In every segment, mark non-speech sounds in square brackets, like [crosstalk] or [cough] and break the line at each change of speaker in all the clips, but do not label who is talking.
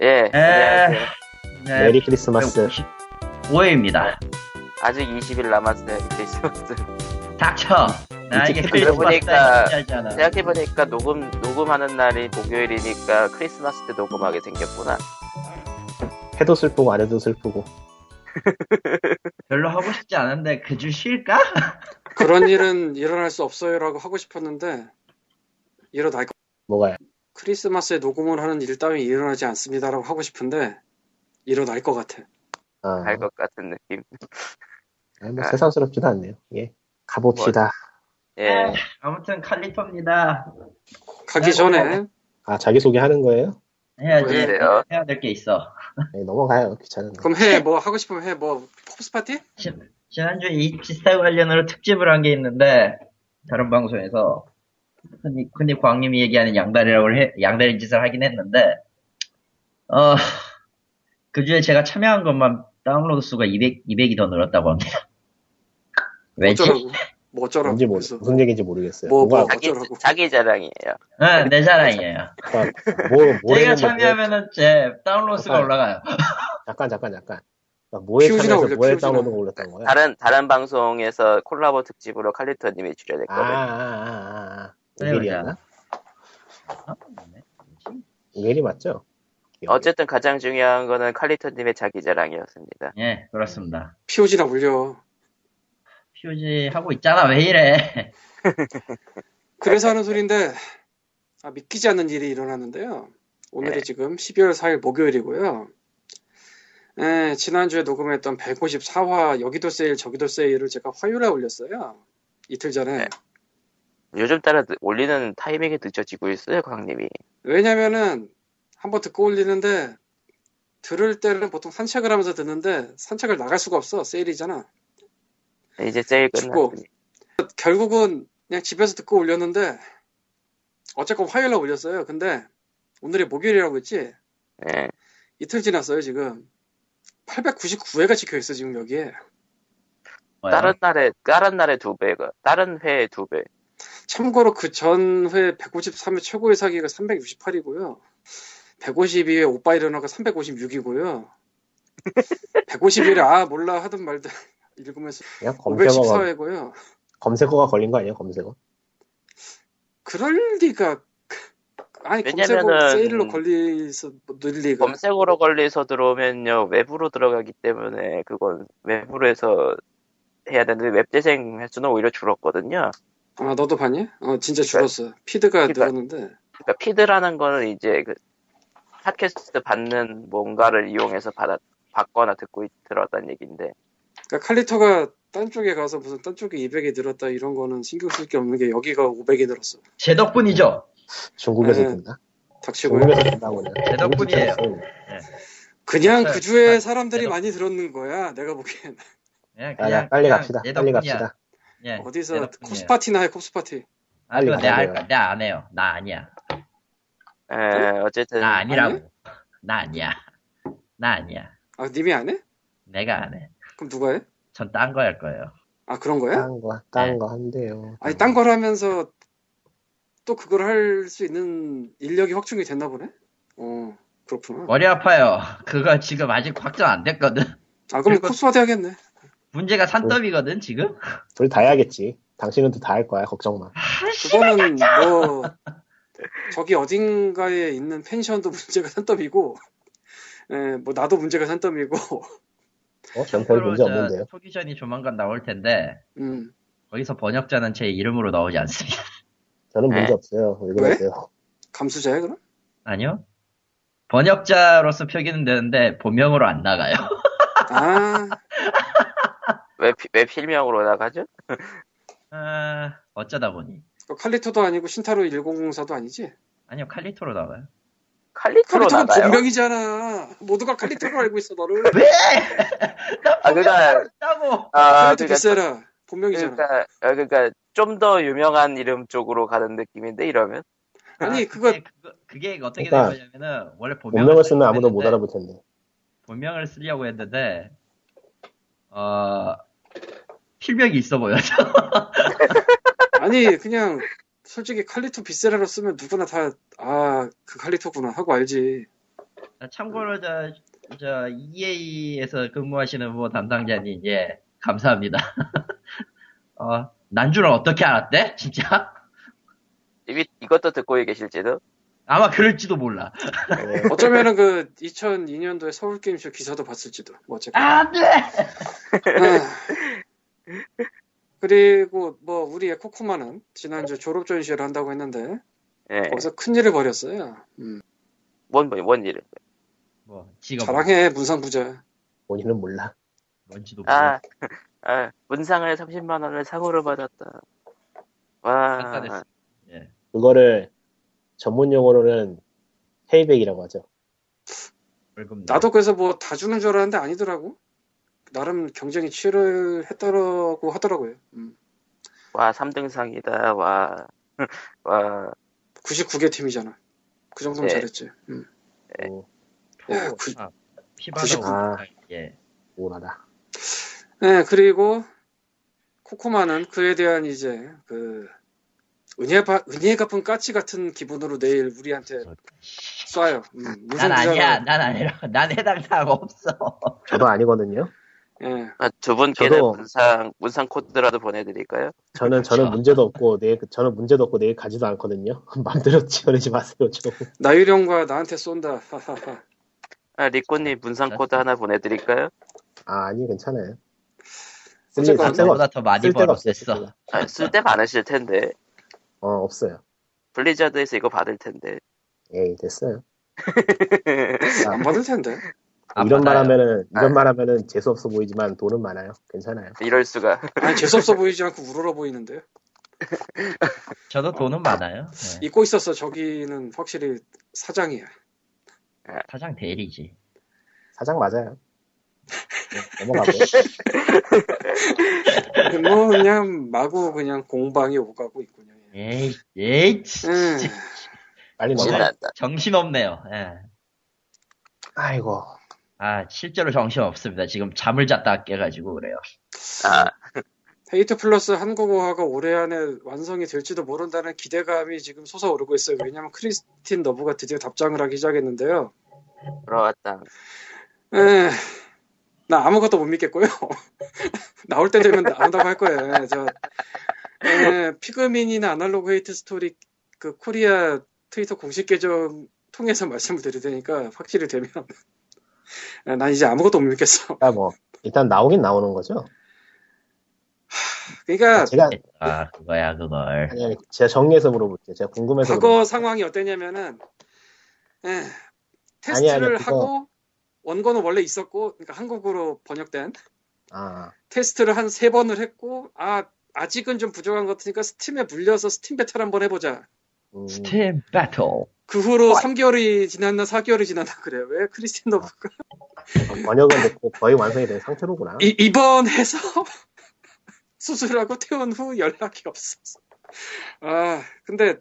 예.
에,
기대하세요.
네,
메리 크리스마스.
5회입니다.
아직 20일 남았어요. 크리스마스.
닥쳐! 나 이게
이제
크리스마스
그러니까
딸이잖아.
생각해보니까 녹음 녹음하는 날이 목요일이니까 크리스마스 때 녹음하게 생겼구나.
해도 슬프고 안 해도 슬프고.
별로 하고 싶지 않은데 그 주 쉴까? [laughs]
그런 일은 일어날 수 없어요라고 하고 싶었는데 일어날 거
뭐가요?
크리스마스에 녹음을 하는 일 따위 일어나지 않습니다라고 하고 싶은데 일어날 것 같아.
아,
할 것 같은 느낌.
아니, 뭐 세상스럽지도 않네요. 예. 가봅시다.
예.
아무튼 칼리퍼입니다.
네,
가기 전에
아, 자기소개 하는 거예요?
해야지.
뭔데요?
해야 될 게 있어.
네, 넘어가요. 귀찮은데.
그럼 해 뭐 하고 싶으면 해 뭐 포스
네,
파티?
지- 지난주에 이 기사 관련으로 특집을 한 게 있는데, 다른 방송에서, 흔히, 흔히 광님이 얘기하는 양다리라고 해, 양다리 짓을 하긴 했는데, 어, 그 주에 제가 참여한 것만 다운로드 수가 200, 200이 더 늘었다고 합니다. 왜지?
어쩌라고? 뭐 어쩌라고?
네. 뭔지 모르,
그래서
무슨 얘기인지 모르겠어요.
뭐,
뭐가,
뭐.
자기
어쩌라고.
자기 자랑이에요.
네, 내 자랑이에요.
그러니까 뭐, 뭐,
제가 참여하면은 제 다운로드 수가
약간-
올라가요.
잠깐, 잠깐, 잠깐. 그러니까 뭐에
피우지나
참여해서
올려,
뭐에
피우지나.
다운로드가 올렸던 거야?
다른 다른 방송에서 콜라보 특집으로 칼리토님이
아,
출연했거든요.
아, 아, 아.
네,
우겔이었나?
어?
우겔이 맞죠? 예.
어쨌든 가장 중요한 거는 칼리토님의 자기 자랑이었습니다.
예, 그렇습니다.
피오지나 올려.
POG 하고 있잖아, 왜 이래.
그래서 하는 소리인데 아, 믿기지 않는 일이 일어났는데요. 오늘이
네.
지금 12월 4일 목요일이고요. 예, 지난주에 녹음했던 154화 여기도 세일 저기도 세일을 제가 화요일에 올렸어요. 이틀 전에.
네. 요즘 따라 느- 올리는 타이밍이 늦어지고 있어요, 광님이.
왜냐면은 한번 듣고 올리는데 들을 때는 보통 산책을 하면서 듣는데 산책을 나갈 수가 없어. 세일이잖아.
이제 세일
죽고.
끝났으니.
결국은 그냥 집에서 듣고 올렸는데 어쨌건 화요일에 올렸어요. 근데 오늘이 목요일이라고 했지?
예.
이틀 지났어요, 지금. 899회가 찍혀있어, 지금 여기에.
뭐야?
다른 날에 다른 날에 두 배가 다른 회에 두 배.
참고로 그 전회 153회 최고의 사기가 368이고요. 152회 오빠 일어나가 356이고요. 151회 아, 몰라 하던 말들 읽으면서
그냥 검색어가,
514회고요.
검색어가 걸린 거 아니에요? 검색어?
그럴 리가. 아니, 검색어
왜냐면은-
세일로 걸리서 늘 리가.
검색으로 걸려서 들어오면요 외부로 들어가기 때문에 그건 외부로 해서 해야 되는데 웹 재생 횟수는 오히려 줄었거든요.
아, 너도 봤니? 어, 진짜
네.
줄었어. 피드가
그러니까-
늘었는데.
그러니까 피드라는 거는 이제 그 팟캐스트 받는 뭔가를 이용해서 받아 받거나 듣고 있- 들었다는 얘기인데
그러니까 칼리터가 딴 쪽에 가서 무슨 딴 쪽에 200이 늘었다 이런 거는 신경 쓸 게 없는 게 여기가 500이 늘었어.
제 덕분이죠.
중국에서
네.
듣나?
닥치고요.
중국에서 듣다고 그래요.
제 덕분이에요.
중국에서
그냥
네,
그 주에
네,
사람들이
네,
많이 들었는 거야. 내가 보기엔
예,
아, 야, 빨리
그냥
갑시다.
내
빨리
덕분이야.
갑시다. 네.
예, 내
어디서
덕분이에요.
콥스파티나 해 콥스파티.
아, 그거
빨리
내가 할
가세요.
거야. 내가 안 해요. 나 아니야.
에, 어쨌든
네?
나 아니라고. 나 아니야. 나 아니야.
아 님이 안 해?
내가 안 해.
그럼 누가 해?
전 딴 거 할 거예요.
아 그런 거야?
딴 거,
네.
딴 거 한대요.
아니 딴 걸 하면서 또 그걸 할 수 있는 인력이 확충이 됐나 보네. 어 그렇구나.
머리 아파요. 그거 지금 아직 확정 안 됐거든.
아 그럼
그리고-
콥스파티 하겠네.
문제가 산더미거든, 지금?
둘 다 해야겠지. 당신은 다 할 거야. 걱정 마.
그거는 뭐
[laughs]
저기 어딘가에 있는 펜션도 [laughs] 문제가 산더미고, 예뭐 나도 문제가 산더미고, [laughs]
어? 전별 문제
저
없는데요.
토기전이 조만간 나올 텐데,
음
거기서 번역자는 제 이름으로 나오지 않습니다.
저는 문제
네.
없어요. 왜
왜?
그러세요?
감수자야 그럼?
아니요? 번역자로서 표기는 되는데, 본명으로 안 나가요. [laughs]
아
웹, 웹 필명으로 나가죠?
아, 어쩌다 보니.
칼리토도 아니고 신타로 1004도 아니지?
아니요, 칼리토로 나와요.
칼리토로
칼리토가
나가요.
본명이잖아. 모두가 칼리토로 알고 있어 너를.
왜? 나
아, 그러니까-
다고
아,
칼리토
그러니까,
비세라 본명이잖아.
그러니까, 아, 그러니까 좀 더 유명한 이름 쪽으로 가는 느낌인데 이러면
아니 그거
그거 그게 어떻게
그러니까
된 거냐면은 원래 본명을,
본명을
쓰려고
쓰면 아무도 못
했는데,
알아볼 텐데.
본명을 쓰려고 했는데 어 필명이 있어 보여서 [laughs]
아니 그냥 솔직히 칼리토 비세라로 쓰면 누구나 다 아 그 칼리토구나 하고 알지.
아, 참고로 저, 저 EA에서 근무하시는 뭐 담당자님 예 감사합니다. [laughs] 어, 난주는 어떻게 알았대? 진짜?
이, 이것도 듣고 계실지도
아마 그럴지도 몰라.
예.
어쩌면은 그 2002년도에 서울 게임쇼 기사도 봤을지도. 뭐 어쨌거나.
아, 안 돼!
아. 그리고 뭐 우리의 코코마는 지난주 졸업 전시를 한다고 했는데
예.
거기서 큰 일을 벌였어요. 음,
뭔, 뭔, 뭔 일을.
뭐, 지금
자랑해 문상 부자.
본인은 몰라.
뭔지도
아,
모르고.
[laughs] 아, 문상을 30만원을 상으로 받았다. 와,
아,
깜깜했어.
그거를 전문 용어로는 페이백이라고 하죠.
월급
나도 그래서 뭐 다 주는 줄 알았는데 아니더라고. 나름 경쟁이 치열했다고 하더라고요. 음,
와, 3등상이다. 와, [laughs] 와,
99개 팀이잖아. 그 정도면
네.
잘했지. 음.
네.
오,
야, 그 구-
아, 피바다
99.
오 예.
우울하다.
네, 그리고 코코마는 그에 대한 이제 그 은혜 바, 은혜 갚은 까치 같은 기분으로 내일 우리한테 쏴요. 음,
난 아니야, 난 아니라, [laughs] 난 해당 사항 없어.
저도 아니거든요.
예,
아, 두 분께는
저도-
문상, 문상 코드라도 보내드릴까요?
저는 저는 문제도 없고 내일 그, 저는 문제도 없고 내일 가지도 않거든요. [laughs] 마음대로 지어내지 마세요 좀.
나유령과 나한테 쏜다. [laughs] 하하하.
아, 리코님 문상 코드 하나 보내드릴까요?
아 아니 괜찮아요. 쓸 일-
어쨌건
쓸 데가 없-
나보다 더 많이
쓸 데가 없어요, 쓸
벌었댔어.
데가.
아, 쓸데 많으실 텐데.
어 없어요.
블리자드에서 이거 받을 텐데.
에이 됐어요.
안 받을 텐데.
안
뭐 이런
받아요.
말하면은
아.
이런 말하면은 재수 없어 보이지만 돈은 많아요. 괜찮아요.
이럴 [laughs] 수가.
아니 재수없어 보이지 않고 우러러 보이는데요.
저도 돈은 많아요. 예.
잊고 있었어. 저기는 확실히 사장이야.
사장 대리지.
사장 맞아요.
[laughs]
네, 넘어가고
뭐 그냥 마구 그냥 공방이 오가고 있군요. 예.
에이, 에이, 치-
음,
빨리 넘어가.
신난다.
정신없네요. 예.
아이고
아, 실제로 정신없습니다. 지금 잠을 잤다 깨가지고 그래요.
아,
헤이트 플러스 한국어화가 올해 안에 완성이 될지도 모른다는 기대감이 지금 솟아오르고 있어요. 왜냐하면 크리스틴 너브가 드디어 답장을 하기 시작했는데요.
들어왔다.
에, 나 아무것도 못 믿겠고요. [laughs] 나올 때 되면 나온다고 할 거예요. 예, 저 에, 피그민이나 아날로그 헤이트 스토리 그 코리아 트위터 공식 계정 통해서 말씀을 드릴 테니까 확실히 되면 에, 난 이제 아무것도 못 믿겠어.
그러니까 뭐 일단 나오긴 나오는 거죠.
그러니까
제가
아, 그거야, 그걸.
아니 아니 제가 정리해서 물어볼게요. 제가 궁금해서 물어볼게요.
과거 상황이 어땠냐면은 에,
아니, 아니,
테스트를
그거-
하고 원고는 원래 있었고 그러니까 한국어로 번역된
아
테스트를 한 세 번을 했고 아 아직은 좀 부족한 것 같으니까 스팀에 물려서 스팀 배틀 한번 해보자.
음,
스팀 배틀.
그
어,
후로 3개월이 지났나 4개월이 지났나 그래 왜 크리스틴
아.
너브가
번역은 됐고 거의 완성이 된 상태로구나.
이, 입원해서 [laughs] 수술하고 퇴원 후 연락이 없었어. 아 근데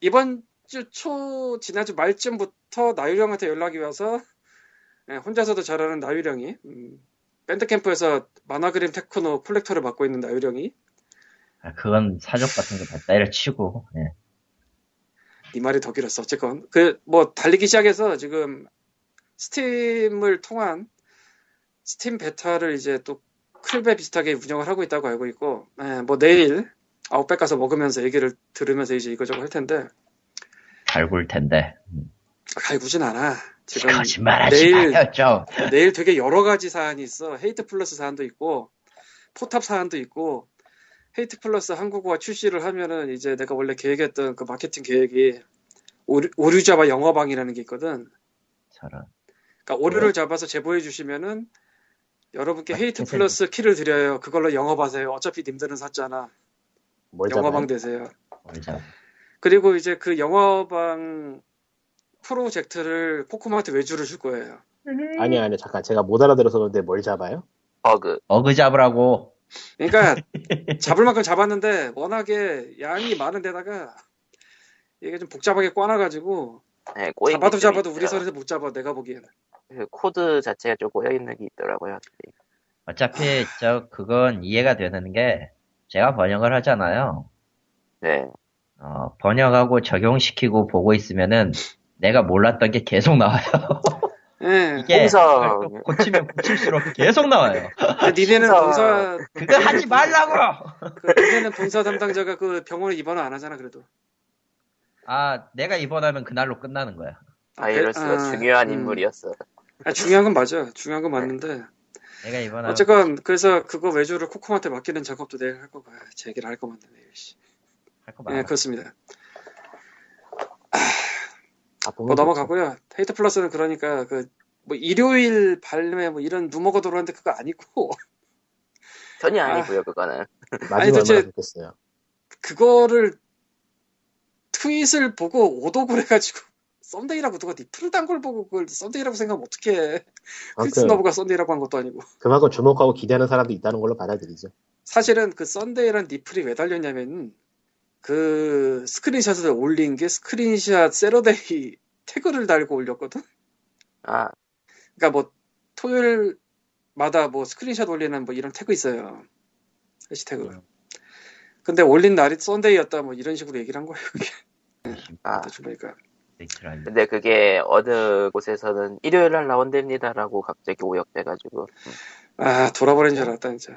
이번 주 초 지난주 말쯤부터 나유령한테 연락이 와서 예, 혼자서도 잘하는 나유령이 음, 밴드 캠프에서 만화 그림 테크노 콜렉터를 맡고 있는 나유령이
아, 그건 사족 같은 거다 때려치고, 예.
네 말이 더 길었어. 어쨌건 그 뭐 달리기 시작해서 지금 스팀을 통한 스팀 베타를 이제 또 클베 비슷하게 운영을 하고 있다고 알고 있고, 예, 뭐 내일 아웃백 가서 먹으면서 얘기를 들으면서 이제 이거저거 할 텐데
갈굴 텐데. 음.
갈구진 않아. 지금
거짓말 하지
내일-
마요, 좀.
내일 되게 여러 가지 사안이 있어. 헤이트 플러스 사안도 있고 포탑 사안도 있고 헤이트 플러스 한국어와 출시를 하면은 이제 내가 원래 계획했던 그 마케팅 계획이 오류, 오류 자바 영어방이라는 게 있거든.
저런.
그러니까 오류를 잡아서 제보해 주시면은 여러분께
네. 아,
헤이트
선생님.
플러스 키를 드려요. 그걸로 영업하세요. 어차피 님들은 샀잖아.
뭘 잡아요?
영어방 되세요.
오자.
그리고 이제 그 영어방 프로젝트를 코코마한테 외주를 줄 거예요.
아니 아니 잠깐 제가 못 알아들어서 그런데 뭘 잡아요?
버그.
어그 잡으라고. [laughs]
그러니까 잡을 만큼 잡았는데 워낙에 양이 많은 데다가 이게 좀 복잡하게 꽈놔가지고
네, 꼬인 게
잡아도
좀
잡아도 우리
있죠.
선에서 못 잡아 내가 보기에는
그 코드 자체가 좀 꼬여있는 게 있더라고요. 확실히.
어차피, 저, 그건 이해가 되는 게, 제가 번역을 하잖아요.
네.
어, 번역하고 적용시키고 보고 있으면은 내가 몰랐던 게 계속 나와요.
예.
이게
공사.
자꾸 고치면 고칠수록 계속 나와요.
니네는
진짜.
봉사
그거 하지 말라고!
그, 니네는 봉사 담당자가 그 병원에 입원을 안 하잖아 그래도.
아, 내가 입원하면 그날로 끝나는 거야.
바이러스가
아,
중요한
음.
인물이었어.
아, 중요한 건 맞아. 중요한 건 맞는데
내가 입원하면.
어쨌건 그래서 그거 외주를 코코한테 맡기는 작업도 내일 할 거고 아, 제 얘기를 할 거만 내일 씨.
할거
예,
많아.
그렇습니다.
아, 보면
뭐 넘어가고요. 헤이트 플러스는 그러니까 그 뭐 일요일 발매 뭐 이런 누머거 도로한테 그거 아니고 [laughs]
전혀 아니고요 그거는.
아니,
마지막
도대체-
얼마나 좋겠어요.
그거를 트윗을 보고 오독을 해가지고 썸데이라고 누가 니플을 단 걸 보고 그걸 썸데이라고 생각하면 어떡해 크리스
아무튼
너브가 썸데이라고 한 것도 아니고
그만큼 주목하고 기대하는 사람도 있다는 걸로 받아들이죠.
사실은 그 썬데이란 니플이 왜 달렸냐면 그 스크린샷을 올린 게 스크린샷 세러데이 태그를 달고 올렸거든.
아
그러니까 뭐 토요일마다 뭐 스크린샷 올리는 뭐 이런 태그 있어요.
네.
해시태그. 근데 올린 날이 썬데이였다 뭐 이런 식으로 얘기를 한 거예요.
아.
대충 보니까.
데이트를 하려고.
근데 그게 어느 곳에서는 일요일 날 나온답니다라고 갑자기 오역돼가지고
음,
아 돌아버린 줄 알았다 진짜.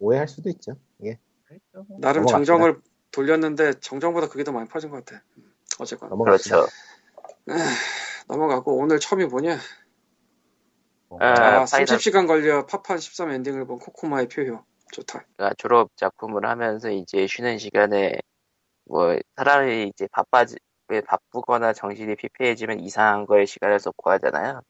오해할 수도 있죠. 예,
그랬죠.
나름
넘어갑시다.
정정을 돌렸는데 정정보다 그게 더 많이 퍼진 것 같아. 음, 어쨌건
넘어가시죠.
그렇죠.
넘어가고 오늘 처음이 뭐냐?
어,
뭐,
아,
아,
파이널
30시간 걸려 파판 13 엔딩을 본 코코마의 표효. 좋다.
그러니까 졸업 작품을 하면서 이제 쉬는 시간에 뭐 사람이 이제 바빠지 왜 바쁘거나 정신이 피폐해지면 이상한 거에 시간을 쏟고 하잖아요.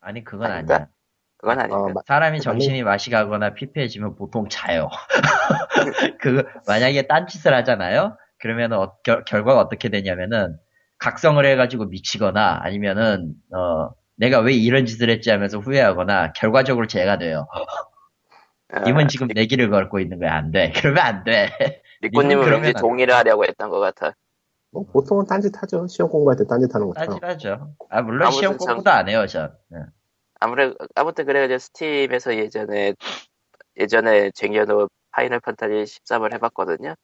아니, 그건
아니다.
아니야.
그건 아니고
어, 마-
네.
사람이 정신이 맛이 가거나 피폐해지면 보통 자요. [laughs] 그 만약에 딴짓을 하잖아요. 그러면 어, 결, 결과가 어떻게 되냐면은 각성을 해가지고 미치거나 아니면은 어, 내가 왜 이런 짓을 했지 하면서 후회하거나 결과적으로 죄가 돼요.
아, 예.
님은
네.
지금 내기를 걸고 있는 거야. 안 돼. [laughs] 그러면 안 돼.
리코님은
이분
왠지
그러면 안
동의를 하려고 했던 것 같아.
뭐 보통은 딴짓하죠. 시험 공부할 때 딴짓하는 것처럼.
딴짓하죠. 아 물론
아무튼
시험
참-
공부도 안 해요, 전. 네.
아무래 아무튼 그래가지고 스팀에서 예전에 예전에 쟁여놓은 파이널 판타지 13을 해봤거든요.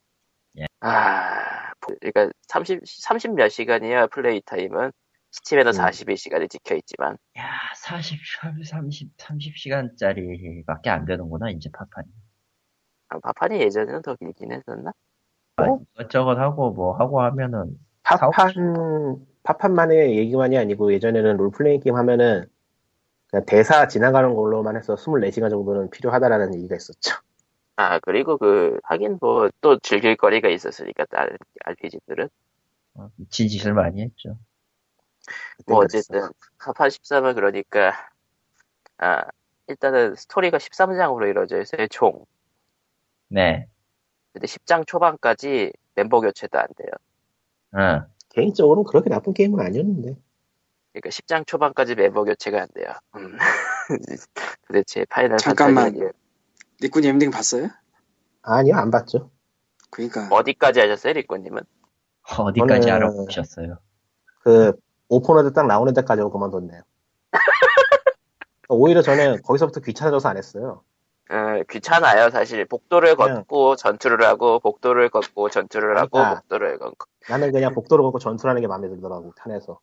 예.
아, 보- 그러니까 30 30 몇 시간이야 플레이 타임은 스팀에도
음.
42시간이 찍혀 있지만
야, 40, 30, 30시간짜리밖에 안 되는구나, 이제 파판이.
아, 파판이 예전에는 더 길긴 했었나?
어?
이것저것 하고 뭐 하고 하면은
파판 파판만의 얘기만이 아니고 예전에는 롤플레잉 게임 하면은 그냥 대사 지나가는 걸로만 해서 24시간 정도는 필요하다라는 얘기가 있었죠.
아, 그리고 그, 하긴 뭐, 또 즐길 거리가 있었으니까, 다른 RPG들은.
어, 미친 짓을 많이 했죠.
그땐
뭐,
그랬어.
어쨌든, 카파 13은 그러니까, 아, 일단은 스토리가 13장으로 이루어져 있어요, 총.
네.
근데 10장 초반까지 멤버 교체도 안 돼요.
응.
개인적으로는 그렇게 나쁜 게임은 아니었는데.
그러니까 10장 초반까지 멤버 교체가 안 돼요. 음. [laughs] 도대체 파이널
잠깐만.
판타지
니꾼이 엔딩 봤어요?
아니요, 안 봤죠.
그러니까
어디까지 하셨어요, 리코님은?
어디까지
저는-
알아보셨어요?
그 오포너드 딱 나오는 데까지 하고
[laughs]
그만뒀네요. 오히려 저는 거기서부터 귀찮아져서 안 했어요.
어, 귀찮아요, 사실. 복도를
그냥-
걷고 전투를 하고, 복도를 걷고 전투를 하고,
그러니까.
복도를 걷고.
나는 그냥 복도를 걷고 전투하는 게 마음에 들더라고, 탄에서.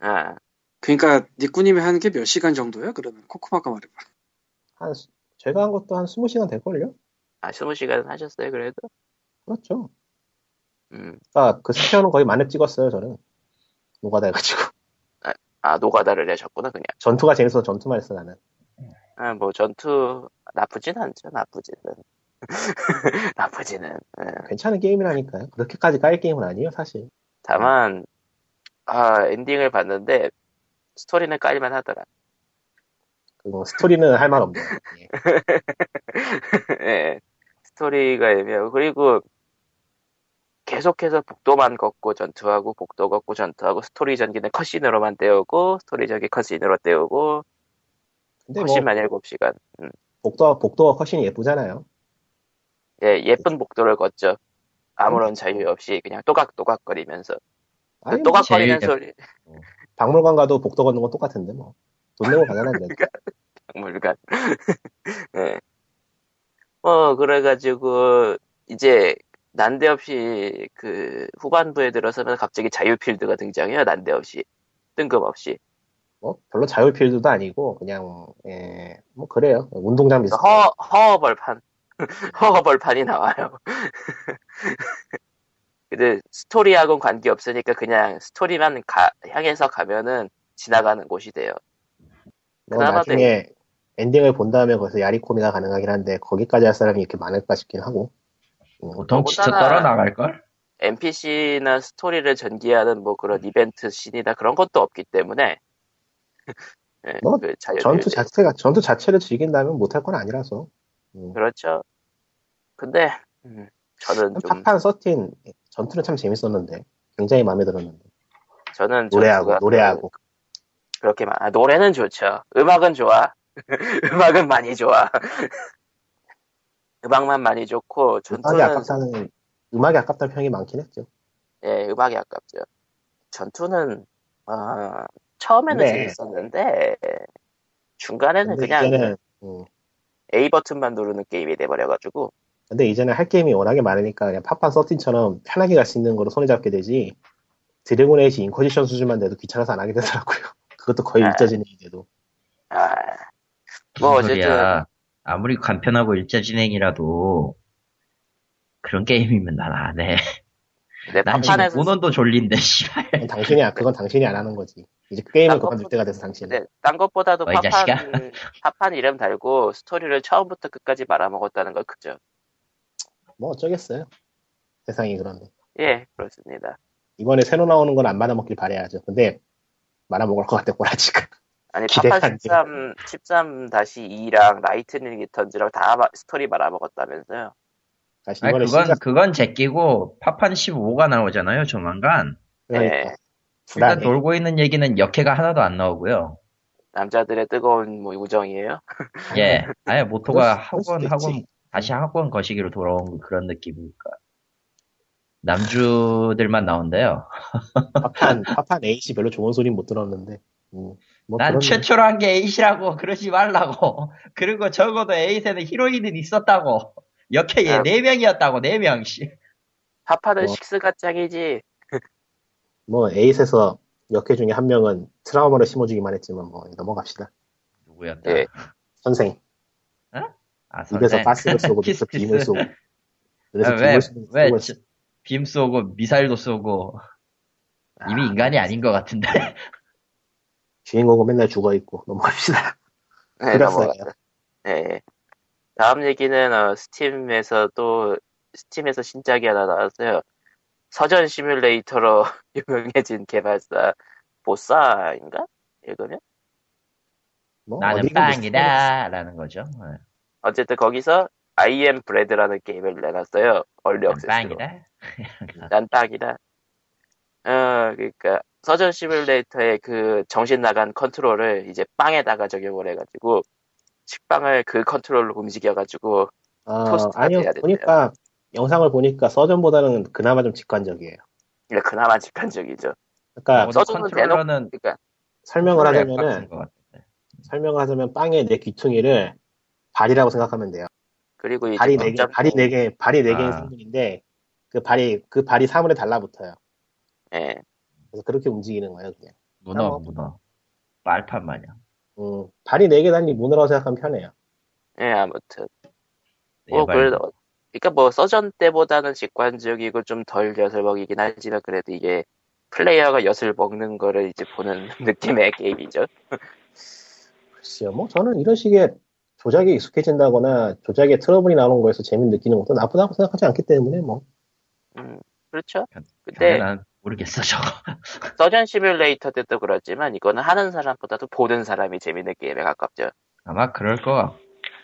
아,
그러니까 니꾼님이 한 게 몇 시간 정도예요? 그러면 코코마가 말해봐.
한, 수- 제가 한 것도 한 20시간 될걸요?
아 20시간 하셨어요, 그래도?
그렇죠.
음.
그러니까 그 스페어는 거의 만렙 찍었어요, 저는. 노가다 해가지고.
아, 노가다를 하셨구나, 그냥.
전투가 재밌어서 전투만 했어, 나는.
아, 뭐, 전투, 나쁘진 않죠, 나쁘지는. [laughs] 나쁘지는. 예.
괜찮은 게임이라니까요. 그렇게까지 깔 게임은 아니에요, 사실.
다만, 아, 엔딩을 봤는데, 스토리는 깔만 하더라. [laughs]
그거 뭐 스토리는 할 말 없네요. 예.
예. 스토리가 애매하고, 그리고, 계속해서 복도만 걷고 전투하고, 복도 걷고 전투하고, 스토리 전기는 컷신으로만 때우고, 스토리 전기 컷신으로 때우고,
근데 뭐,
컷신만 7시간.
복도가, 복도가 훨씬 예쁘잖아요.
예, 예쁜 복도를 걷죠. 아무런 자유 없이 그냥 또각또각거리면서.
아니, 뭐,
또각거리는
제일
소리,
박물관 가도 복도 걷는 건 똑같은데, 뭐. 돈 내고 가잖아, 그래도.
박물관. [laughs] 예. 어, 그래가지고, 이제, 난데없이, 그, 후반부에 들어서면 갑자기 자유필드가 등장해요, 난데없이. 뜬금없이.
뭐 별로 자유필드도 아니고 그냥 예, 뭐 그래요. 운동장 비슷.
허, 허벌판. [laughs] 허벌판이 나와요. [laughs] 근데 스토리하고는 관계없으니까 그냥 스토리만 가- 향해서 가면은 지나가는 곳이 돼요.
뭐
그나마 네.
나중에 엔딩을 본 다음에 거기서 야리코미가 가능하긴 한데 거기까지 할 사람이 이렇게 많을까 싶긴 하고.
보통 지쳐
그거보다는-
떨어 나갈걸?
NPC나 스토리를 전개하는 뭐
음.
그런 이벤트 씬이나 그런 것도 없기 때문에 예,
뭐,
그 자유를-
전투 자체가 전투 자체를 즐긴다면 못할 건 아니라서. 음.
그렇죠. 근데 음, 저는 좀
그 팝판 서틴 전투는 참 재밌었는데 굉장히 마음에 들었는데
저는
노래하고
전투가
노래하고
그- 그렇게 많. 아, 노래는 좋죠. 음악은 좋아. [laughs] 음악은 많이 좋아. [laughs] 음악만 많이 좋고
음악이
전투는
아깝다는 음악이 아깝다는 평이 많긴 했죠.
예, 음악이 아깝죠. 전투는 아, 처음에는
네.
재밌었는데 중간에는
근데
그냥
이제는 음,
A 버튼만 누르는 게임이 돼버려가지고
근데 이제는 할 게임이 워낙에 많으니까 그냥 팝판 서틴처럼 편하게 갈 수 있는 거로 손에 잡게 되지 드래곤 에이지 인코지션 수준만 돼도 귀찮아서 안 하게 되더라고요. [laughs] 그것도 거의
아.
일자지는 이제도
아,
무슨
뭐
소리야. 아무리 간편하고 일자 진행이라도 그런 게임이면 난 안 해.
근데
난 지금
네, 팝판에서
오늘도 졸린데
[laughs]
씨발.
그건 당신이 아- 그건 당신이 안 하는 거지. 이제 게임을
나
그만둘 때가 돼서 당신.
근데 딴 것보다도
어이,
팝판
자식아.
팝판 이름 달고 스토리를 처음부터 끝까지 말아먹었다는 거 크죠.
뭐 어쩌겠어요. 세상이 그런데
예, 그렇습니다.
이번에 새로 나오는 건 안 말아먹길 바래야죠. 근데 말아먹을 것 같아 꼬라지가. [laughs]
아니
기대가
팝판
안
13 13 2랑 라이트닝 리턴즈랑 다 마- 스토리 말아먹었다면서요.
다시
아니,
이번에
그건
시작
그건 제끼고 파판 15가 나오잖아요 조만간.
그러니까
예.
일단
불안해.
돌고 있는 얘기는 역해가 하나도 안 나오고요.
남자들의 뜨거운 뭐 우정이에요.
예, 아예 모토가
네. 그럴 수-
학원
그럴 수도
학원
있지.
다시 학원 거시기로 돌아온 그런 느낌이니까. 남주들만 나온대요.
파판 파판 A씨 별로 좋은 소리 못 들었는데. 음, 뭐
난
그런
최초로 한 게 에잇이라고 [laughs] 그러지 말라고. 그리고 적어도 에잇에는 히로인은 있었다고. 역해
아.
얘네 명이었다고 네 명씩. 어.
팝판은
뭐.
식스가 짱이지. 네,
뭐 에잇에서 역회 중에 한 명은 트라우마를 심어주기만 했지만 뭐 넘어갑시다.
누구였다?
예.
선생
아
입에서
선생. [laughs]
가스를 쏘고
키스,
그래서 빔을
키스.
쏘고 그래서
아,
빔을
왜,
쏘고
왜,
쏘고
지- 빔 쏘고, 미사일도 쏘고, 이미 인간이 아닌 것
[laughs]
같은데.
주인공은 맨날 죽어 있고 넘어갑시다.
네,
그랬어요.
넘어갔다. 예. 다음 얘기는 어, 스팀에서 또 스팀에서 신작이 하나 나왔어요. 서전 시뮬레이터로 [laughs] 유명해진 개발사 보사인가? 읽으면
뭐
나는
어디가 무슨-
빵이다. 라는 거죠. 어,
어쨌든 거기서 I am bread라는 게임을 내놨어요. 얼리
난
억세스로.
빵이다.
난 딱이다. 어, 그러니까 서전 시뮬레이터의 그 정신 나간 컨트롤을 이제 빵에다가 적용을 해가지고 식빵을 그 컨트롤로 움직여가지고
어,
토스트가
아니요
돼야 된대요.
보니까 영상을 보니까 서전보다는 그나마 좀 직관적이에요.
이게 그나마 직관적이죠.
그러니까
써-
적어도
써주는
컨트롤러는
그러니까
설명을 하자면은
약박인 것 같은데.
설명을 하자면 빵의 내 귀퉁이를 발이라고 생각하면 돼요.
그리고 이제
발이 네 개,
걷잡고
발이 네 개, 발이 네 개인
아.
생물인데 그 발이 그 발이 사물에 달라붙어요.
예.
그래서 그렇게 움직이는 거예요, 그냥.
문어,
뭐.
문어. 말판 마냥.
음, 발이 네 개 달린 문어라고 생각하면 편해요.
예, 아무튼. 뭐,
네, 예발.
그, 그니까 뭐, 서전 때보다는 직관적이고 좀 덜 엿을 먹이긴 하지만 그래도 이게 플레이어가 엿을 먹는 거를 이제 보는 [laughs] 느낌의 게임이죠.
글쎄요, 뭐 저는 이런 식의 조작에 익숙해진다거나 조작에 트러블이 나오는 거에서 재미를 느끼는 것도 나쁘다고 생각하지 않기 때문에 뭐
음, 그렇죠.
근데
네.
근데
난 모르겠어, 저거.
서전 시뮬레이터 때도 그렇지만 이거는 하는 사람보다도 보는 사람이 재밌는 게임에 가깝죠.
아마 그럴 거,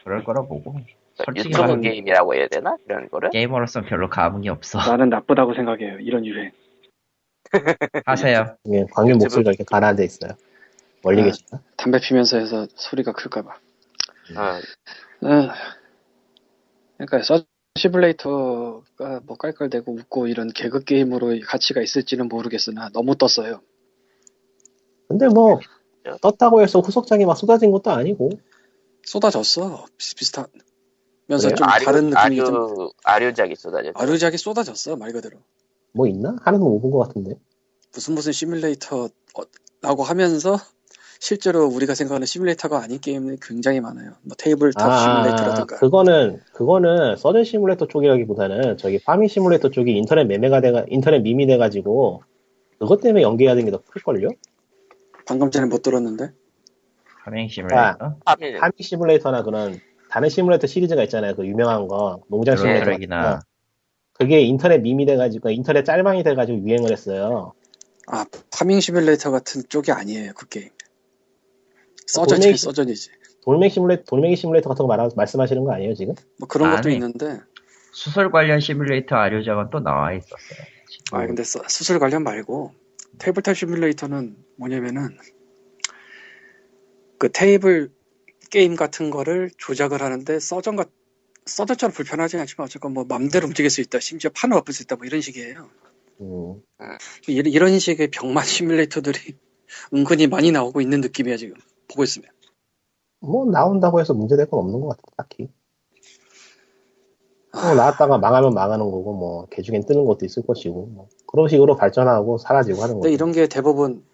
그럴 거라 보고.
그러니까
솔직히
유튜브
말하면
말하면-
게임이라고 해야 되나? 이런 거를?
게이머로선 별로 감흥이 없어.
아,
[laughs]
나는 나쁘다고 생각해요. 이런 유행.
하세요.
예, 광님
유튜브-
목소리가 이렇게 가라앉아 있어요. 멀리
아.
계시나?
담배 피면서 해서 소리가 클까봐.
어,
아, 그러니까 서 시뮬레이터가 뭐 깔깔대고 웃고 이런 개그 게임으로 가치가 있을지는 모르겠으나 너무 떴어요.
근데 뭐
네.
떴다고 해서 후속작이 막 쏟아진 것도 아니고
쏟아졌어. 비슷비슷한. 면서
그래요?
좀
아류,
다른 느낌이
아류,
좀
아류작이 쏟아져.
아류작이 쏟아졌어 말 그대로.
뭐 있나? 하는 거 못 본 것 같은데.
무슨 무슨 시뮬레이터라고 하면서 실제로 우리가 생각하는 시뮬레이터가 아닌 게임이 굉장히 많아요. 뭐 테이블탑 시뮬레이터라든가.
그거는 그거는 서든 시뮬레이터 쪽이라기보다는 저기 파밍 시뮬레이터 쪽이 인터넷 매매가 돼가 인터넷 밈이 돼가지고 그것 때문에 연계해야 되는 게 더 클걸요?
방금 전에 못 들었는데.
파밍
아,
시뮬레이터?
아, 예.
파밀.
파밍 시뮬레이터나 그런 다른 시뮬레이터 시리즈가 있잖아요. 그 유명한 거 농장
드론
시뮬레이터.
트랙이나
같은 거. 그게 인터넷 밈이 돼가지고 인터넷 짤방이 돼가지고 유행을 했어요.
아, 파밍 시뮬레이터 같은 쪽이 아니에요, 그 게임.
본래
서전이
시-
서전이지.
돌멩이 시뮬레이터 돌멩이 시뮬레이터 같은 거 말하, 말씀하시는 거 아니에요 지금?
뭐 그런 것도
아니.
있는데.
수술 관련 시뮬레이터 아류자만 또 나와 있었어요.
아, 근데 서- 수술 관련 말고 테이블탑 시뮬레이터는 뭐냐면은 그 테이블 게임 같은 거를 조작을 하는데 서전 같 서전처럼 불편하진 않지만 어쨌건 뭐 맘대로 움직일 수 있다. 심지어 판을 엎을 수 있다. 뭐 이런 식이에요.
음.
이런, 이런 식의 병맛 [laughs] 시뮬레이터들이 은근히 많이 나오고 있는 느낌이야 지금 보고 있으면
뭐 나온다고 해서 문제될 건 없는 것 같아 딱히. 뭐 나왔다가 망하면 망하는 거고 뭐 개중엔 뜨는 것도 있을 것이고 뭐 그런 식으로 발전하고 사라지고 하는 거죠.
근데 이런 게 대부분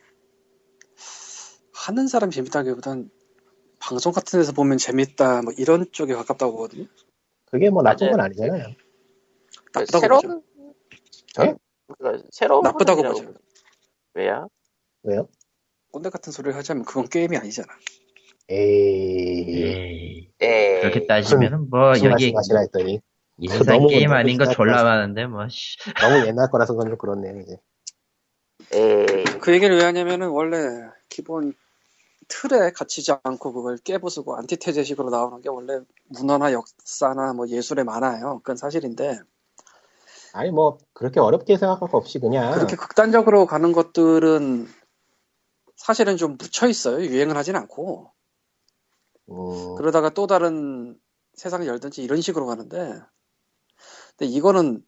하는 사람 재밌다기보단 방송 같은 데서 보면 재밌다 뭐 이런 쪽에 가깝다고 보거든요
그게 뭐 나쁜
맞아요.
건 아니잖아요.
그
나쁘다고 보죠
새로운
예?
그 새로운
나쁘다고
흐름이라고
보죠.
왜요?
왜요?
꼰대 같은 소리를 하자면 그건 게임이 아니잖아
에이
에이,
에
그렇게 따지면은 뭐
무슨
예. 여기
예. 말씀하시나 했더니
이 세상
너무
게임
너무
아닌 거
지나치다.
졸라 많은데 뭐 씨.
너무 옛날 거라서 그건 좀 그렇네요 이제.
에이
그 얘기를 왜 하냐면은 원래 기본 틀에 갇히지 않고 그걸 깨부수고 안티테제식으로 나오는 게 원래 문화나 역사나 뭐 예술에 많아요 그건 사실인데
아니 뭐 그렇게 어렵게 생각할 거 없이 그냥
그렇게 극단적으로 가는 것들은 사실은 좀 묻혀 있어요. 유행을 하진 않고.
음,
그러다가 또 다른 세상을 열든지 이런 식으로 가는데. 근데 이거는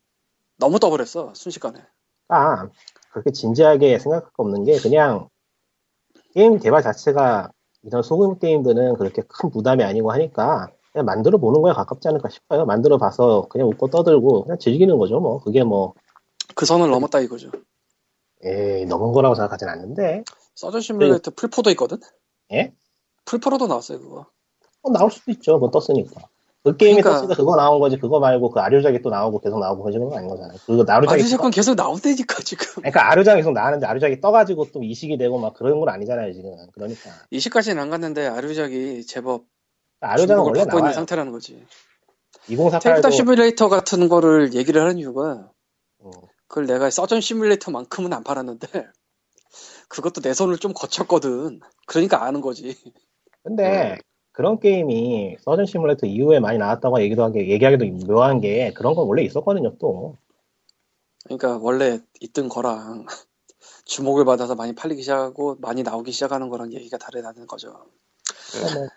너무 떠버렸어. 순식간에.
아, 그렇게 진지하게 생각할 거 없는 게 그냥 게임 개발 자체가 이런 소금 게임들은 그렇게 큰 부담이 아니고 하니까 그냥 만들어 보는 거에 가깝지 않을까 싶어요. 만들어 봐서 그냥 웃고 떠들고 그냥 즐기는 거죠. 뭐 그게 뭐
그 선을 넘었다 이거죠.
에이 넘은 거라고 생각하진 않는데
서전 시뮬레이터 풀포도 있거든?
예?
풀포로도 나왔어요, 그거.
뭐 나올 수도 있죠. 뭐 떴으니까 그 게임이
그러니까.
떴으니까 그거 나온 거지. 그거 말고 그 아류작이 또 나오고 계속 나오고 그러는 건 아닌 거잖아요. 그거
아
나루작이
류자
떠-
건 계속 나온다니까, 지금. [laughs]
그러니까 아류작이 계속 나왔는데 아류작이 떠가지고 또 이식이 되고 막 그런 건 아니잖아요 지금. 그러니까
20까지는 안 갔는데 아류작이 제법
아류작은
중국을
원래
받고 있는
나와요.
상태라는 거지.
2048도
테이블탑 시뮬레이터 같은 거를 얘기를 하는 이유가
어.
음.
그걸 내가 서전 시뮬레이터만큼은 안 팔았는데 [laughs] 그것도 내 손을 좀 거쳤거든. 그러니까 아는 거지.
네.
근데 그런 게임이 서전 시뮬레이터 이후에 많이 나왔다고 얘기도 하게 얘기하기도 묘한 게 그런 건 원래 있었거든요 또
그러니까 원래 있던 거랑 [laughs] 주목을 받아서 많이 팔리기 시작하고 많이 나오기 시작하는 거랑 얘기가 다르다는 거죠.
그러니까 뭐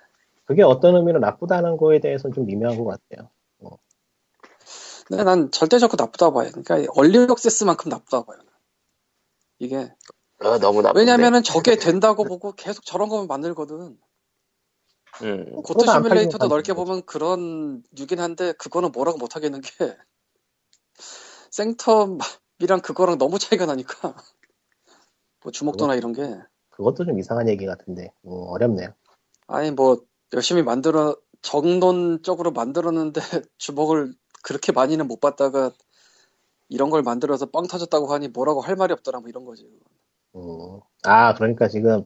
그게 어떤 의미로 나쁘다는 거에 대해서는 좀 미묘한 것 같아요
근데 난 절대적으로 나쁘다고 봐요. 그러니까 얼리 억세스만큼 나쁘다고 봐요. 이게
어, 너무
아,
나쁜데
왜냐면은 저게 된다고
그
보고 계속 저런 거만 만들거든.
음.
고트
어, 그러다 안 팔리는
시뮬레이터도
거
넓게
아니에요?
보면 그런 유긴 한데 그거는 뭐라고 못 하겠는 게 [laughs] 생텀이랑 그거랑 너무 차이가 나니까 [laughs] 뭐 주목도나 이런 게
그것도 좀 이상한 얘기 같은데 음, 어렵네요
아니 뭐 열심히 만들어 정돈적으로 만들었는데 [laughs] 주목을 그렇게 많이는 못 받다가 이런 걸 만들어서 빵 터졌다고 하니 뭐라고 할 말이 없더라 뭐 이런 거지
음. 아 그러니까 지금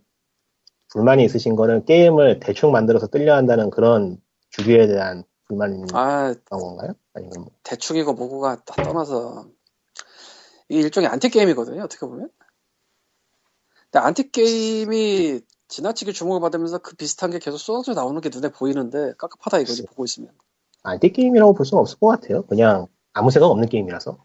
불만이 있으신 거는 게임을 대충 만들어서 뜰려 한다는 그런 주류에 대한 불만인
아
건가요? 아니면 뭐.
대충이고 뭐고가 다 떠나서 이게 일종의 안티게임이거든요 어떻게 보면 근데 안티게임이 지나치게 주목을 받으면서 그 비슷한 게 계속 쏟아져 나오는 게 눈에 보이는데 깝깝하다 이거지 보고 있으면
안티 게임이라고 볼 수는 없을 것 같아요 그냥 아무 생각 없는 게임이라서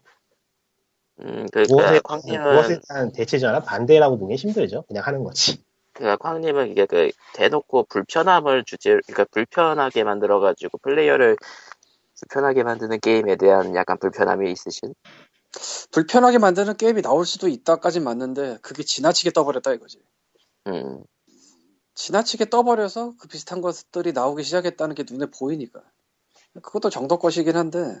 음,
무엇에,
그러니까
무엇에
광님은
대한 대체제나 반대라고 보기 힘들죠. 그냥 하는 거지.
그러니까 광님은 이게 그 대놓고 불편함을 주제 그러니까 불편하게 만들어가지고 플레이어를 불편하게 만드는 게임에 대한 약간 불편함이 있으신
불편하게 만드는 게임이 나올 수도 있다까진 맞는데 그게 지나치게 떠버렸다 이거지
음.
지나치게 떠버려서 그 비슷한 것들이 나오기 시작했다는 게 눈에 보이니까. 그것도 정도 것이긴 한데.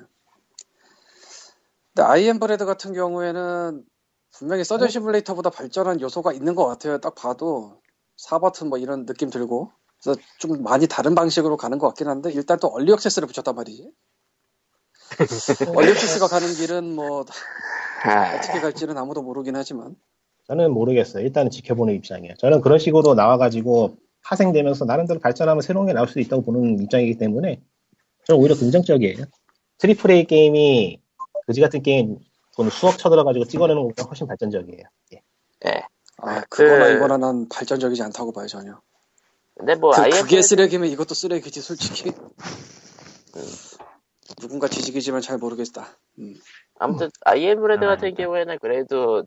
근데 아이엠브레드 같은 경우에는 분명히 서전 시뮬레이터보다 발전한 요소가 있는 것 같아요. 딱 봐도 4버튼 뭐 이런 느낌 들고 그래서 좀 많이 다른 방식으로 가는 것 같긴 한데 일단 또 얼리 액세스를 붙였단 말이지. 얼리 액세스가 가는 길은 뭐
아,
어떻게 갈지는 아무도 모르긴 하지만
저는 모르겠어요. 일단은 지켜보는 입장이에요. 저는 그런 식으로 나와가지고 파생되면서 나름대로 발전하면 새로운 게 나올 수도 있다고 보는 입장이기 때문에 저는 오히려 긍정적이에요. 트리플 A 게임이 그지 같은 게임 돈 수억 쳐들어가지고 찍어내는 것보다 훨씬 발전적이에요. 예.
아
그-
그거나 이거나 난 발전적이지 않다고 봐요 전혀.
근데 뭐 아예
그, 그게 쓰레기면 이것도 쓰레기지 솔직히. 누군가 뒤지기지만 잘 모르겠다. 음.
아무튼 IM 브레드
아,
같은
아니다.
경우에는 그래도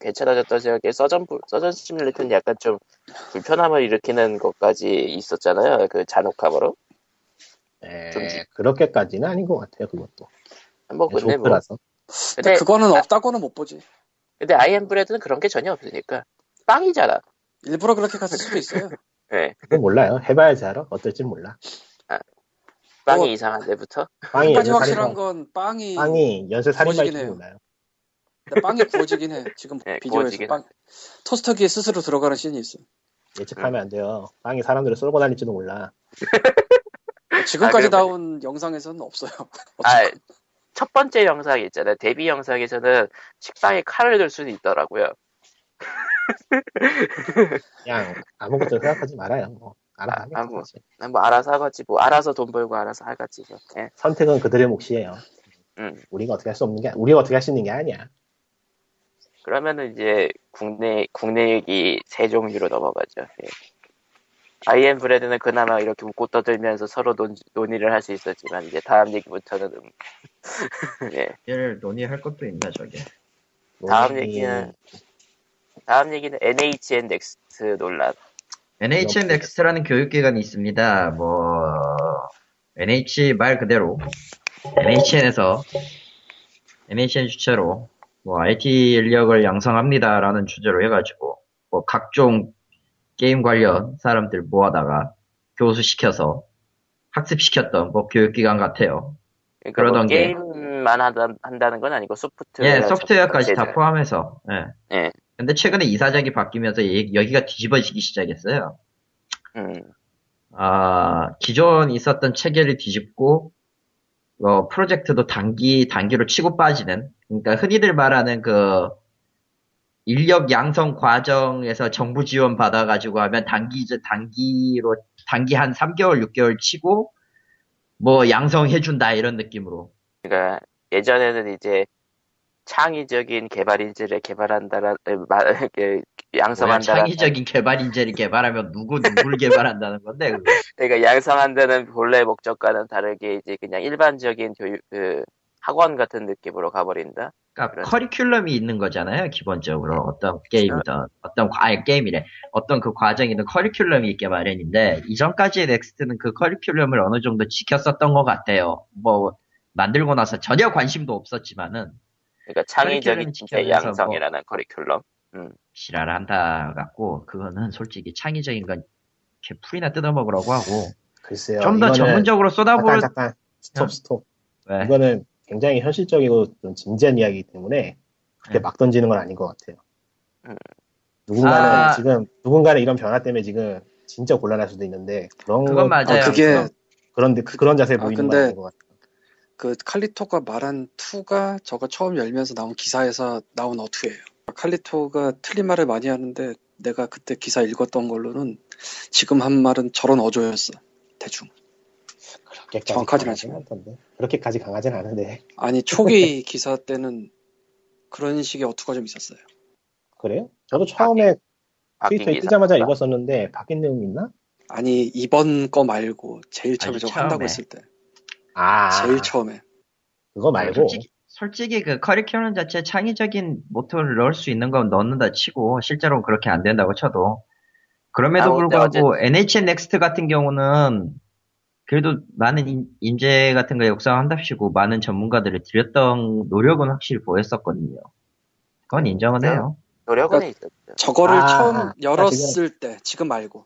괜찮아졌던 생각에 서전 부- 서전 시뮬레이터는 약간 좀 불편함을 일으키는 것까지 있었잖아요. 그 잔혹 카버로. 좀 지-
에, 네, 그렇게까지는 아닌 것 같아요. 그것도
어,
뭐
네,
근데 뭐
조크라서
근데 아-
그거는 없다고는 못 보지.
근데 IM 브레드는 그런 게 전혀 없으니까 빵이잖아.
일부러 그렇게 갔을 수도 있어요.
예.
그건 몰라요. 해봐야지 알아. 어떨지 몰라.
빵이
뭐-
이상한데부터.
빵이
끝까지
연쇄
확실한
살인
건 예, 빵이
빵이 연쇄
구워지긴
살인마일지
해요.
몰라요.
근데 빵이 구워지긴 해. 지금
네,
비디오에서
구워지긴
빵 토스터기에 스스로 들어가는 씬이 있어.
예측하면 안 돼요. 빵이 사람들을 쏠고 다닐지도 몰라.
지금까지
아, 그래요?
나온 영상에서는 없어요. [laughs]
아, 첫 번째 영상이 있잖아요. 데뷔 영상에서는 식빵에 칼을 들 수는 있더라고요.
그냥 아무것도 생각하지 말아요. 뭐 알아.
아, 아무- 뭐 알아서 하겠지. 뭐 알아서 돈 벌고 알아서 하겠지. 예.
선택은 그들의 몫이에요.
음.
우리가 어떻게 할 수 없는 게 우리가 어떻게 할 수 있는 게 아니야.
그러면은 이제 국내 국내 얘기 세 종류로 넘어가죠. 예. 아이엠 브레드는 그나마 이렇게 웃고 떠들면서 서로 논, 논의를 할 수 있었지만 이제 다음 얘기부터는 음. [laughs] 예.
얘를 논의할 것도 있나 저게?
다음
뭐, 로밍이
얘기는 다음 얘기는 NHN 넥스트 논란.
NHN 넥스트라는 교육기관이 있습니다. 뭐 NH 말 그대로 NHN에서 NHN 주체로 뭐 IT 인력을 양성합니다라는 주제로 해가지고 뭐 각종 게임 관련 사람들 모아다가 교수 시켜서 학습 시켰던 뭐 교육기관 같아요.
그러니까 뭐
그러던 게.
게임만 한다, 한다는 건 아니고 소프트웨어
예, 소프트웨어까지 다
자체를.
포함해서. 예.
예.
근데 최근에 이사장이 바뀌면서 이- 여기가 뒤집어지기 시작했어요.
음,
아, 기존 있었던 체계를 뒤집고, 어, 프로젝트도 단기, 단기로 치고 빠지는, 그러니까 흔히들 말하는 그, 인력 양성 과정에서 정부 지원 받아가지고 하면 단기, 단기로, 단기 한 3개월, 6개월 치고, 뭐 양성해준다, 이런 느낌으로.
그러니까 예전에는 이제 창의적인 개발인지를 개발한다라 에, 마- [laughs]
예,
이렇게
뭐야,
양성한다라
창의적인 개발 인재를 개발하면 누구, 누구를 개발한다는 건데, 그거.
그러니까 양성한다는 본래 목적과는 다르게 이제 그냥 일반적인 교육 그 학원 같은 느낌으로 가버린다.
그러니까
그런-
그렇죠.
커리큘럼이 있는 거잖아요 기본적으로 어떤 게임이든 어떤 과- 아니 게임이래 어떤 그 과정이든 커리큘럼이 있게 마련인데 이전까지의 넥스트는 그 커리큘럼을 어느 정도 지켰었던 것 같아요 뭐 만들고 나서 전혀 관심도 없었지만은
그러니까
커리큘럼
창의적인 인재
지켜면서 뭐-
양성이라는 커리큘럼.
지랄한다 같고 그거는 솔직히 창의적인 건 이렇게 풀이나 뜯어먹으라고 하고
글쎄요.
좀 더
이거는-
전문적으로 어? 네. 쏟아보는
잠깐 잠깐 스톱 스톱.
왜?
이거는 굉장히 현실적이고 좀 진지한 이야기이기 때문에 그렇게
네.
막 던지는 건 아닌 것 같아요.
음.
누군가는
아.
지금 누군가는 이런 변화 때문에 지금 진짜 곤란할 수도 있는데 그런
그건
거-
맞아요.
아, 그게
그런 그런데 그런 자세
아,
보이는
근데-
건 아닌 것 같아요.
그 칼리토가 말한 투가 저거 처음 열면서 나온 기사에서 나온 어투예요. 칼리토가 틀린 말을 많이 하는데 내가 그때 기사 읽었던 걸로는 지금 한 말은 저런 어조였어. 대충.
그렇게까지
정확하진
강하진 않던데. 그렇게까지 강하진 않은데
아니 초기 기사 때는 그런 식의 어투가 좀 있었어요.
그래요? 저도 처음에
바뀐
트위터에
기사.
뜨자마자 읽었었는데 바뀐 내용 있나?
아니 이번 거 말고 제일 처음에
아니,
저거
처음에.
한다고 했을 때
아
제일 처음에
그거 말고
솔직히, 솔직히 그 커리큘럼 자체에 창의적인 모토를 넣을 수 있는 건 넣는다 치고 실제로는 그렇게 안 된다고 쳐도
아,
그럼에도
근데
불구하고 NHN 넥스트 같은 경우는 그래도 많은 인- 인재 같은 거 육성한답시고 많은 전문가들을 들였던 노력은 확실히 보였었거든요. 그건 인정은
그래요?
네,
해요.
노력은
그러니까
있었죠.
저거를
아,
처음
지금-
열었을 때 지금 말고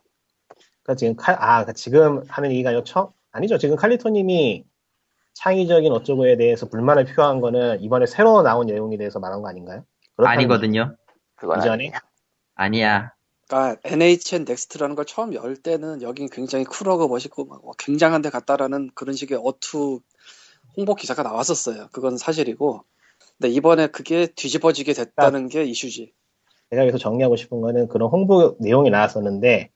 그러니까 지금 칼, 아, 그러니까 지금 하는 얘기가 아니고 처, 아니죠. 지금 칼리토님이 창의적인 어쩌고에 대해서 불만을 표한 거는 이번에 새로 나온 내용에 대해서 말한 거 아닌가요? 그렇다면
아니거든요.
그건
이전에?
아니에요.
아니야.
그러니까 NHN 넥스트라는 걸 처음 열 때는 여긴 굉장히 쿨하고 멋있고 막 와, 굉장한 데 갔다라는 그런 식의 어투 홍보 기사가 나왔었어요. 그건 사실이고. 근데 이번에 그게 뒤집어지게 됐다는 게 이슈지.
제가 여기서 정리하고 싶은 거는 그런 홍보 내용이 나왔었는데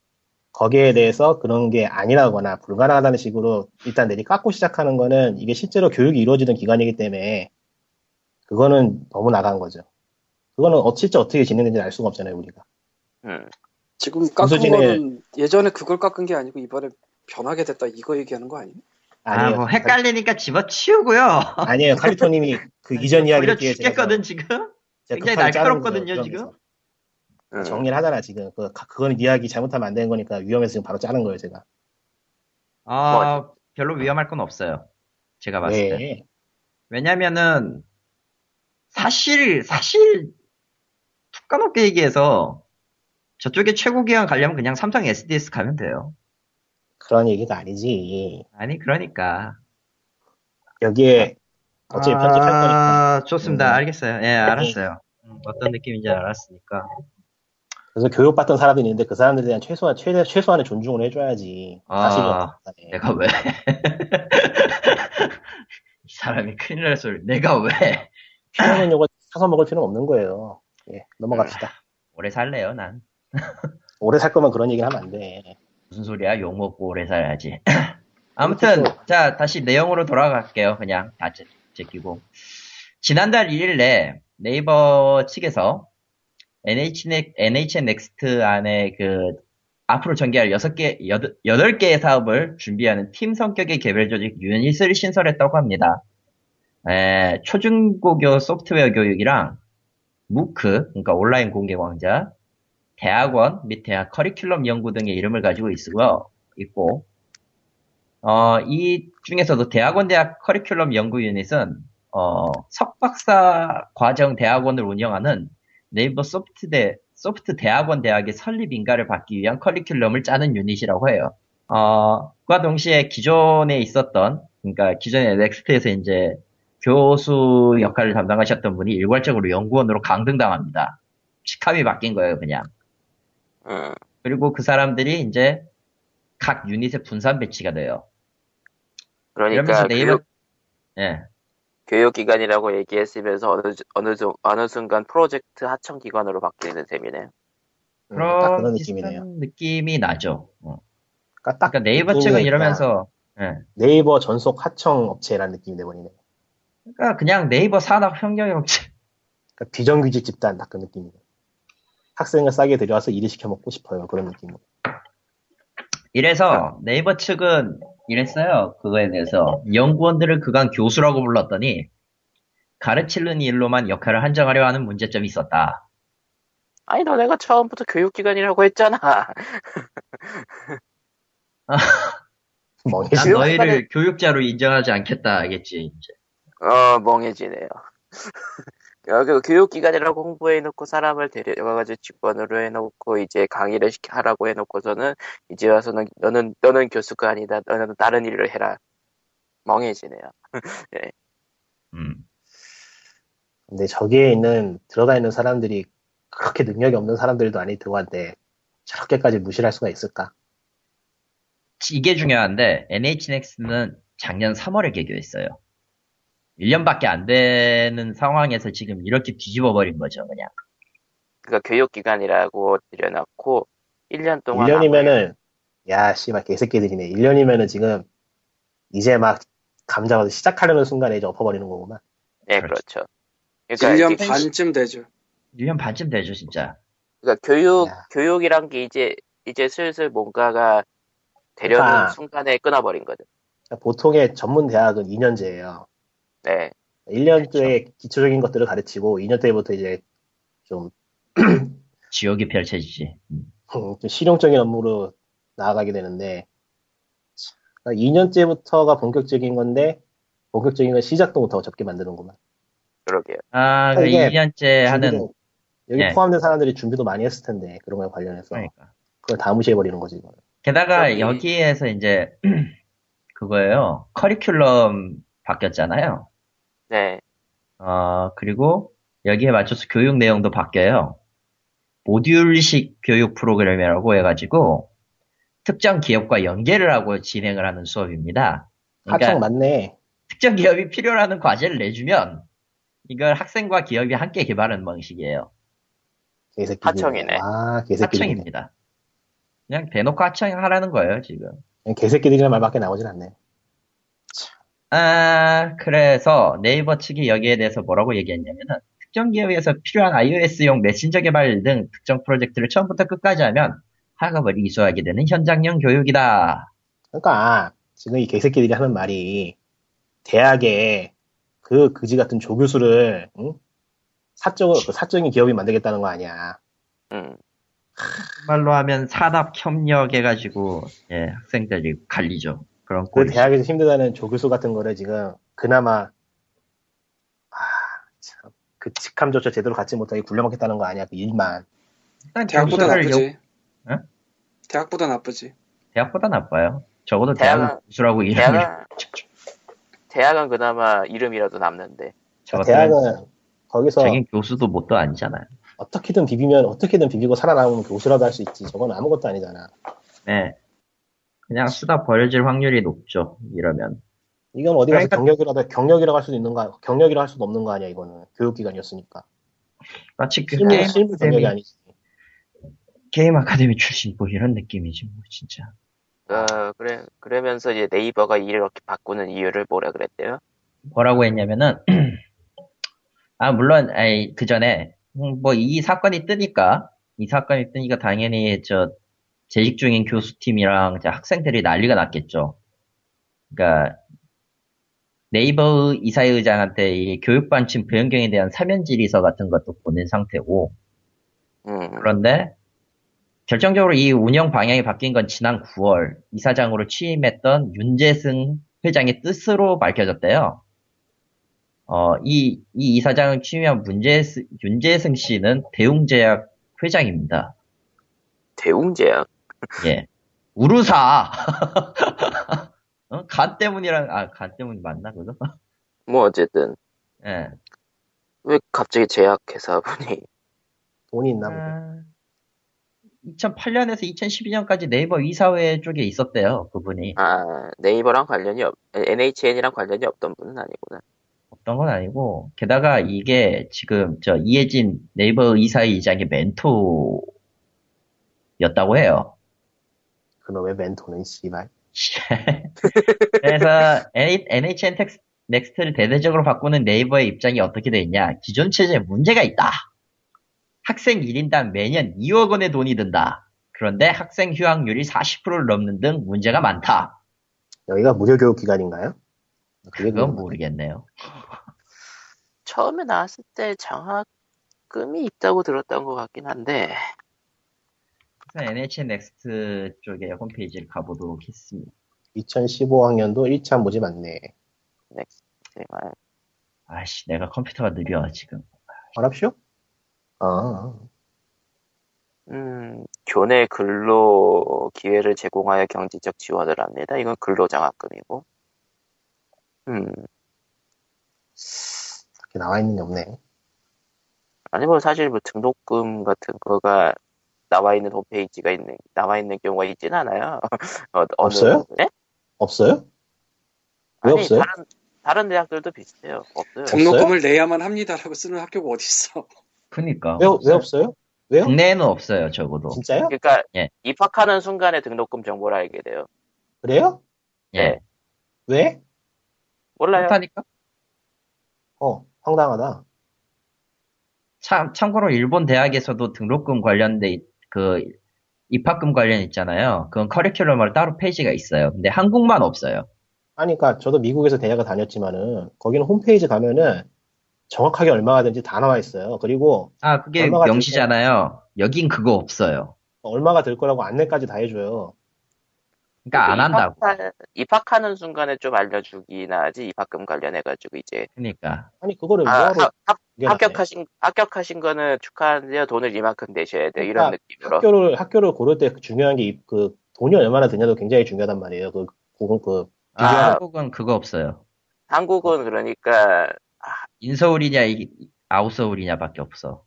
거기에 대해서 그런 게 아니라거나 불가능하다는 식으로 일단 내리 깎고 시작하는 거는 이게 실제로 교육이 이루어지는 기간이기 때문에 그거는 너무 나간 거죠. 그거는 어, 실제 어떻게 진행되는지 알 수가 없잖아요 우리가.
음.
지금 깎은
김수진의-
거는 예전에 그걸 깎은 게 아니고 이번에 변하게 됐다 이거 얘기하는 거 아니에요?
아,
아니에요.
뭐 헷갈리니까 집어치우고요.
아니에요. 카리토님이 그
[laughs]
이전 이야기를
돌려
뒤에
죽겠거든 지금.
제가
굉장히
급하게 자르는 거예요,
날카롭거든요,
위험해서.
음.
정리를 하잖아 지금. 그 가- 그건 이야기 잘못하면 안 되는 거니까 위험해서 지금 바로 자른 거예요 제가. 뭐,
아, 별로 위험할 건 없어요. 제가 봤을 때.
왜?
왜냐면은 사실 사실 툭 까놓게 얘기해서 저쪽에 최고 기관 가려면 그냥 삼성 SDS 가면 돼요.
그런 얘기가 아니지.
아니 그러니까
여기에 어차피 편집할 거니까.
아, 좋습니다.
음.
알겠어요. 예, 알았어요. 음, 어떤 느낌인지 알았으니까.
그래서 교육받던 사람들이 있는데 그 사람들에 대한 최소한 최대, 최소한의 존중을 해줘야지.
아,
사실은 네.
내가 왜? [laughs] 이 사람이 큰일 날 소리. 내가 왜?
필요는 요거 사서 먹을 필요는 없는 거예요. 예, 넘어갑시다.
오래 살래요, 난.
오래 살 거면 그런 얘기는 하면 안 돼.
무슨 소리야? 욕 먹고 오래 살아야지. 아무튼 자 다시 내용으로 돌아갈게요. 그냥 다 제- 제끼고 지난달 2일에 네이버 측에서 NHN NHN 넥스트 안에 그 앞으로 전개할 6개 8개의 사업을 준비하는 팀 성격의 개별 조직 유닛을 신설했다고 합니다. 에, 초중고교 소프트웨어 교육이랑 무크 그러니까 온라인 공개 강좌 대학원 및 대학 커리큘럼 연구 등의 이름을 가지고 있고요. 있고 어, 이 중에서도 대학원 대학 커리큘럼 연구 유닛은 어, 석박사 과정 대학원을 운영하는 네이버 소프트 대 소프트 대학원 대학의 설립 인가를 받기 위한 커리큘럼을 짜는 유닛이라고 해요. 어, 그와 동시에 기존에 있었던 그러니까 기존에 넥스트에서 이제 교수 역할을 담당하셨던 분이 일괄적으로 연구원으로 강등당합니다. 직함이 바뀐 거예요, 그냥.
음.
그리고 그 사람들이 이제 각 유닛에 분산 배치가 돼요.
그러니까
이러면서 네이버
교육,
예
교육기관이라고 얘기했으면서 어느, 주- 어느, 중- 어느 순간 프로젝트 하청기관으로 바뀌는 셈이네요.
음, 딱
그런
그런
비슷한
느낌이네요.
느낌이 나죠. 어.
그러니까 딱
그러니까 네이버
느낌이
측은
그냥
이러면서 예.
네이버 전속 하청 업체라는 느낌이 돼버리네.
그러니까 그냥 네이버 산업 혁명업체
그러니까 비정규직 집단 딱 그 느낌이네. 학생을 싸게 들여와서 일을 시켜먹고 싶어요. 그런 느낌.
[laughs] 이래서 네이버 측은 이랬어요. 그거에 대해서 연구원들을 그간 교수라고 불렀더니 가르치는 일로만 역할을 한정하려 하는 문제점이 있었다.
아니 너네가 처음부터 교육기관이라고 했잖아.
[laughs] 멍해지
난
교육기관에-
너희를
네.
교육자로 인정하지 않겠다 하겠지 이제.
어 멍해지네요. [laughs] 어, 그 교육기관이라고 홍보해놓고 사람을 데려가가지고 직원으로 해놓고 이제 강의를 시키 하라고 해놓고서는 이제 와서는 너는 너는 교수가 아니다. 너는 다른 일을 해라. 멍해지네요.
음.
근데 저기에 있는 들어가 있는 사람들이 그렇게 능력이 없는 사람들도 아닐 텐데 저렇게까지 무시할 를 수가 있을까?
이게 중요한데 NHNX는 작년 3월에 개교했어요. 1년밖에 안 되는 상황에서 지금 이렇게 뒤집어 버린 거죠, 그냥.
그러니까 교육기관이라고 들여놨고 1년 동안
1년이면은 야 씨발 개새끼들이네. 1년이면은 지금 이제 막 감자가 시작하려는 순간에 이제 엎어버리는 거구만.
아무- 예 그렇죠. 그러니까
1년
이게-
반쯤 되죠.
1년 반쯤 되죠, 진짜.
그러니까 교육
야.
교육이란 게 이제 이제 슬슬 뭔가가 되려는
그러니까.
순간에 끊어버린 거죠.
그러니까 보통의 전문 대학은 2년제예요.
네.
1년도에 기초적인 것들을 가르치고 2년도부터 이제 좀,
지옥이 펼쳐지지. 음.
좀 실용적인 업무로 나아가게 되는데 2년째부터가 본격적인 건데 본격적인 건 시작도 못하고 접게 만드는구만.
그러게요.
아,
어, 네.
그
이게
2년째 하는,
준비도- 여기
예.
포함된 사람들이 준비도 많이 했을 텐데 그런 거에 관련해서
그러니까.
그걸 다 무시해 버리는 거지 이거는.
게다가
저기-
여기에서 이제, [clears throat] 그거예요. 커리큘럼 바뀌었잖아요.
네.
어, 그리고 여기에 맞춰서 교육 내용도 바뀌어요. 모듈식 교육 프로그램이라고 해가지고 특정 기업과 연계를 하고 진행을 하는 수업입니다. 그러니까
하청 맞네.
특정 기업이 필요로 하는 과제를 내주면 이걸 학생과 기업이 함께 개발하는 방식이에요.
개새끼.
하청이네.
아, 개새끼.
하청입니다. 그냥 대놓고 하청하라는 거예요, 지금.
개새끼들이란 말밖에 나오진 않네.
아, 그래서 네이버 측이 여기에 대해서 뭐라고 얘기했냐면은 특정 기업에서 필요한 iOS용 메신저 개발 등 특정 프로젝트를 처음부터 끝까지 하면 학업을 이수하게 되는 현장형 교육이다.
그러니까 지금 이 개새끼들이 하는 말이 대학에 그 그지 같은 조교수를 응? 사적 그 사적인 기업이 만들겠다는 거 아니야.
음.
말로 하면 산업 협력해가지고 예, 학생들이 갈리죠. 그런
그
꼴이
대학에서 힘들다는 조교수 같은 거를 지금 그나마 아, 아참그 직함조차 제대로 갖지 못하게 굴려먹겠다는 거 아니야 그 일만.
일단
대학보다
교수를 욕-
나쁘지.
예?
대학보다 나쁘지.
대학보다 나빠요. 적어도
대학은-
대학 교수라고 이름을
대학은 대학은 그나마 이름이라도 남는데
[laughs] 적어도
대학은 거기서
아, 자기 교수도 못도 아니잖아요.
어떻게든 비비면 어떻게든 비비고 살아남으면 교수라도 할 수 있지. 저건 아무것도 아니잖아.
네. 그냥 쓰다 버려질 확률이 높죠. 이러면.
이건 어디 가서
그러니까-
경력이라도 경력이라고 할 수도 있는 거 아- 경력이라고 할 수도 없는 거 아니야 이거는 교육기관이었으니까.
마치 그
실무
게임
실무
아카데미,
경력이 아니지.
게임 아카데미 출신 뭐 이런 느낌이지 뭐 진짜. 아.
어 그래 그러면서 이제 네이버가 이렇게 바꾸는 이유를 뭐라 그랬대요?
뭐라고 했냐면은 [clears throat] 아 물론 그 전에 뭐 이 사건이 뜨니까 이 사건이 뜨니까 당연히 저 재직 중인 교수팀이랑 저 학생들이 난리가 났겠죠. 그러니까 네이버 이사회 의장한테 이 교육반침 부연경에 대한 사면 질의서 같은 것도 보낸 상태고
음
그런데 결정적으로 이 운영 방향이 바뀐 건 지난 9월 이사장으로 취임했던 윤재승 회장의 뜻으로 밝혀졌대요. 어, 이, 이 이사장을 취임한 문재스- 윤재승 씨는 대웅제약 회장입니다.
대웅제약
예. 우루사! [laughs] 어? 간 때문이랑, 아, 간 때문이 맞나, 그거? [laughs]
뭐 어쨌든
예.
왜 갑자기 제약회사분이 [laughs]
돈이
음.
있나 보다.
아, 2008년에서 2012년까지 네이버 이사회 쪽에 있었대요, 그분이.
아 네이버랑 관련이 없 NHN이랑 관련이 없던 분은 아니구나.
없던 건 아니고 게다가 이게 지금 저 이혜진 네이버 이사회 이장의 멘토였다고 해요. [laughs]
그놈의 멘토는 씨발.
그래서 NHN 텍스, 넥스트를 대대적으로 바꾸는 네이버의 입장이 어떻게 돼 있냐? 기존 체제에 문제가 있다. 학생 1인당 매년 2억 원의 돈이 든다. 그런데 학생 휴학률이 40%를 넘는 등 문제가 많다.
여기가 무료 교육 기관인가요? 그게
그건
궁금하네.
모르겠네요.
처음에 나왔을 때 장학금이 있다고 들었던 것 같긴 한데
그래서 NHN 넥스트 쪽의 홈페이지를 가보도록 했습니다.
2015학년도 1차 모집 안내.
제발
아씨, 내가 컴퓨터가 느려, 지금.
어랍쇼? 아,
음, 교내 근로 기회를 제공하여 경제적 지원을 합니다. 이건 근로장학금이고. 음,
이렇게 나와 있는 게 없네.
아니, 뭐, 사실 뭐 등록금 같은 거가 나와 있는 홈페이지가 있는, 나와 있는 경우가 있진 않아요. [laughs] 어, 어느-
없어요?
네?
없어요?
아니,
왜 없어요?
다른, 다른 대학들도 비슷해요. 없어요.
등록금을 내야만 합니다라고 쓰는 학교가 어디 있어?
그니까.
왜, 왜 없어요? 왜요?
국내에는 없어요, 적어도.
진짜요?
그러니까,
예.
입학하는 순간에 등록금 정보를 알게 돼요.
그래요?
예.
왜?
몰라요.
그렇다니까?
어, 황당하다.
참, 참고로 일본 대학에서도 등록금 관련돼, 있- 그, 입학금 관련 있잖아요. 그건 커리큘럼으로 따로 페이지가 있어요. 근데 한국만 없어요.
아니, 그러니까 저도 미국에서 대학을 다녔지만은 거기는 홈페이지 가면은 정확하게 얼마가 되는지 다 나와 있어요. 그리고
아, 그게
얼마가
명시잖아요. 여긴 그거 없어요.
얼마가 될 거라고 안내까지 다 해줘요.
그러니까 안 한다고.
입학하- 입학하는 순간에 좀 알려주기나 하지, 입학금 관련해가지고 이제.
그러니까.
아니, 그거를
아,
뭐하러
합- 합-
이게 나네.
합격하신 합격하신 거는 축하하는데요. 돈을 이만큼 내셔야 돼요. 이런
그러니까
느낌으로.
학교를 학교를 고를 때 중요한 게 그 돈이 얼마나 드냐도 굉장히 중요하단 말이에요. 그 고공 그
아,
아.
한국은 그거 없어요.
한국은 그러니까
인서울이냐, 이- 아웃서울이냐밖에 없어.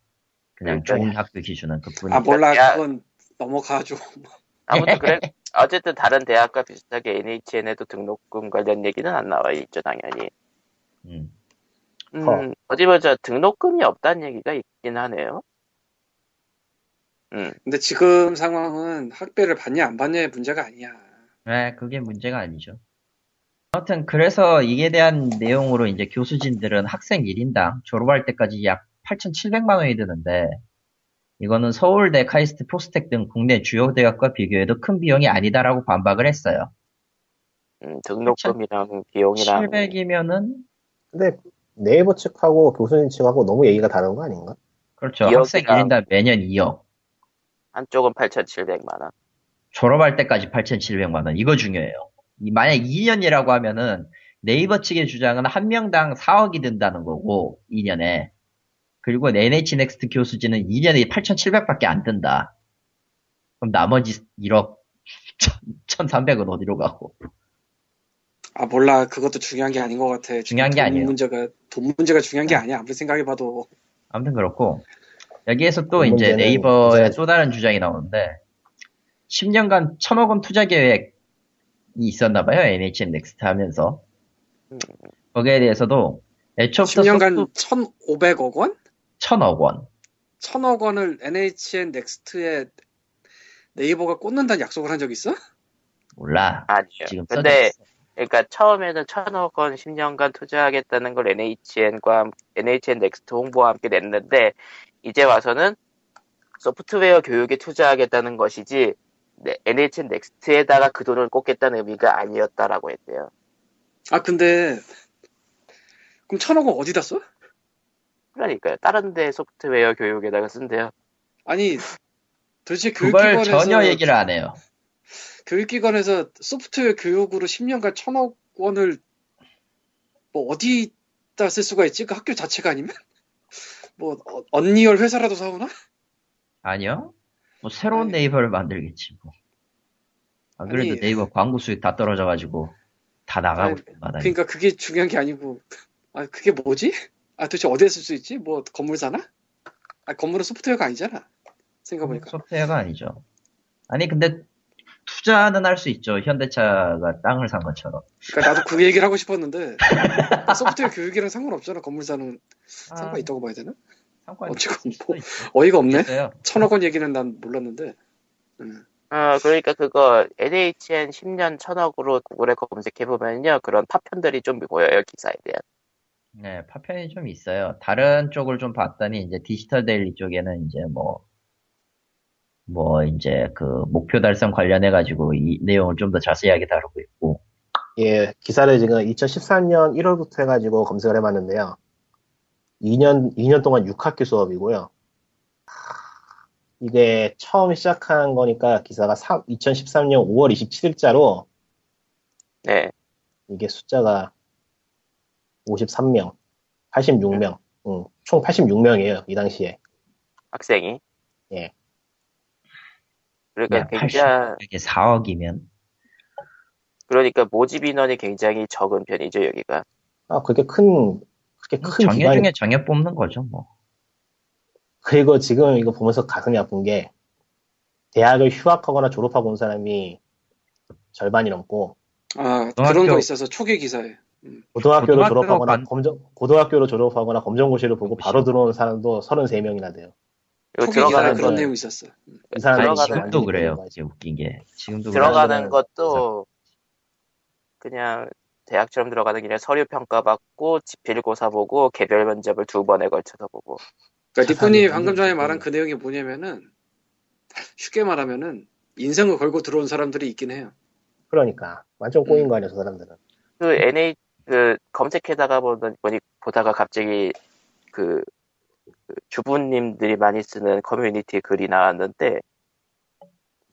그냥
그러니까요.
좋은 학교 기준은 그뿐이야.
아
뭐
몰라
야.
그건 넘어가죠.
아무튼 그래 어쨌든 다른 대학과 비슷하게 NHN에도 등록금 관련 얘기는 안 나와 있죠 당연히.
음.
음, 어디 보자 등록금이 없다는 얘기가 있긴 하네요. 음,
근데 지금 상황은 학비를 받냐 안 받냐의 문제가 아니야.
네, 그게 문제가 아니죠. 아무튼 그래서 이에 대한 내용으로 이제 교수진들은 학생 1인당 졸업할 때까지 약 8,700만 원이 드는데 이거는 서울대, 카이스트, 포스텍 등 국내 주요 대학과 비교해도 큰 비용이 아니다라고 반박을 했어요.
음, 등록금이랑 비용이랑
700이면은
근데 네이버 측하고 교수님 측하고 너무 얘기가 다른 거 아닌가?
그렇죠.
기억이랑-
학생 1인당 매년 2억.
한쪽은 8,700만 원.
졸업할 때까지 8,700만 원. 이거 중요해요. 이- 만약 2년이라고 하면은 네이버 측의 주장은 한 명당 4억이 든다는 거고 2년에 그리고 NH 넥스트 교수진은 2년에 8,700밖에 안 든다. 그럼 나머지 1억 [laughs] 1,300은 어디로 가고?
아 몰라 그것도 중요한 게 아닌 것 같아. 지금
중요한 게
돈
아니에요. 네.
문제가 돈 문제가 중요한 게 아니야. 아무리 생각해봐도
아무튼 그렇고 여기에서 또
그
이제
문제는
네이버의
이제-
또 다른 주장이 나오는데 10년간 1,000억 원 투자 계획이 있었나 봐요 NHN 넥스트 하면서
음.
거기에 대해서도 애초부터
10년간 1,500억 원,
1,000억 원
1,000억 원을 NHN 넥스트에 네이버가 꽂는다는 약속을 한 적 있어?
몰라
예,
아니에요.
지금
근데
써졌어.
그러니까 처음에는 1,000억 원 10년간 투자하겠다는 걸 NHN과 NHN 넥스트 홍보와 함께 냈는데 이제 와서는 소프트웨어 교육에 투자하겠다는 것이지 네, NHN 넥스트에다가 그 돈을 꽂겠다는 의미가 아니었다라고 했대요.
아 근데 그럼 1,000억 원 어디다 써?
그러니까요. 다른 데 소프트웨어 교육에다가 쓴대요.
아니 도대체
그걸
교육기관에서
전혀 얘기를 안 해요.
교육기관에서 소프트웨어 교육으로 10년간 1,000억 원을 뭐 어디다 쓸 수가 있지? 그 학교 자체가 아니면 [laughs] 뭐 어- 언니열 회사라도 사오나?
네. 아니요. 뭐 새로운
아니.
네이버를 만들겠지 뭐. 안 그래도
아니.
네이버 광고 수익 다 떨어져가지고 다 나가고
아니,
마다
그러니까 그게 중요한 게 아니고 아 그게 뭐지? 아 도대체 어디에 쓸 수 있지? 뭐 건물 사나? 아 건물은 소프트웨어가 아니잖아 생각해보니까
소프트웨어가 아니죠. 아니 근데 투자는 할 수 있죠. 현대차가 땅을 산 것처럼.
그러니까 나도 그 얘기를 하고 싶었는데 [laughs] 소프트웨어 교육이랑 상관없잖아 건물 사는
아,
상관 있다고 봐야 되나?
상관이
어쨌건
있을
뭐
수도
어이가 없네
있어요.
천억 원 얘기는 난 몰랐는데 음.
어, 그러니까 그거 NHN 10년 1,000억으로 구글에 검색해보면요. 그런 파편들이 좀 보여요. 기사에 대한.
네, 파편이 좀 있어요. 다른 쪽을 좀 봤더니 이제 디지털 데일리 쪽에는 이제 뭐, 뭐 이제 그 목표 달성 관련해 가지고 이 내용을 좀 더 자세하게 다루고 있고.
예, 기사를 지금 2013년 1월부터 해가지고 검색을 해봤는데요. 2년, 2년 동안 6학기 수업이고요. 이게 처음 시작한 거니까 기사가 2013년 5월 27일자로
네.
이게 숫자가 53명, 86명, 음, 총 86명이에요, 이 당시에.
학생이.
예.
그러니까
야,
굉장히
80개 4억이면
그러니까 모집 인원이 굉장히 적은 편이죠 여기가.
아, 그렇게 큰, 그렇게 큰
정예
기반이
중에 정예 뽑는 거죠, 뭐.
그리고 지금 이거 보면서 가슴이 아픈 게 대학을 휴학하거나 졸업하고 온 사람이 절반이 넘고
아 그런
중학교-
거 있어서 초기 기사에
고등학교로
고등학교로
졸업하거나
간-
검정 고등학교로 졸업하거나 검정고시를 보고 바로
고시로.
들어온 사람도 33명이나 돼요.
그리고
초기 기사에
들어가는 네.
그런
거는-
내용 이 있었어
이
아니,
사람들이 지금
들어가는
지금도
완전히
그래요.
되는 거지.
그게 웃긴 게. 지금도 그래요.
들어가-
들어가는 것도 그냥 대학처럼 들어가는 그냥 서류 평가 받고 지필고사 보고 개별 면접을 두 번에 걸쳐서 보고.
그러니까
자산이
니꾼이
너무
방금 전에
네.
적은-
말한 그 내용이 뭐냐면은 쉽게 말하면은 인생을 걸고 들어온 사람들이 있긴 해요.
그러니까 완전 꼬인
음.
거 아니야 저 사람들은.
그 NH 그 검색해다가 보던- 보니 보다가 갑자기 그, 그 주부님들이 많이 쓰는 커뮤니티 글이 나왔는데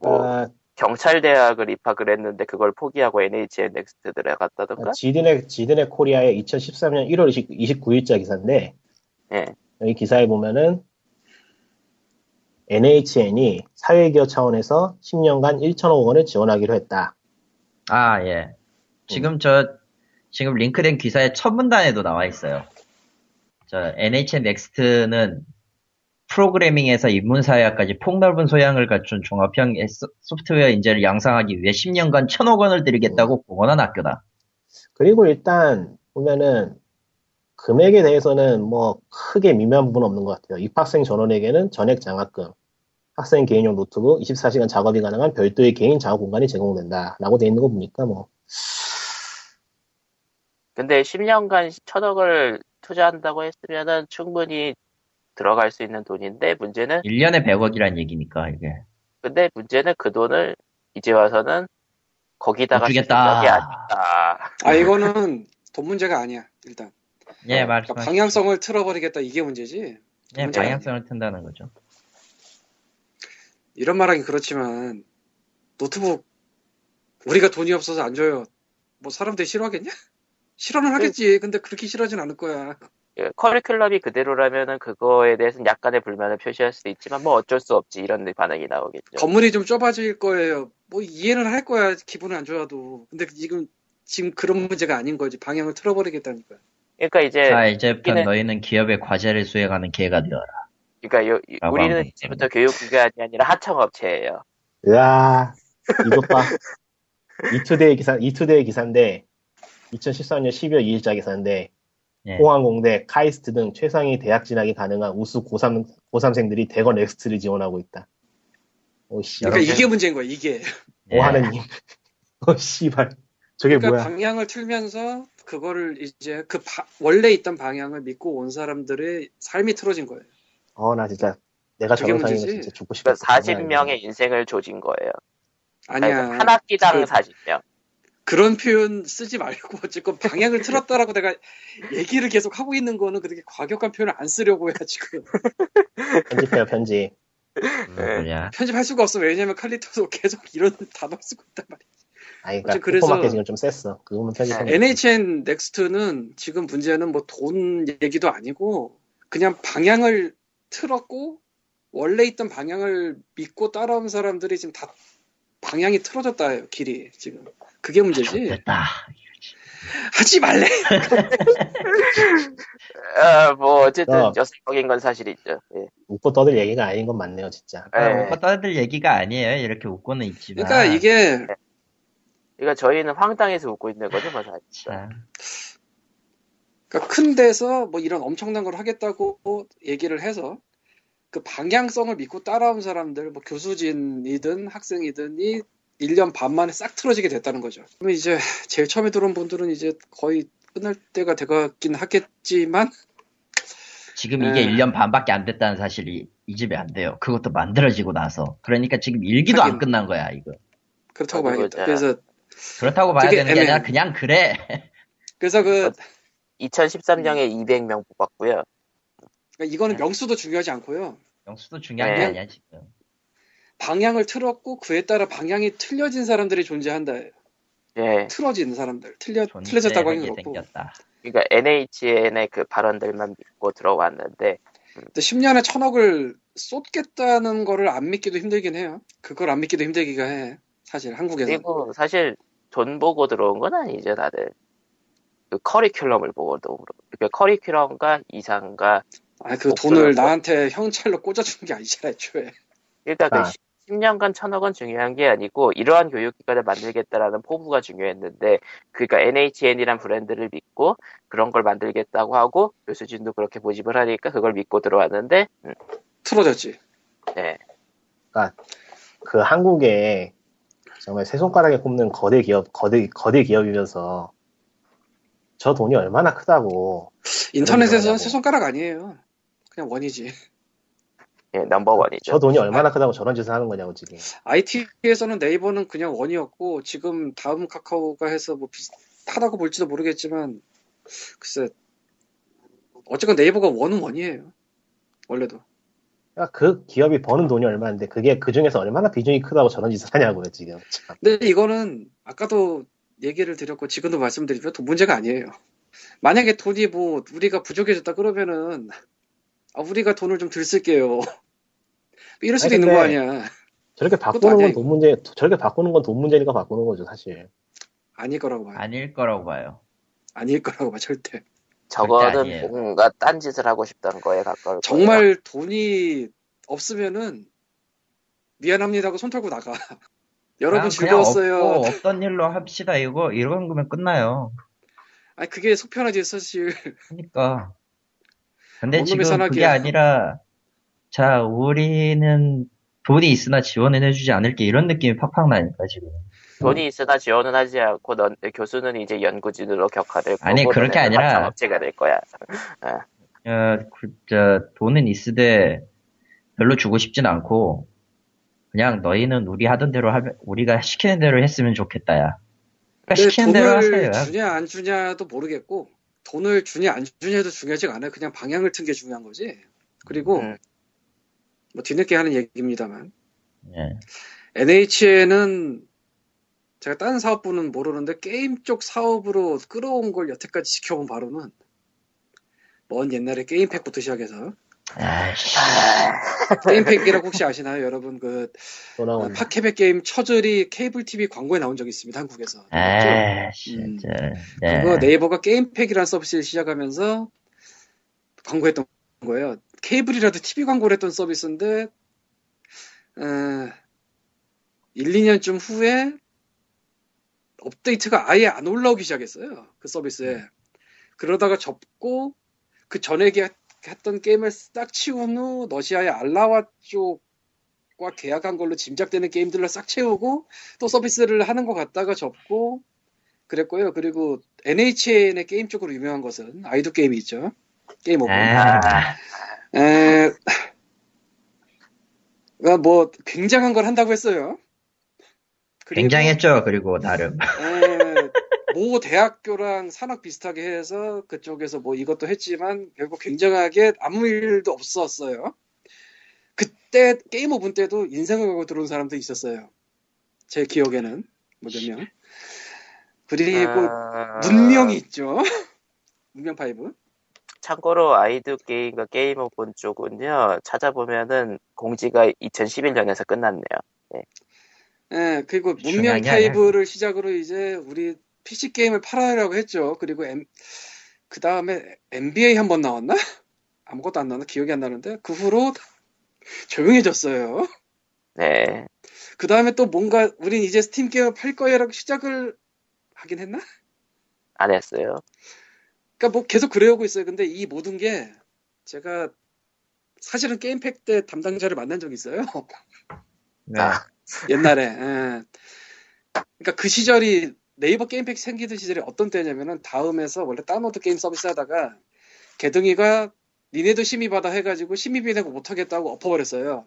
뭐
아,
경찰대학을 입학을 했는데 그걸 포기하고 NHN 넥스트 들어갔다던가?
지드네 지드네 코리아의 2013년 1월 20, 29일자 기사인데
예.
여기 기사에 보면은 NHN이 사회기업 차원에서 10년간 1천억 원을 지원하기로 했다.
아, 예.
음.
지금 저, 지금 링크된 기사의 첫 문단에도 나와 있어요. 저 NHN 넥스트는 프로그래밍에서 인문사회학까지 폭넓은 소양을 갖춘 종합형 소- 소프트웨어 인재를 양성하기 위해 10년간 천억 원을
음.
들이겠다고 공언한 학교다.
그리고 일단 보면은 금액에 대해서는 뭐 크게 미묘한 부분은 없는 것 같아요. 입학생 전원에게는 전액 장학금, 학생 개인용 노트북, 24시간 작업이 가능한 별도의 개인 작업 공간이 제공된다라고 돼 있는 거 보니까 뭐
근데 10년간 천억을 투자한다고 했으면은 충분히 들어갈 수 있는 돈인데 문제는
1년에 100억이란 얘기니까 이게
근데 문제는 그 돈을 이제 와서는 거기다가
못 주겠다.
게 아니다.
아 이거는 돈 문제가 아니야 일단
예
그러니까
네.
말씀
방향성을 틀어버리겠다 이게 문제지
예
문제가
방향성을 튼다는 거죠.
이런 말하긴 그렇지만 노트북 우리가 돈이 없어서 안 줘요 뭐 사람들이 싫어하겠냐? [laughs]
네.
싫어는 하겠지 근데 그렇게 싫어하진 않을 거야
예, 커리큘럼이 그대로라면은 그거에 대해서는 약간의 불만을 표시할 수도 있지만 뭐 어쩔 수 없지 이런 반응이 나오겠죠.
건물이 좀 좁아질 거예요 뭐 이해는 할 거야 기분은 안 좋아도 근데 지금 지금 그런 문제가 아닌 거지 방향을 틀어버리겠다는 거야
그러니까
예,
이제
자 이제부터
네.
여기는-
너희는 기업의 과제를 수행하는 기회가 되어라.
그러니까 요- 이-
라고
우리는
하면
이제부터 교육기관이 아니라 하청업체예요.
으아 이것 봐. 이투데이 기사 이투데이 기사인데 2013년 12월 2일자 기사인데
예.
공항공대, 카이스트 등 최상위 대학 진학이 가능한 우수 고3 고삼생들이 대거 넥스트를 지원하고 있다. 오 씨발.
그러니까
여러분.
이게 문제인 거야 이게
예.
오뭐 [laughs] 하느님. 오 어, 씨발. 저게
그러니까
뭐야?
방향을 틀면서 그거를 이제 그 바- 원래 있던 방향을 믿고 온 사람들의 삶이 틀어진 거예요.
어 나 진짜 내가
저게
저런 상황이면
문제지.
진짜 죽고 싶다.
그러니까
네,
40명의 인생을 조진 거예요.
아니야.
그러니까 한 학기당
그-
40명.
그런 표현 쓰지 말고 [laughs] 어쨌건 방향을 틀었다라고 내가 얘기를 계속 하고 있는 거는 그렇게 과격한 표현을 안 쓰려고 [laughs] 해 지금
편집해요 편집.
무슨 소리야?
편집할 수가 없어 왜냐면 칼리토도 계속 이런 [laughs] 단어 쓰고 있단 말이야.
아니 그러니까
어째 그래서- 아,
슈퍼마켓 지금 좀 셌어. 그거만 편집하면.
NHN 넥스트는 지금 문제는 뭐 돈 얘기도 아니고 그냥 방향을 틀었고 원래 있던 방향을 믿고 따라온 사람들이 지금 다 방향이 틀어졌다예요 길이 지금 그게 문제지.
됐다.
하지 말래.
어, 뭐 어쨌든
어.
여성적인 건 사실이죠. 예.
웃고 떠들 얘기가 아닌 건 맞네요 진짜.
아,
예.
웃고 떠들 얘기가 아니에요. 이렇게 웃고는 있지만.
그러니까 이게
그러니까 저희는 황당해서 웃고 있는 거죠, 뭐 사실.
예.
자,
그러니까 큰 데서 뭐 이런 엄청난 걸 하겠다고 얘기를 해서 그 방향성을 믿고 따라온 사람들 뭐 교수진이든 학생이든이 1년 반 만에 싹 틀어지게 됐다는 거죠. 그러면 이제 제일 처음에 들어온 분들은 이제 거의 끝날 때가 되긴 하겠지만
지금 이게
예.
1년 반밖에 안 됐다는 사실이 이 집에 안 돼요. 그것도 만들어지고 나서. 그러니까 지금 일기도
하긴.
안 끝난 거야, 이거.
그렇다고
아이고,
봐야겠다.
자.
그래서
그렇다고 봐야
되게
되는 게 아니라
애매해.
그냥 그래. [laughs]
그래서 그
2013년에 200명 뽑았고요.
그러니까 이거는 명수도 중요하지 않고요.
영수도 중요한 게
네.
아니야, 지금.
방향을 틀었고 그에 따라 방향이 틀려진 사람들이 존재한다.
예.
틀어진 사람들 틀려 틀려졌다고 하긴
존재하게 네,
그렇고.
생겼다.
그러니까 NHN의 그 발언들만 믿고 들어왔는데
근데 10년에 천억을 쏟겠다는 거를 안 믿기도 힘들긴 해요. 그걸 안 믿기도 힘들기가 해. 사실 한국에서.
그리고 사실 돈 보고 들어온 건 아니죠, 다들. 그 커리큘럼을 보고 들어온 그러니까 커리큘럼과 이상과
아, 그
못
돈을
들어갔고.
나한테 형찰로 꽂아준 게 아니잖아, 애초에. [laughs]
그러니까
아.
그 10년간 천억은 중요한 게 아니고 이러한 교육기관을 만들겠다라는 포부가 중요했는데 그러니까 NHN이란 브랜드를 믿고 그런 걸 만들겠다고 하고 교수진도 그렇게 모집을 하니까 그걸 믿고 들어왔는데 음,
틀어졌지.
네.
그 한국에 정말 세 손가락에 꼽는 거대 기업 거대 거대 기업이면서 저 돈이 얼마나 크다고
인터넷에서
일어나냐고.
새 손가락 아니에요. 그냥 원이지.
예, 넘버원이죠.
저 돈이 얼마나 크다고 저런 짓을 하는 거냐고 지금.
IT에서는 네이버는 그냥 원이었고 지금 다음 카카오가 해서 뭐 비슷하다고 볼지도 모르겠지만 글쎄 어쨌건 네이버가 원은 원이에요. 원래도.
그러니까 그 기업이 버는 돈이 얼마인데 그게 그 중에서 얼마나 비중이 크다고 저런 짓을 하냐고요 지금. 참.
근데 이거는 아까도 얘기를 드렸고 지금도 말씀드리지만 돈 문제가 아니에요. 만약에 돈이 뭐 우리가 부족해졌다 그러면은 아 우리가 돈을 좀 덜 쓸게요. [laughs] 이럴 수도
아니,
있는 거
근데-
아니야.
저렇게
그것도
바꾸는
아니야,
건 돈 문제 저렇게 바꾸는 건 돈 문제니까 바꾸는 거죠 사실.
아닐 거라고 봐요.
아닐 거라고 봐요.
아닐 거라고 봐 절대.
저거는
아니에요.
뭔가 딴짓을 하고 싶던 거에 가까울 거예요.
정말 돈이 없으면은 미안합니다고 손 털고 나가. [laughs] 여러분
그냥- 그냥
즐거웠어요.
없고 없던 일로 합시다 이거 이런 거면 끝나요.
아니 그게 속편하지 사실.
그러니까. 근데
뭔 놈의
지금 그게
선악이에요.
아니라 자 우리는 돈이 있으나 지원은 해주지 않을게 이런 느낌이 팍팍 나니까 지금.
돈이 있으나 지원은 하지 않고 넌, 교수는 이제 연구진으로 격화될 거고
아니, 그런 게
너네는
아니라-
합창업체가 될 거야.
야, 그, 저, 돈은 있으되 별로 주고 싶진 않고 그냥 너희는 우리 하던 대로 하면 우리가 시키는 대로 했으면 좋겠다야. 그러니까
근데
시키는 대로 하세요.
네, 돈을 주냐 안 주냐도 모르겠고 돈을 주냐 안 주냐도 중요하지가 않아요. 그냥 방향을 튼 게 중요한 거지. 그리고
네.
음.
뭐 뒤늦게 하는 얘기입니다만
예.
NH에는 제가 다른 사업부는 모르는데 게임 쪽 사업으로 끌어온 걸 여태까지 지켜본 바로는 먼 옛날에
[laughs]
게임팩부터 시작해서
아이씨,
게임팩이라고 혹시 아시나요 여러분 그
또
어, 네.
나온
파케베 게임 처절이 케이블 TV 광고에 나온 적이 있습니다 한국에서
아이씨, 예.
음.
진짜.
그거 네이버가 게임팩이라는 서비스를 시작하면서 광고했던 거예요. 케이블이라도 TV 광고를 했던 서비스인데, 어, 1, 2년쯤 후에 업데이트가 아예 안 올라오기 시작했어요. 그 서비스에. 그러다가 접고, 그 전에 게- 했던 게임을 싹 치운 후, 러시아의 알라와 쪽과 계약한 걸로 짐작되는 게임들로 싹 채우고, 또 서비스를 하는 것 같다가 접고, 그랬고요. 그리고 NHN의 게임 쪽으로 유명한 것은 아이도 게임이 있죠. 게임 오브.
아,
에, 그러니까 뭐 굉장한 걸 한다고 했어요. 그리고, 아,
굉장했죠, 그리고 나름.
에, 모뭐 대학교랑 산학 비슷하게 해서 그쪽에서 뭐 이것도 했지만 결국 굉장하게 아무 일도 없었어요. 그때 게임 오븐 때도 인생을 걸고 들어온 사람도 있었어요. 제 기억에는 뭐몇 명. 그리고
아,
문명이 있죠. [laughs] 문명 파이브.
참고로 아이드 게임과 게임 오픈 쪽은요 찾아보면은 공지가 2011년에서 끝났네요.
예, 그리고 문명
중요한 게 아니야.
파이브를 시작으로 이제 우리 PC 게임을 팔아라고 했죠. 그리고 그 다음에 NBA 한 번 나왔나? [laughs] 아무것도 안 나왔나? 기억이 안 나는데 그 후로 [laughs] 조용해졌어요.
네.
그 다음에 또 뭔가 우린 이제 스팀 게임을 팔 거야라고 시작을 하긴 했나?
안 했어요.
그러니까 뭐 계속 그래오고 있어요. 근데 이 모든 게 제가 사실은 게임팩 때 담당자를 만난 적이 있어요. [laughs]
네.
아.
옛날에. 예. 그러니까 그 시절이 네이버 게임팩 생기던 시절이 어떤 때냐면은 다음에서 원래 다운로드 게임 서비스 하다가 개둥이가 니네도 심의받아 해가지고 심의비 내고 못하겠다고 엎어버렸어요.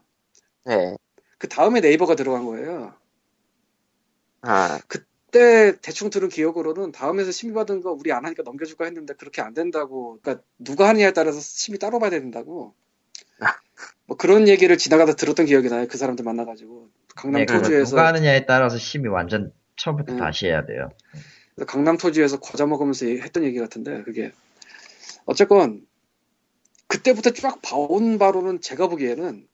네.
그 다음에 네이버가 들어간 거예요.
아,
그때 대충 들은 기억으로는 다음에서 심의받은 거 우리 안 하니까 넘겨줄까 했는데 그렇게 안 된다고. 그러니까 누가 하느냐에 따라서 심의 따로 봐야 된다고.
아.
뭐 그런 얘기를 지나가다 들었던 기억이 나요. 그 사람들 만나가지고 강남
네, 그거
토주에서
누가 하느냐에 따라서 심이 완전 처음부터
음.
다시 해야 돼요.
그래서 강남 토지에서 과자 먹으면서 얘기- 했던 얘기 같은데 그게 어쨌건 그때부터 쫙 봐온 바로는 제가 보기에는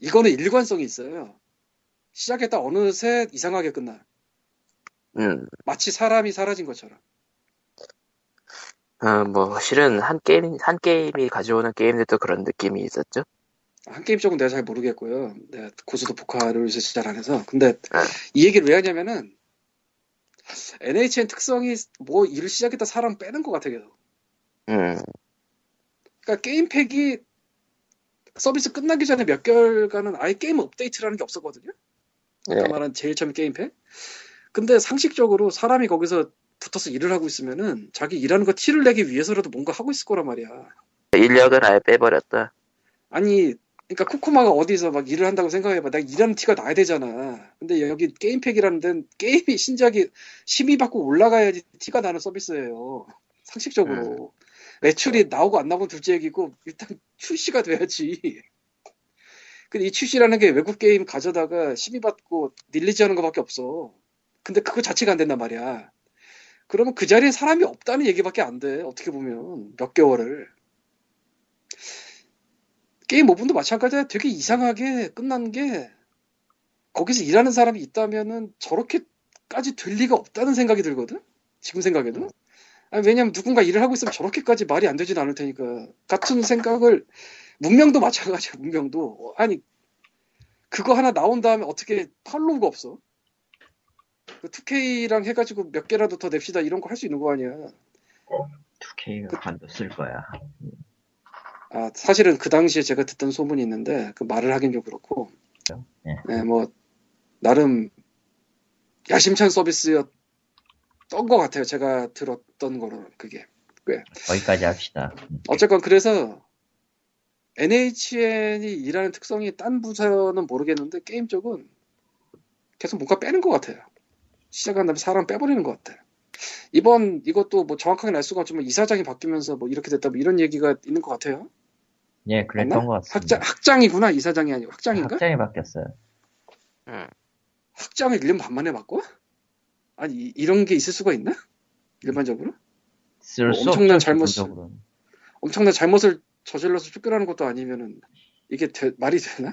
이거는 일관성이 있어요. 시작했다 어느새 이상하게 끝나.
음,
마치 사람이 사라진 것처럼.
어, 뭐 실은 한 게임 한 게임이 가져오는 게임들도 그런 느낌이 있었죠.
한 게임 쪽은 내가 잘 모르겠고요. 내가 고수도 복화를 요새 잘 안해서. 근데 이 얘기를 왜 하냐면은 NHN 특성이 뭐 일을 시작했다 사람 빼는 것 같아 계속.
음,
그러니까 게임팩이 서비스 끝나기 전에 몇 개월간은 아예 게임 업데이트라는 게 없었거든요.
네.
아까 말한 제일 처음 게임팩. 근데 상식적으로 사람이 거기서 붙어서 일을 하고 있으면은 자기 일하는 거 티를 내기 위해서라도 뭔가 하고 있을 거란 말이야.
인력을 아예 빼버렸다.
아니, 그러니까 코코마가 어디서 막 일을 한다고 생각해봐. 내가 일하는 티가 나야 되잖아. 근데 여기 게임팩이라는 데는 게임이 신작이 심의받고 올라가야지 티가 나는 서비스예요. 상식적으로. 매출이 나오고 안 나오고 둘째 얘기고, 일단 출시가 돼야지. 근데 이 출시라는 게 외국 게임 가져다가 심의받고 릴리즈 하는 것밖에 없어. 근데 그거 자체가 안 된단 말이야. 그러면 그 자리에 사람이 없다는 얘기밖에 안 돼. 어떻게 보면. 몇 개월을. 게임 오븐도 마찬가지야. 되게 이상하게 끝난 게 거기서 일하는 사람이 있다면은 저렇게까지 될 리가 없다는 생각이 들거든. 지금 생각에도. 아니, 왜냐면 누군가 일을 하고 있으면 저렇게까지 말이 안 되진 않을 테니까. 같은 생각을, 문명도 마찬가지야, 문명도. 아니, 그거 하나 나온 다음에 어떻게 팔로우가 없어? 그 2K랑 해가지고 몇 개라도 더 냅시다 이런 거 할 수 있는 거 아니야.
2K가 관뒀을 거야.
아, 사실은 그 당시에 제가 듣던 소문이 있는데, 그 말을 하긴 좀 그렇고,
예.
네, 뭐, 나름 야심찬 서비스였던 것 같아요. 제가 들었던 거로는 그게.
거기까지 합시다.
어쨌건 그래서 NHN이 일하는 특성이 딴 부서는 모르겠는데, 게임 쪽은 계속 뭔가 빼는 것 같아요. 시작한 다음에 사람 빼버리는 것 같아요. 이번 이것도 뭐 정확하게 알 수가 없지만 이사장이 바뀌면서 뭐 이렇게 됐다 뭐 이런 얘기가 있는 것 같아요.
예,
맞나?
그랬던 것 같습니다.
학장, 학장이구나. 이사장이 아니고 학장인가?
학장이 바뀌었어요.
학장... 을 1년 반 만에 바꿔? 아니, 이- 이런 게 있을 수가 있나? 일반적으로?
쓸
뭐
수
엄청난
없죠,
잘못을-
기본적으로는.
엄청난 잘못을 저질러서 쫓겨나는 것도 아니면은 이게 되- 말이 되나?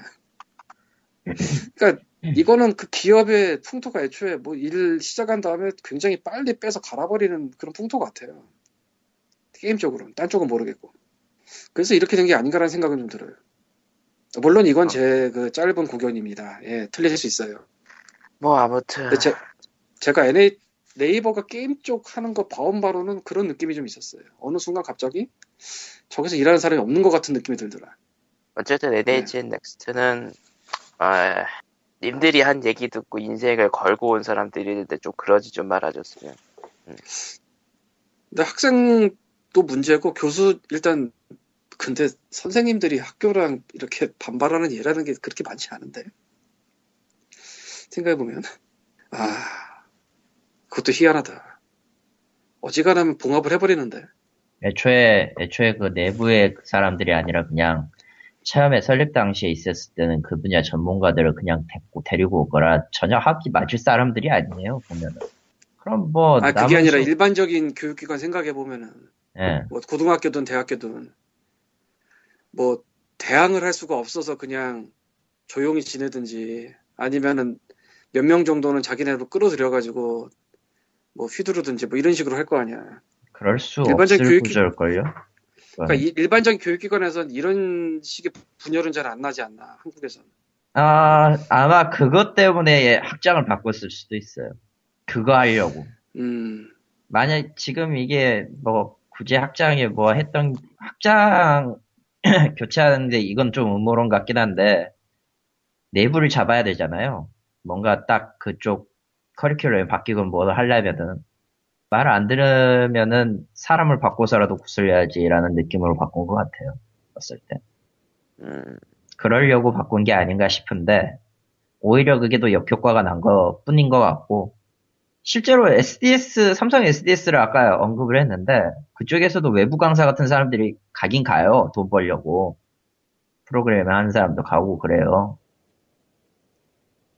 그러니까 이거는 그 기업의 풍토가 애초에 뭐 일 시작한 다음에 굉장히 빨리 빼서 갈아버리는 그런 풍토 같아요. 게임적으로는 딴 쪽은 모르겠고. 그래서 이렇게 된 게 아닌가라는 생각은 좀 들어요. 물론 이건 제 그 짧은 구견입니다. 예, 틀릴 수 있어요.
뭐 아무튼
근데 제, 제가 NA, 네이버가 게임 쪽 하는 거 봐온 바로는 그런 느낌이 좀 있었어요. 어느 순간 갑자기 저기서 일하는 사람이 없는 것 같은 느낌이 들더라.
어쨌든 NHN 넥스트는 아, 님들이 한 얘기 듣고 인생을 걸고 온 사람들인데 좀 그러지 좀 말아줬으면
근데 학생도 문제고 교수 일단 근데 선생님들이 학교랑 이렇게 반발하는 예라는 게 그렇게 많지 않은데 생각해 보면 아 그것도 희한하다. 어지간하면 봉합을 해버리는데
애초에 애초에 그 내부의 그 사람들이 아니라 그냥 처음에 설립 당시에 있었을 때는 그 분야 전문가들을 그냥 데리고 데리고 올 거라 전혀 합이 맞을 사람들이 아니에요 보면은. 그럼 뭐
아
남은
그게 아니라
수-
일반적인 교육기관 생각해 보면은
예.
뭐 고등학교든 대학교든 뭐 대항을 할 수가 없어서 그냥 조용히 지내든지 아니면은 몇 명 정도는 자기네로 끌어들여 가지고 뭐 휘두르든지 뭐 이런 식으로 할 거 아니야.
그럴 수
일반적인
없을
교육기-
구조일 걸요. 네.
그러니까 이- 일반적인 교육기관에선 이런 식의 분열은 잘 안 나지 않나 한국에선.
아 아마 그것 때문에 예, 학장을 바꿨을 수도 있어요. 그거 하려고.
음,
만약 지금 이게 뭐 굳이 학장이 뭐 했던 학장 [clears throat] 교체하는데 이건 좀 음모론 같긴 한데 내부를 잡아야 되잖아요. 뭔가 딱 그쪽 커리큘럼이 바뀌건 뭐든 하려면은 말을 안 들으면은 사람을 바꿔서라도 구슬려야지라는 느낌으로 바꾼 것 같아요. 봤을 때.
음,
그러려고 바꾼 게 아닌가 싶은데 오히려 그게 더 역효과가 난 것 뿐인 것 같고 실제로 SDS 삼성 SDS를 아까 언급을 했는데 그쪽에서도 외부 강사 같은 사람들이 가긴 가요 돈 벌려고 프로그램 하는 사람도 가고 그래요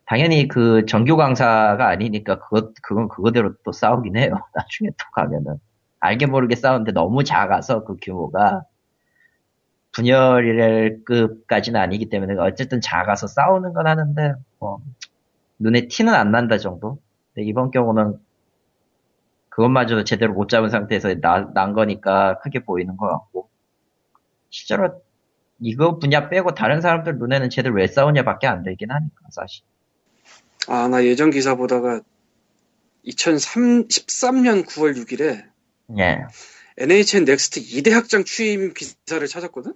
당연히 그 정규 강사가 아니니까 그것 그건 그거대로 또 싸우긴 해요 [laughs] 나중에 또 가면은 알게 모르게 싸우는데 너무 작아서 그 규모가 분열일급까지는 아니기 때문에 어쨌든 작아서 싸우는 건 하는데 뭐 눈에 티는 안 난다 정도. 근데 이번 경우는 그것마저도 제대로 못 잡은 상태에서 나- 난 거니까 크게 보이는 것 같고 실제로 이거 분야 빼고 다른 사람들 눈에는 제대로 왜 싸우냐밖에 안 들긴 하니까 사실.
아, 나 예전 기사 보다가 2013년 9월 6일에
예,
NHN 넥스트 2대 학장 취임 기사를 찾았거든?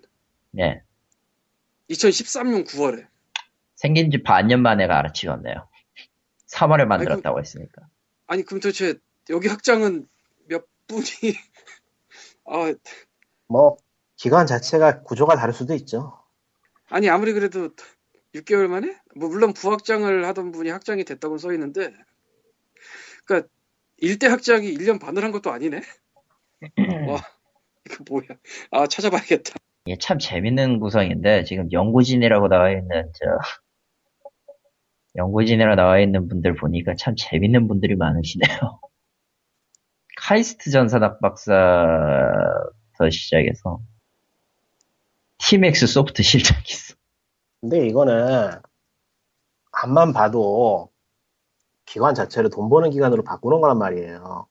예.
2013년 9월에.
생긴 지 반년 만에 가르치겠네요. [laughs] 3월에 만들었다고 했으니까.
아니 그럼 도대체 여기 학장은 몇 분이 [laughs] 아,
뭐 기관 자체가 구조가 다를 수도 있죠.
아니 아무리 그래도 6개월 만에 뭐 물론 부학장을 하던 분이 학장이 됐다고 써 있는데 그러니까 일대 학장이 1년 반을 한 것도 아니네 와 이거 뭐야 아 찾아봐야겠다
이게 참 재밌는 구성인데 지금 연구진이라고 나와 있는 저 연구진이라고 나와 있는 분들 보니까 참 재밌는 분들이 많으시네요. [laughs] 카이스트 전산학 박사부터 시작해서 팀엑스 소프트 실장 있어.
근데 이거는 앞만 봐도 기관 자체를 돈 버는 기관으로 바꾸는 거란 말이에요.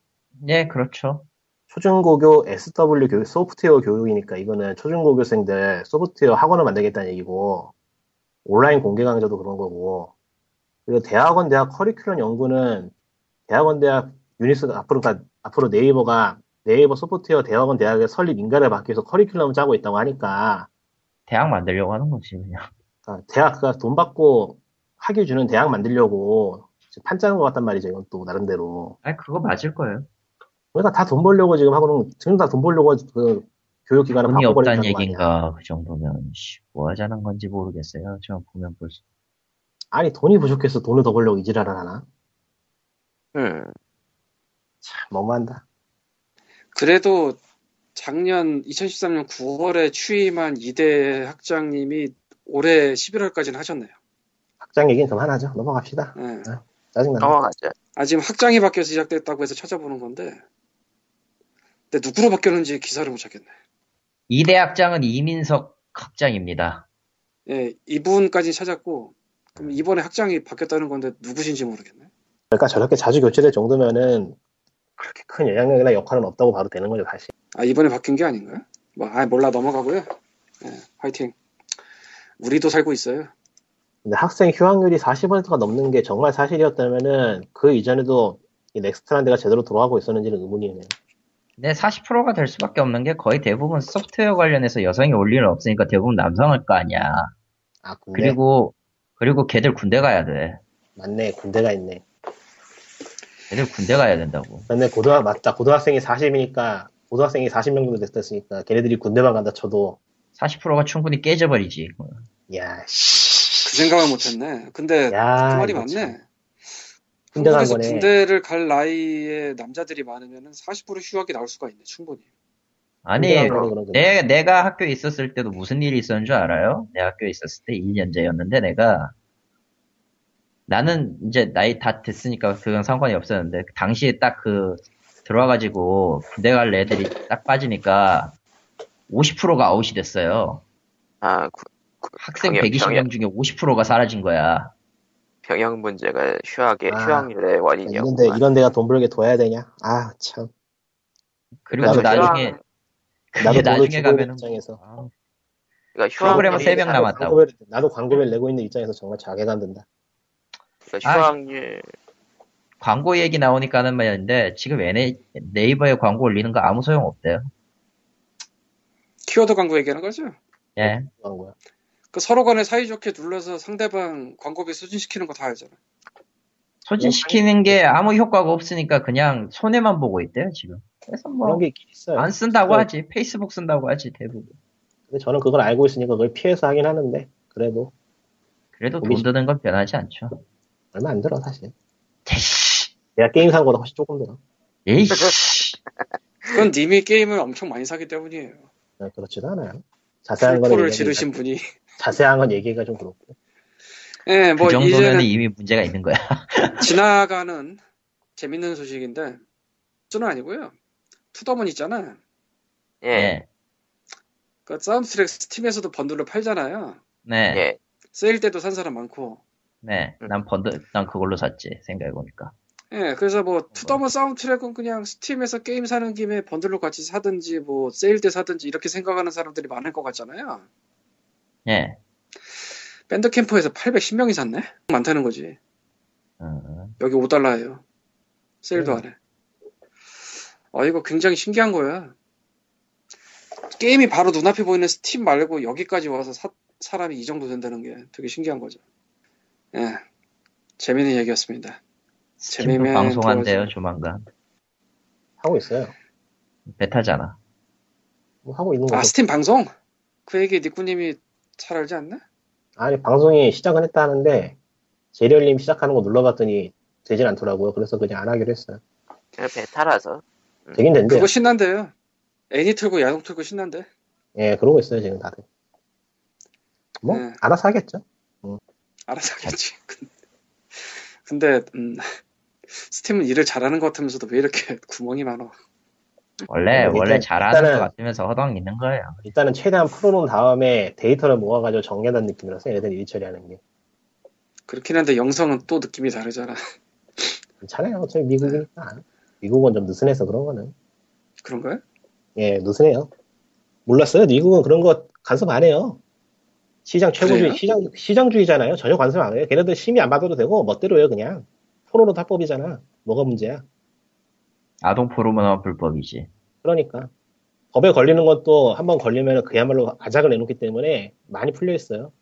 예, 그렇죠.
초중고교 SW 교육, 소프트웨어 교육이니까 이거는 초중고교생들 소프트웨어 학원을 만들겠다는 얘기고 온라인 공개 강좌도 그런 거고 그리고 대학원 대학 커리큘럼 연구는 대학원 대학 유니스 앞으로 가- 앞으로 네이버가 네이버 소프트웨어 대학원 대학의 설립 인가를 받기 위해서 커리큘럼을 짜고 있다고 하니까
대학 만들려고 하는 거지 그냥.
그러니까 대학가 돈 받고 학위 주는 대학 만들려고 지금 판짜는 것 같단 말이죠 이건 또 나름대로
아니 그거 맞을 거예요.
그러니까 다 돈 벌려고 지금 하고는 지금 다 돈 벌려고 그 교육기관을
돈이 없다는
바꿔버린다는 거 아니야.
얘기인가 그 정도면 씨, 뭐 하자는 건지 모르겠어요. 저 보면 볼수
아니 돈이 부족해서 돈을 더 벌려고 이 지랄을 하나?
음.
참 너무한다.
그래도 작년 2013년 9월에 취임한 이대 학장님이 올해 11월까지는 하셨네요.
학장 얘기는 그만하죠. 넘어갑시다.
예.
짜증나. 다
넘어가죠.
아 지금 학장이 바뀌어서 시작됐다고 해서 찾아보는 건데 근데 누구로 바뀌었는지 기사를 못 찾겠네.
이 대학장은 이민석 학장입니다.
예, 이분까지 찾았고 그럼 이번에 학장이 바뀌었다는 건데 누구신지 모르겠네.
그러니까 저렇게 자주 교체될 정도면은 그렇게 큰 영향력이나 역할은 없다고 봐도 되는 거죠 다시.
아 이번에 바뀐 게 아닌가요? 뭐, 아 몰라 넘어가고요. 예, 화이팅. 우리도 살고 있어요.
근데 학생 휴학률이 40%가 넘는 게 정말 사실이었다면은 그 이전에도 이 넥스트란드가 제대로 돌아가고 있었는지는 의문이네요.
근데 40%가 될 수밖에 없는 게 거의 대부분 소프트웨어 관련해서 여성이 올 일은 없으니까 대부분 남성일 거 아니야.
아 군대
그리고 그리고 걔들 군대 가야 돼.
맞네 군대가 있네.
걔들 군대 가야 된다고.
근데 고등학 맞다 고등학생이 40이니까 고등학생이 40명 정도 됐었으니까 걔네들이 군대만 간다 쳐도
40%가 충분히 깨져버리지.
야
그 생각을 못했네. 근데
야,
그 말이
이거 참.
맞네.
군대 간
한국에서
거네.
군대를 갈 나이에 남자들이 많으면 40% 휴학이 나올 수가 있네. 충분히.
아니
군대 간 거네, 그런 거.
내, 내가 학교에 있었을 때도 무슨 일이 있었는 줄 알아요? 내 학교에 있었을 때 2년제였는데 내가 나는 이제 나이 다 됐으니까 그건 상관이 없었는데 그 당시에 딱 그 들어와가지고 군대 갈 애들이 딱 빠지니까 50%가 아웃이 됐어요.
아, 구-
학생
병역,
120명 중에 50%가 사라진 거야.
병역 문제가 휴학의
아,
휴학률의
이런 데,
원인이었구만.
이런 데가 돈 벌게 둬야 되냐? 아, 참.
그리고
나도
나중에
나도
그게
돈을
나중에
주고 있는
가면은
입장에서.
아,
그러니까
프로그램은
휴학률이
세명
나도
남았다고.
광고비를- 나도 광고비를 내고 있는 입장에서 정말 자괴감 든다.
그러니까
아,
휴학률
광고 얘기 나오니까 하는 말인데 지금 NA, 네이버에 광고 올리는 거 아무 소용 없대요.
키워드 광고 얘기하는 거죠?
예.
그런 거야.
그 서로 간에 사이좋게 눌러서 상대방 광고비 수준시키는 거 다 알잖아.
소진시키는 게 아무 효과가 없으니까 그냥 손해만 보고 있대요, 지금. 그래서
그런
뭐,
게 있긴 있어요.
안 쓴다고
그래서-
하지. 페이스북 쓴다고 하지, 대부분.
근데 저는 그걸 알고 있으니까 그걸 피해서 하긴 하는데, 그래도
그래도
거기
돈 드는 건 변하지 않죠.
얼마 안 들어, 사실.
에이씨,
내가 게임 산 거보다 훨씬 조금 들어.
에이씨.
그건 님이 게임을 엄청 많이 사기 때문이에요.
네, 그렇지도 않아요. 자세한 거는
풀포를
얘기하기-
지르신 분이.
자세한 건 얘기가 좀 그렇고.
예,
그
뭐
정도면
이제는
이미 문제가 있는 거야.
지나가는 재밌는 소식인데 저는 아니고요. 투더문 있잖아.
예, 예.
예.
그 사운드트랙 스팀에서도 번들로 팔잖아요.
네.
예.
네.
세일 때도 산 사람 많고.
난 번들, 난 그걸로 샀지, 생각해보니까.
예, 그래서 뭐 투더문 사운드트랙은 그냥 스팀에서 게임 사는 김에 번들로 같이 사든지 뭐 세일 때 사든지 이렇게 생각하는 사람들이 많을 것 같잖아요.
예.
밴드 캠프에서 810명이 샀네. 많다는 거지.
음,
여기 5달러예요. 세일도
네.
안 해. 아 이거 굉장히 신기한 거야. 게임이 바로 눈앞에 보이는 스팀 말고 여기까지 와서 사- 사람이 이 정도 된다는 게 되게 신기한 거죠. 예, 재밌는 얘기였습니다.
스팀도
재미면
방송한대요,
도와줘.
조만간.
하고 있어요.
베타잖아.
뭐 하고 있는 거죠.
아 스팀 방송? 그 얘기 니꾸님이 잘 알지 않나?
아니 방송이 시작은 했다 하는데 재렬님 시작하는 거 눌러봤더니 되진 않더라고요. 그래서 그냥 안 하기로 했어요.
그냥 베타라서
되긴 된대요.
그거 신난대요. 애니 틀고 야동 틀고 신난대.
예, 그러고 있어요 지금 다들. 뭐
네.
알아서 하겠죠.
알아서 하겠지. [laughs] 근데 음, 스팀은 일을 잘하는 것 같으면서도 왜 이렇게 [laughs] 구멍이 많아?
원래,
일단-
원래 잘하는
일단은-
것 같으면서 허당 있는 거예요.
일단은 최대한 풀어놓은 다음에 데이터를 모아가지고 정리한다는 느낌이라서 얘네들 일 처리하는 게
그렇긴 한데 영상은 또 느낌이 다르잖아. [laughs] 네.
괜찮아요. 어차피 미국이니까 미국은 좀 느슨해서 그런 거는
그런가요?
예, 누수네요. 몰랐어요. 미국은 그런 거 간섭 안 해요. 시장 최고주의,
그래요?
시장, 시장주의잖아요. 전혀 간섭 안 해요. 걔네들 심의 안 받아도 되고, 멋대로요, 그냥. 포로로 합법이잖아. 뭐가 문제야.
아동 포르몬은 불법이지.
그러니까. 법에 걸리는 건 또 한 번 걸리면 그야말로 가작을 내놓기 때문에 많이 풀려 있어요.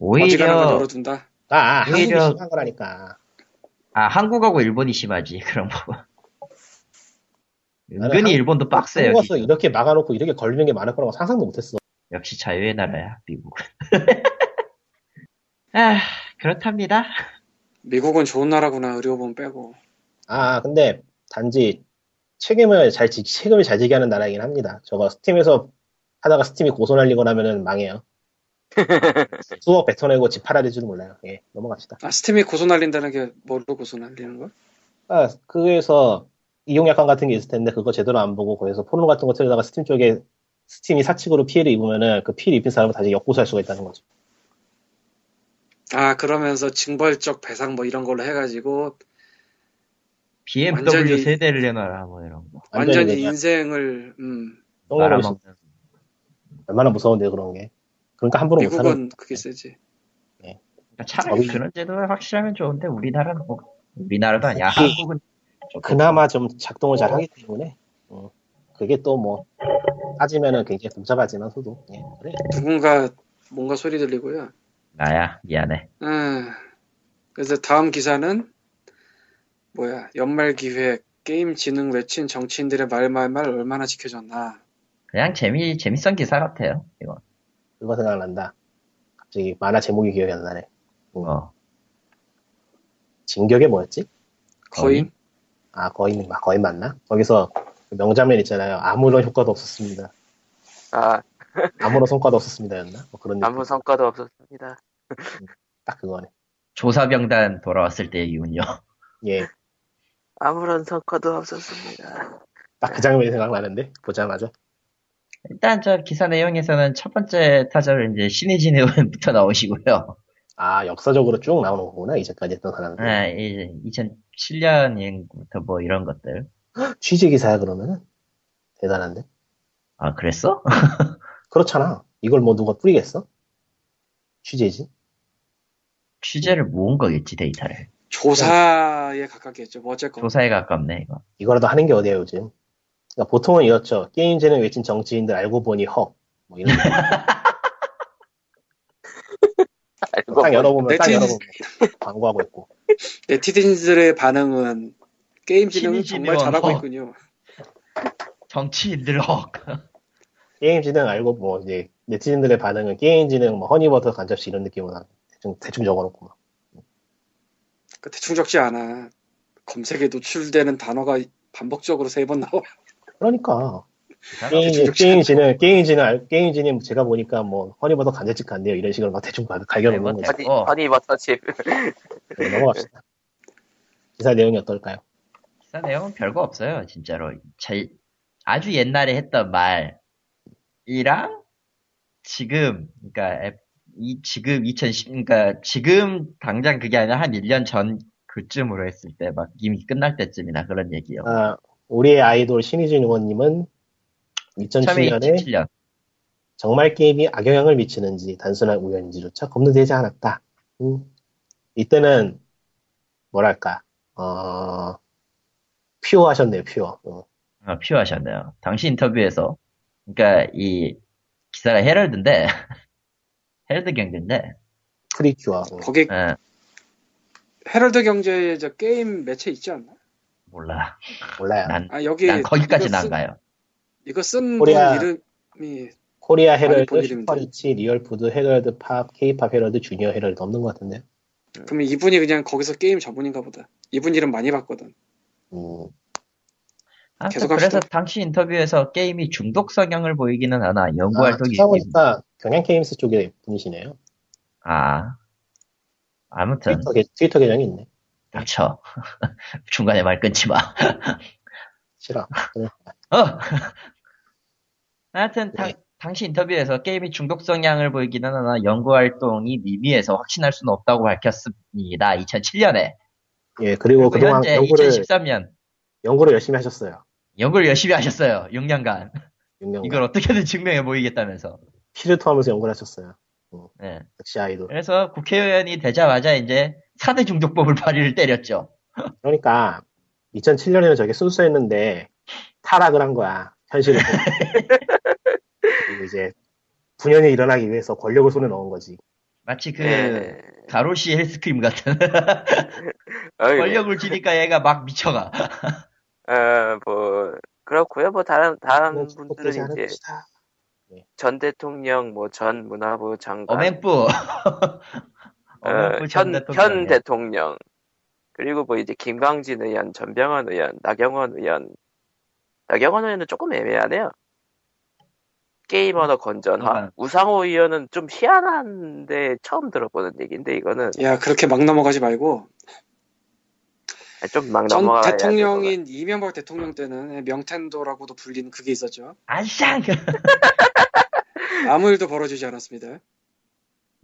어지간한 건
오히려
열어둔다.
아, 아, 한국이
오히려-
심한 거라니까.
아 한국하고 일본이 심하지 [laughs] 그런 거.
나는
은근히
한-
일본도 빡세요.
한국에서
진짜.
이렇게 막아놓고 이렇게 걸리는 게 많을 거라고 상상도 못했어.
역시 자유의 나라야 미국은. [laughs] 아 그렇답니다.
미국은 좋은 나라구나 의료보험 빼고.
아, 근데 단지 책임을 잘, 지, 책임을 잘 지게 하는 나라이긴 합니다. 저거 스팀에서 하다가 스팀이 고소 날리고
[laughs]
나면은 망해요. 수억 뱉어내고 집 팔아야 될지도 몰라요. 예, 넘어갑시다.
아 스팀이 고소 날린다는 게 뭘로 고소 날리는 거야?
아, 그에서 이용약관 같은 게 있을 텐데 그거 제대로 안 보고 거기서 포르노 같은 거 틀다가 스팀 쪽에 스팀이 사측으로 피해를 입으면은 그 피해를 입힌 사람을 다시 역고소할 수가 있다는 거죠.
아 그러면서 징벌적 배상 뭐 이런 걸로 해가지고
BMW
완전히-
세대를 내놔라 뭐 이런 거.
완전히
그냥
인생을 음,
똥으로
말아먹는.
얼마나 무서운데 그런 게. 그러니까 함부로 못 사는
미국은 그게 세지.
그러니까 차라리
저기-
그런 제도 확실하면 좋은데 우리나라는 뭐 우리나라도 아니야
특히
한국은 조금
그나마 좀 작동을 잘 하기 때문에 어, 그게 또 뭐 따지면은 굉장히 복잡하지만서도 예, 그래
누군가 뭔가 소리 들리고요.
나야 미안해
아, 그래서 다음 기사는 뭐야 연말 기획 게임 지능 외친 정치인들의 말말말 얼마나 지켜졌나
그냥 재미 재밌던 기사 같아요 이거
그거 생각난다 갑자기 만화 제목이 기억이 안 나네
어
진격이 뭐였지?
거의
아 거인 마- 거인 맞나? 거기서 그 명장면 있잖아요 아무런 효과도 없었습니다
아,
아무런 성과도 없었습니다였나? 뭐 그런
아무
느낌
성과도 없었습니다.
딱 그거네
조사병단 돌아왔을 때의 기운요 [laughs]
예딱 그
아무런 성과도 없었습니다. [laughs]
그 장면이 생각나는데 보자마자
일단 저 기사 내용에서는 첫 번째 타자를 이제 신의진 의원부터 [laughs] 나오시고요
아 역사적으로 쭉 나오는 거구나 이제까지 했던 사람들
아 이제 2007년부터 뭐 이런 것들
취재 기사야 그러면은 대단한데
아 그랬어 [laughs]
그렇잖아 이걸 뭐 누가 뿌리겠어? 취재지
취재를 모은 거겠지 데이터를
조사에 가깝겠죠. 뭐 어쨌건
조사에 가깝네 이거
이거라도 하는 게 어디야 요즘. 그러니까 보통은 이렇죠. 게임 재능 외친 정치인들 알고 보니 헉. 뭐 이런. 거.
알고
딱
보니
열어보면 딱
뭐 네티즌-
열어보면 광고하고 있고.
네티즌들의 반응은 게임 지능
신의진
정말
의원,
잘하고
어.
있군요.
정치인들 억
게임 재능 알고 뭐 이제 네티즌들의 반응은 게임 재능 뭐 허니버터 간접시 이런 느낌으로 한- 대충 대충 적어놓고 막.
그 대충 적지 않아. 검색에 노출되는 단어가 반복적으로 세 번 나와.
그러니까
아,
그
게임 게임 재능 게임 재능 알- 게임 재능 제가 보니까 뭐 허니버터 간접집 같네요 이런 식으로 막 대충 가- 갈겨놓는 거지.
뭐, 허니,
어.
허니 버터칩.
네, 넘어갑시다. 기사 내용이 어떨까요?
기사 내용은 별거 없어요, 진짜로. 제, 아주 옛날에 했던 말이랑 지금, 그러니까 앱- 이 지금 2010, 그러니까 지금 당장 그게 아니라 한 1년 전 그쯤으로 했을 때, 막 이미 끝날 때쯤이나 그런 얘기요.
아, 우리의 아이돌 신희준 의원님은
처음에
2007년에
27년.
정말 게임이 악영향을 미치는지 단순한 우연인지조차 검증되지 않았다. 음. 이때는 뭐랄까 어 퓨어하셨네요 퓨어. 어.
어, 필요하셨네요. 당시 인터뷰에서. 그러니까 이 기사가 헤럴드인데, [laughs] 헤럴드 경기인데,
프리큐어. 어.
거기
어,
헤럴드 경제에 저 게임 매체 있지 않나?
몰라.
몰라요.
난,
아 여기
난 거기까지는
이거
안
쓴-
가요.
이거 쓴 분
코리아-
이름이
코리아
많이 본
헤럴드,
이름인데.
슈퍼리치, 리얼푸드, 헤럴드 팝, 케이팝 헤럴드, 주니어 헤럴드 없는 것 같은데.
그러면 이분이 그냥 거기서 게임 전문인가 보다. 이분 이름 많이 봤거든.
음.
뭐 아무튼
계속합시다.
그래서 당시 인터뷰에서 게임이 중독 성향을 보이기는 않아 연구
아,
활동이 있긴-
찾아보니까 경향 게임스 쪽의 분이시네요.
아 아무튼
트위터, 계, 트위터 계정이 있네.
닥쳐 [laughs] 중간에 말 끊지 마. [laughs]
싫어. 그래.
어! [laughs] 하여튼 당,
네.
당시 인터뷰에서 게임이 중독 성향을 보이기는 하나 연구 활동이 미미해서 확신할 수는 없다고 밝혔습니다. 2007년에
예 그리고 그동안
현재
연구를
2013년
연구를 열심히 하셨어요.
연구를 열심히 하셨어요. 6년간.
6년간.
이걸 어떻게든 증명해 보이겠다면서.
피를 토하면서 연구를 하셨어요.
예.
역시 아이돌.
그래서 국회의원이 되자마자 이제 사대 중독법을 [laughs] 발의를 때렸죠.
그러니까 2007년에는 저게 순수했는데 타락을 한 거야 현실을
[laughs]
그리고 이제 분열이 일어나기 위해서 권력을 손에 넣은 거지
마치
[laughs]
그
네.
예.
가로시 헬스크림 같은
어, 예.
어이,
권력을 주니까 얘가 막 미쳐가.
아.
어, 뭐 그렇고요. 뭐 다른 다른
축복되지
분들은 이제
않읍시다.
전 대통령, 뭐 전 문화부 장관,
어맹뿌.
어,
[laughs] 어맹뿌 전
현,
대통령.
현 대통령 그리고 뭐 이제 김광진 의원, 전병헌 의원, 나경원 의원. 나경원 의원은 조금 애매하네요. 게임 언어 건전화.
그러니까.
우상호 의원은 좀 희한한데 처음 들어보는 얘기인데 이거는
야 그렇게 막 넘어가지 말고
좀 막
전
넘어가야 될것 같아요.
대통령인 이명박 대통령 때는 명텐도라고도 불리는 그게 있었죠.
안샹! 그 [laughs]
아무 일도 벌어지지 않았습니다. 아.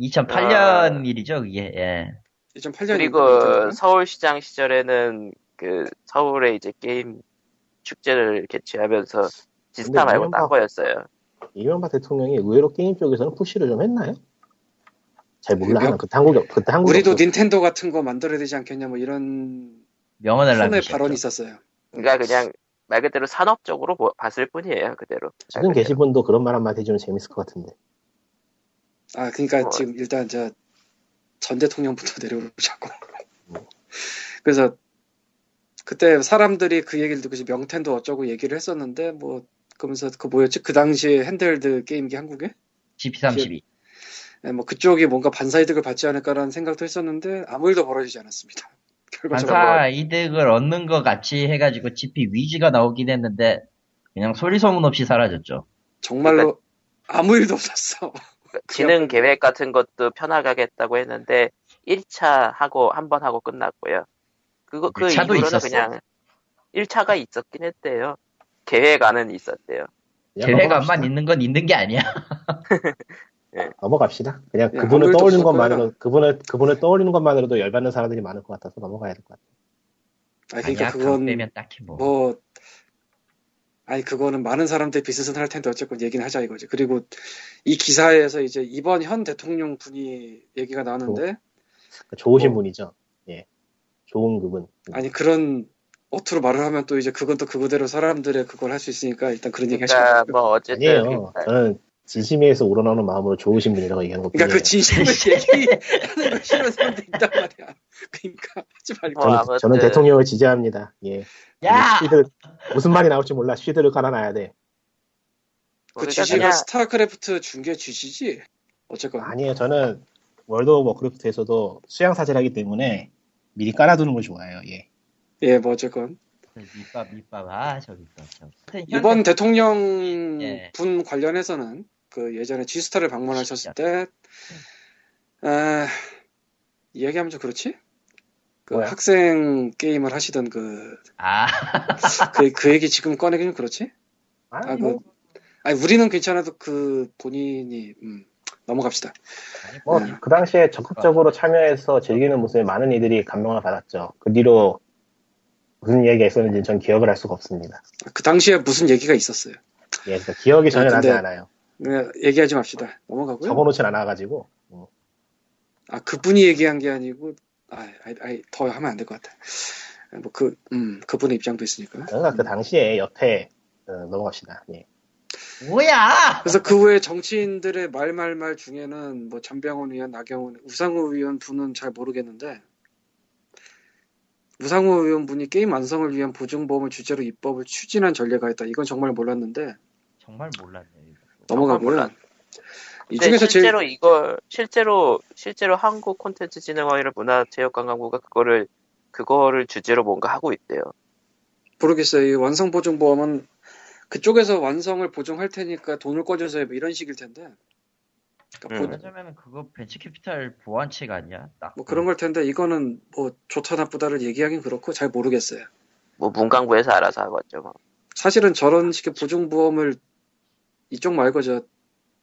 2008년 일이죠, 그게. 예.
2008년
그리고 서울시장 시절에는 그 서울에 이제 게임 축제를 개최하면서 지스타
근데
말고 딴
이명박-
거였어요.
이명박 대통령이 의외로 게임 쪽에서는 푸시를 좀 했나요? 잘 몰라
명-
나는 그때 한국에 그때 한국에
우리도
없었어.
닌텐도 같은 거 만들어야 되지 않겠냐 뭐 이런
명언을
손의
남기셨죠.
발언이 있었어요.
그러니까 그냥 말 그대로 산업적으로 보- 봤을 뿐이에요, 그대로.
지금
말 그대로.
계신 분도 그런 말 한마디 해주면 재밌을 것 같은데
아 그러니까
뭐.
지금 일단 저 전 대통령부터 [laughs] 내려오자고. 그래서 그때 사람들이 그 얘기를 듣고 이제 명텐도 어쩌고 얘기를 했었는데 뭐 그러면서 그 뭐였지 그 당시에 핸들드 게임기 한국에
GP32.
네, 뭐 그쪽이 뭔가 반사이득을 받지 않을까라는 생각도 했었는데 아무 일도 벌어지지 않았습니다. [laughs] 결과적으로
반사 이득을 얻는 것 같이 해가지고 GP 위즈가 나오긴 했는데, 그냥 소리 소문 없이 사라졌죠.
정말로 아무 일도 없었어. [laughs]
지능 계획 같은 것도 편하게겠다고 했는데 1차 하고 한 번 하고 끝났고요. 그거 그
1차도
이후로는
있었어.
그냥 1차가 있었긴 했대요. 계획 안은 있었대요.
그냥
계획안만
넘어갑시다.
있는 건 있는 게 아니야.
넘어갑시다 그냥
예,
그분을
아무래도
떠올리는
없을 거야.
것만으로 그분을 그분을 떠올리는 것만으로도 열받는 사람들이 많을 것 같아서 넘어가야 될 것 같아
아
아니야,
그러니까
그거
그건
빼면 딱히 뭐.
뭐 아니 그거는 많은 사람들이 비슷은 할 텐데 어쨌건 얘기는 하자 이거지. 그리고 이 기사에서 이제 이번 현 대통령 분이 얘기가
어,
나왔는데
그러니까 좋으신
어.
분이죠 예 좋은 그분
아니 그런 어투로 말을 하면 또 이제 그건 또 그거대로 사람들의 그걸 할 수 있으니까 일단 그런 얘기 하지
그러니까
말고.
뭐 어쨌든
아니에요.
그러니까
저는 진심에서 우러나오는 마음으로 좋으신 분이라고 얘기한
예.
것뿐이에요.
그러니까
[laughs]
그 진심을 얘기하는 걸 싫어하는 사람도 있단 말이야. 그러니까 하지 말고.
뭐
저는,
아무튼-
저는 대통령을 지지합니다. 예.
야!
쉬들, 무슨 말이 나올지 몰라. 쉬드를 깔아놔야 돼.
뭐
그
그러니까
GG가
그냥
스타크래프트 중계 GG지? 어쨌건
아니에요. 저는 월드 오브 워크래프트에서도 수양사제라기 때문에 미리 깔아두는 걸 좋아해요. 예.
예, 뭐 어쨌건
그 밑밥, 밑밥, 아, 저 밑밥. 저.
이번 대통령
예.
분 관련해서는 그 예전에 G스타를 방문하셨을 때 아, 이야기하면 좀 그렇지? 그
뭐야?
학생 게임을 하시던 그,
아,
그, 그 얘기 지금 꺼내기 좀 그렇지?
아,
아,
뭐,
그, 아니, 우리는 괜찮아도 그 본인이, 음, 넘어갑시다.
뭐,
음.
그 당시에 적극적으로 참여해서 즐기는 모습에 많은 이들이 감명을 받았죠. 그 뒤로 무슨 얘기가 있었는지 전 기억을 할 수가 없습니다.
그 당시에 무슨 얘기가 있었어요.
예, 그러니까 기억이 전혀
아, 근데-
나지 않아요.
그냥 얘기하지 맙시다. 넘어가고요.
적어놓진 않아가지고. 음.
아, 그분이 얘기한 게 아니고, 아, 아이, 아이, 더 하면 안 될 것 같아. 뭐, 그, 음, 그분의 입장도 있으니까.
그러니까 그 당시에 옆에 어, 넘어갑시다. 예.
뭐야!
그래서 그 후에 정치인들의 말말말 중에는 뭐 전병훈 의원, 나경원, 의원, 우상호 의원 분은 잘 모르겠는데 우상호 의원 분이 게임 완성을 위한 보증보험을 주제로 입법을 추진한 전례가 있다. 이건 정말 몰랐는데
정말 몰랐네. 이거.
넘어가고요.
몰랐-
이
근데
중에서 제일
실제로 이걸 실제로 실제로 한국 콘텐츠 진흥원이나 문화체육관광부가 그거를 그거를 주제로 뭔가 하고 있대요.
모르겠어요. 이 완성 보증보험은 그쪽에서 완성을 보증할 테니까 돈을 꿔줘서 해. 뭐 이런 식일 텐데. 그러니까 보-
음.
그러자면 그거 벤처캐피탈 보완책 아니야? 딱.
뭐 그런 걸 텐데 이거는 뭐 좋다 나쁘다를 얘기하긴 그렇고 잘 모르겠어요.
뭐 문광부에서 알아서 하겠죠. 뭐.
사실은 저런 식의 보증보험을 이쪽 말고 저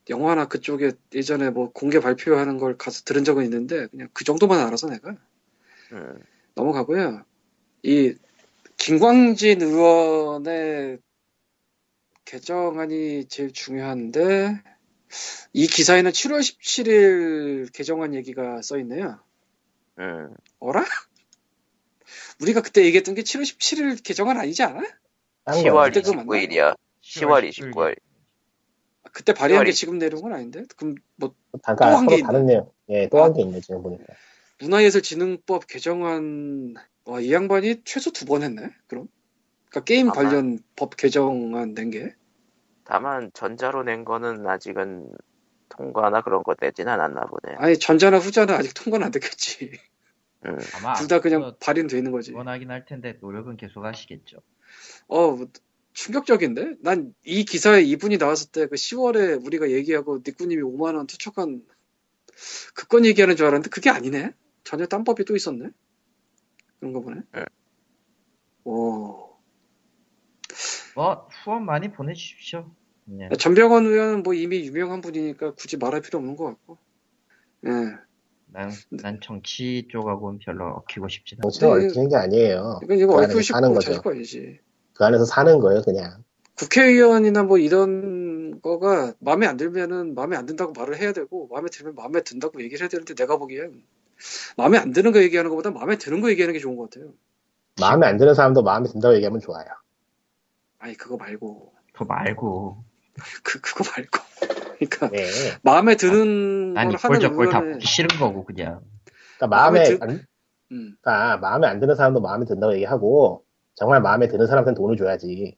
영화나 그쪽에 예전에 뭐 공개 발표하는 걸 가서 들은 적은 있는데 그냥 그 정도만 알아서 내가
음.
넘어가고요. 이 김광진 의원의 개정안이 제일 중요한데 이 기사에는 7월 17일 개정안 얘기가 써 있네요.
음.
어라? 우리가 그때 얘기했던 게 7월 17일 개정안 아니지 않아?
딴 거야.
10월
뜨끔 안
29일이야. 10월
10월
29일.
그때 발의한 게
10월이.
지금 내려온 건 아닌데? 그럼 뭐
잠깐
또한게 아.
서로 다른 내용. 예, 또 한 게 있네 지금 보니까.
문화예술진흥법 개정안 와, 이 양반이 최소 두 번 했네. 그럼 그러니까 게임
아마.
관련 법 개정안 낸 게.
다만 전자로 낸 거는 아직은 통과나 그런 거 내진 않았나 보네.
아니 전자나 후자는 아직 통과는 안 됐겠지.
음.
아마 뭐.
둘 다 그냥
앞으로
발인돼 있는 거지.
원하긴 할 텐데 노력은 계속 하시겠죠.
어, 뭐, 충격적인데? 난 이 기사에 이분이 나왔을 때 그 10월에 우리가 얘기하고 니꾸님이 5만원 투척한 그 건 얘기하는 줄 알았는데 그게 아니네? 전혀 딴 법이 또 있었네? 그런가 보네?
네.
오.
뭐 후원 많이 보내주십시오. 네.
전병헌 의원은 뭐 이미 유명한 분이니까 굳이 말할 필요 없는 것 같고. 예.
난, 난 정치 쪽하고는 별로 얽히고 싶지 않아.
정치가
근데-
얽히는 게 아니에요.
그러니까 이건 이거
그
얽히고
안에서 사는
싶고
거죠.
자식 거 아니지.
그 안에서 사는 거예요, 그냥.
국회의원이나 뭐 이런 거가 마음에 안 들면은 마음에 안 든다고 말을 해야 되고 마음에 들면 마음에 든다고 얘기를 해야 되는데 내가 보기엔 마음에 안 드는 거 얘기하는 것보다 마음에 드는 거 얘기하는 게 좋은 것 같아요.
마음에 안 드는 사람도 마음에 든다고 얘기하면 좋아요.
아니 그거 말고
그거 말고
그 그거 말고 [laughs] 그러니까
네.
마음에 드는
난
걸
이꼴
하는
저꼴 다
의원은
보기 싫은 거고 그냥.
그러니까 마음에
마음에 드-
안,
음,
그러니까 마음에 안 드는 사람도 마음에 든다고 얘기하고 정말 마음에 드는 사람한테는 돈을 줘야지.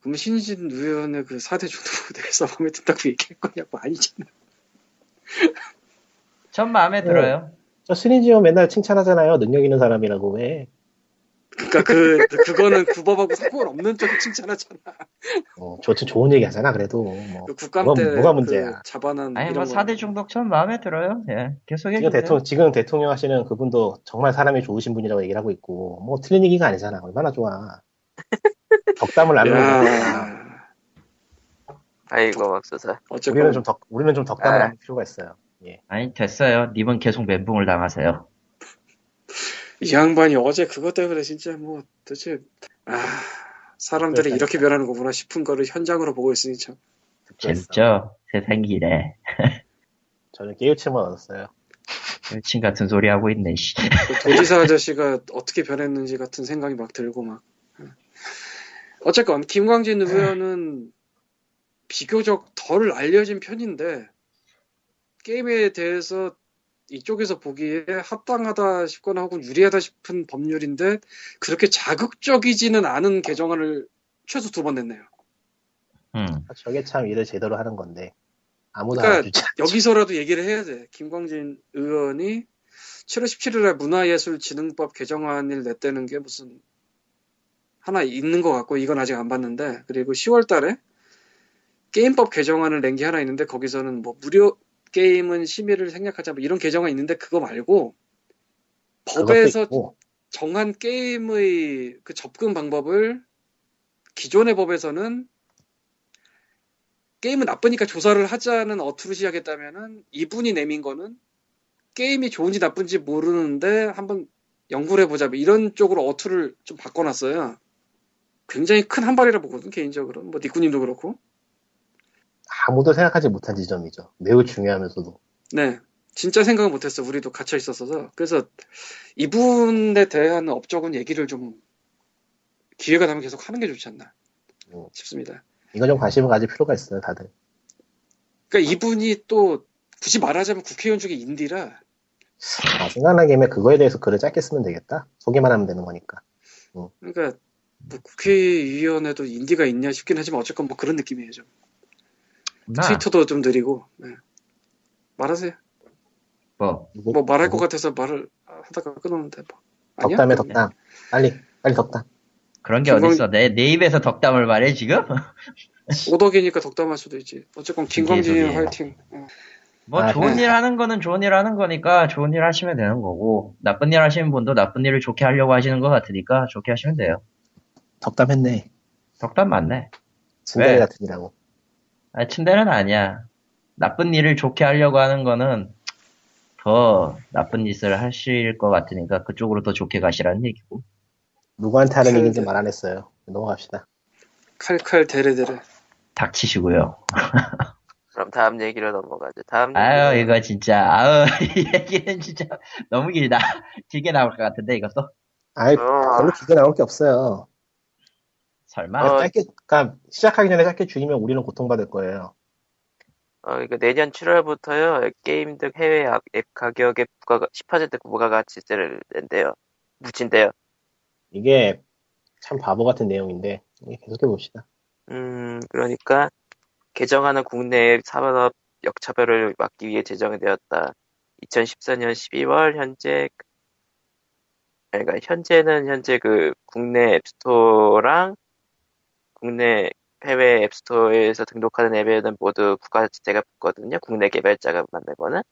그럼 신진 의원의 그 4대 중독에 대해서 마음에 든다고 얘기할 거냐고 아니잖아.
전
네,
마음에 들어요.
저 스니지오 맨날 칭찬하잖아요. 능력 있는 사람이라고 왜?
그러니까 그 그거는 구법하고 상관없는 쪽을 칭찬하잖아.
어, 좋, 좋은 얘기 하잖아. 그래도 뭐.
그 국감
뭐가-
때
뭐가
그
문제야?
자반한
아니 뭐
이런
4대
거.
중독 전 마음에 들어요. 예. 계속
지금
해주세요.
대통령, 지금 대통령 하시는 그분도 정말 사람이 좋으신 분이라고 얘기를 하고 있고, 뭐, 틀린 얘기가 아니잖아. 얼마나
[laughs]
좋아. 덕담을 나누는 거니까.
야
아이고 막수사.
우리는
어쨌건
좀 덕, 우리는 좀 덕담을
아.
나눌 필요가 있어요. 예.
아니 됐어요. 님은 계속 멘붕을 당하세요.
이 양반이 어제 그것 때문에 진짜 뭐 도대체 아 사람들이
그러니까.
이렇게 변하는 거구나 싶은 거를 현장으로 보고 있으니 참
듣고 있어.
재밌죠? 세상이 이래.
저는 깨우침을 얻었어요.
여친 같은 소리 하고 있네. 씨.
그 도지사 아저씨가 어떻게 변했는지 같은 생각이 막 들고 막 예. 어쨌건 김광진 의원은 비교적 덜 알려진 편인데 게임에 대해서 이쪽에서 보기에 합당하다 싶거나 혹은 유리하다 싶은 법률인데 그렇게 자극적이지는 않은 개정안을 최소 두 번 냈네요.
음.
아, 저게 참 일을 제대로 하는 건데, 아무도
그러니까
안 주지.
여기서라도 얘기를 해야 돼. 김광진 의원이 7월 17일에 문화예술진흥법 개정안을 냈다는 게 무슨 하나 있는 것 같고 이건 아직 안 봤는데 그리고 10월 달에 게임법 개정안을 낸 게 하나 있는데 거기서는 뭐 무료 게임은 심의를 생략하자 뭐 이런 개정안 있는데 그거 말고 법에서
있고,
정한 게임의 그 접근 방법을 기존의 법에서는 게임은 나쁘니까 조사를 하자는 어투로 시작했다면은 이분이 내민 거는 게임이 좋은지 나쁜지 모르는데 한번 연구를 해보자 뭐 이런 쪽으로 어투를 좀 바꿔놨어요. 굉장히 큰 한 발이라 보거든 개인적으로 뭐 니꾸님도 그렇고
아무도 생각하지 못한 지점이죠. 매우 중요하면서도.
네 진짜 생각을 못했어 우리도 갇혀 있었어서 그래서 이분에 대한 업적은 얘기를 좀 기회가 되면 계속 하는 게 좋지 않나
음.
싶습니다.
이거 좀 관심을 가질 필요가 있어요, 다들.
그러니까 이분이 또 굳이 말하자면 국회의원 중에 인디라
아, 생각난 김에 그거에 대해서 글을 짧게 쓰면 되겠다. 소개만 하면 되는 거니까.
그러니까 뭐 국회의원에도 인디가 있냐 싶긴 하지만 어쨌건 뭐 그런 느낌이에요 좀
나
트위터도 좀 느리고 네. 말하세요
뭐.
누구-
뭐 말할 것
누구-
같아서 말을 하다가 끊었는데 뭐 아니야?
덕담에 덕담. 빨리, 빨리 덕담.
그런 게
김광-
어딨어. 내, 내 입에서 덕담을 말해, 지금?
오덕이니까 덕담할 수도 있지 어쨌건 김광진
소리예요.
화이팅 어.
뭐,
아,
좋은
네.
일 하는 거는 좋은 일 하는 거니까 좋은 일 하시면 되는 거고, 나쁜 일 하시는 분도 나쁜 일을 좋게 하려고 하시는 것 같으니까 좋게 하시면 돼요.
덕담했네.
덕담 맞네.
진달래
왜?
같은 이라고.
아, 침대는 아니야. 나쁜 일을 좋게 하려고 하는 거는 더 나쁜 짓을 하실 것 같으니까 그쪽으로 더 좋게 가시라는 얘기고.
누구한테 하는
잘
얘기인지
돼.
말 안 했어요. 넘어갑시다.
칼칼 데레데레.
닥치시고요.
그럼 다음 얘기로 넘어가죠. 다음
아유, 예.
얘기는
이거 진짜, 아유, [laughs] 이 얘기는 진짜 너무 길다. 길게 나올 것 같은데, 이것도?
어.
아이, 별로 기가 나올 게 없어요.
아.
설마?
어.
짧게, 그러니까 시작하기 전에 짧게 죽이면 우리는 고통받을 거예요.
어, 이거 내년 7월부터요, 게임 등 해외 아- 앱 가격의 부가가, 10% 부가가치세를 낸대요. 묻힌대요.
이게 참 바보 같은 내용인데 예, 계속해 봅시다.
음, 그러니까, 개정하는 국내의 산업 역차별을 막기 위해 제정이 되었다. 2014년 12월, 현재, 그러니까, 현재는 현재 그 국내 앱스토어랑 국내 해외 앱스토어에서 등록하는 앱에는 모두 부가가치세가 붙거든요. 국내 개발자가 만든 거는.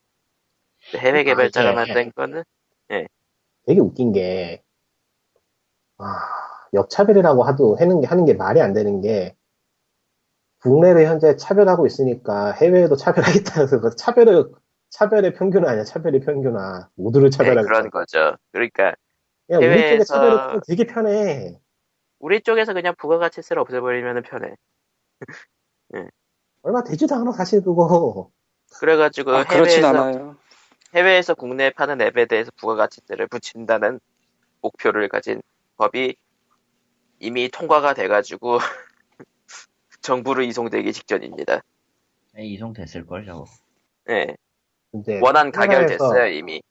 근데 해외 개발자가
이게-
만든 거는 네,
되게 웃긴 게 아, 역차별이라고 하도 하는 게 하는 게 말이 안 되는 게 국내를 현재 차별하고 있으니까 해외에도 차별하겠다 해서 그 차별을 차별의 평균화 아니야 차별의 평균화 모두를
네,
차별하겠다.
그런 거죠. 그러니까
그냥 우리 쪽에
해외에서-
차별을 하면 되게 편해.
우리 쪽에서 그냥 부가가치세를 없애버리면 편해.
얼마 되지도 않아 사실 그거.
그래가지고
아, 그렇진
해외에서
않아요.
해외에서 국내에 파는 앱에 대해서 부가가치세를 붙인다는 목표를 가진 법이 이미 통과가 돼가지고 [laughs] 정부로 이송되기 직전입니다.
에이, 이송됐을걸, 저거.
예,
근데
원한
우리나라에서
가결됐어요 이미.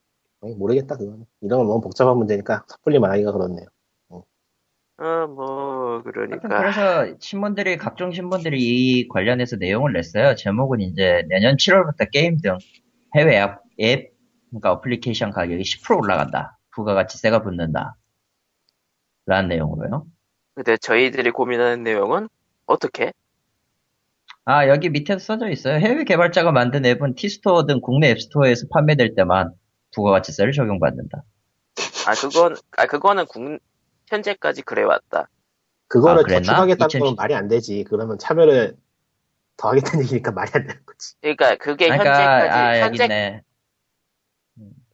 아니, 모르겠다 그건. 이런 건 너무 복잡한 문제니까 섣불리 말하기가 그렇네요.
아, 어뭐
하여튼
그러니까
그래서 신문들이 각종 신문들이 이 관련해서 내용을 냈어요. 제목은 이제 내년 7월부터 게임 등 해외 앱, 앱 그러니까 어플리케이션 가격이 10% 올라간다. 부가가치세가 붙는다. 라는 내용으로요.
근데 저희들이 고민하는 내용은 어떻게?
아 여기 밑에 써져 있어요. 해외 개발자가 만든 앱은 티스토어 등 국내 앱스토어에서 판매될 때만 부가가치세를 적용받는다.
아 그건 아 그거는 국- 현재까지 그래왔다.
그거를
아, 그랬나?
저축하겠다는 건
2010
말이 안 되지. 그러면 차별을 더 하겠다는 얘기니까 말이 안 되는 거지.
그러니까 그게 현재까지 예,
그러니까 아 여기
현재
있네.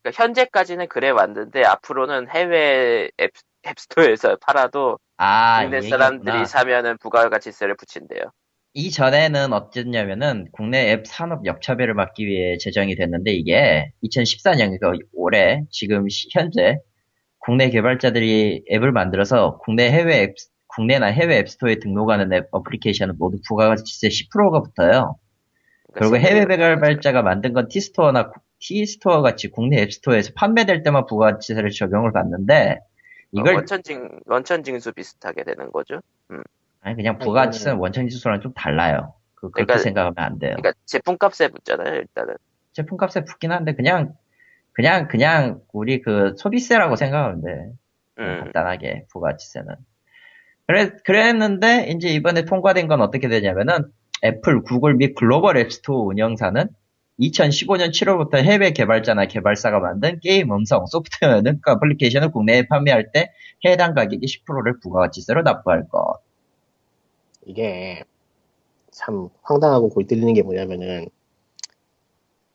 그러니까 현재까지는 그래 왔는데 앞으로는 해외 앱, 앱스토어에서 팔아도
아
국내
이
사람들이
얘기였구나.
사면은 부가가치세를 붙인대요.
이전에는 어쨌냐면은 국내 앱 산업 역차별을 막기 위해 제정이 됐는데 이게 2014년, 그 올해, 지금 시- 현재 국내 개발자들이 앱을 만들어서 국내 해외 앱, 국내나 해외 앱스토어에 등록하는 앱 어플리케이션은 모두 부가가치세 10%가 붙어요. 그리고
그러니까
해외
세금이
개발자가 만든 건 티스토어나 구- 티스토어 같이 국내 앱스토어에서 판매될 때만 부가가치세를 적용을 받는데
어,
이걸
원천징 원천징수 비슷하게 되는 거죠.
아니 그냥 부가가치세는 원천지수랑 좀 달라요. 그, 그렇게
그러니까-
생각하면 안 돼요.
그러니까 제품값에 붙잖아요. 일단은
제품값에 붙긴 한데 그냥 그냥 그냥 우리 그 소비세라고 생각하면 돼 그냥
음,
간단하게 부가가치세는 그래 그랬는데 이제 이번에 통과된 건 어떻게 되냐면은 애플, 구글 및 글로벌 앱스토어 운영사는 2015년 7월부터 해외 개발자나 개발사가 만든 게임 음성 소프트웨어 등 어플리케이션을 국내에 판매할 때 해당 가격의 10%를 부가가치세로 납부할 것.
이게 참 황당하고 골 때리는 게 뭐냐면은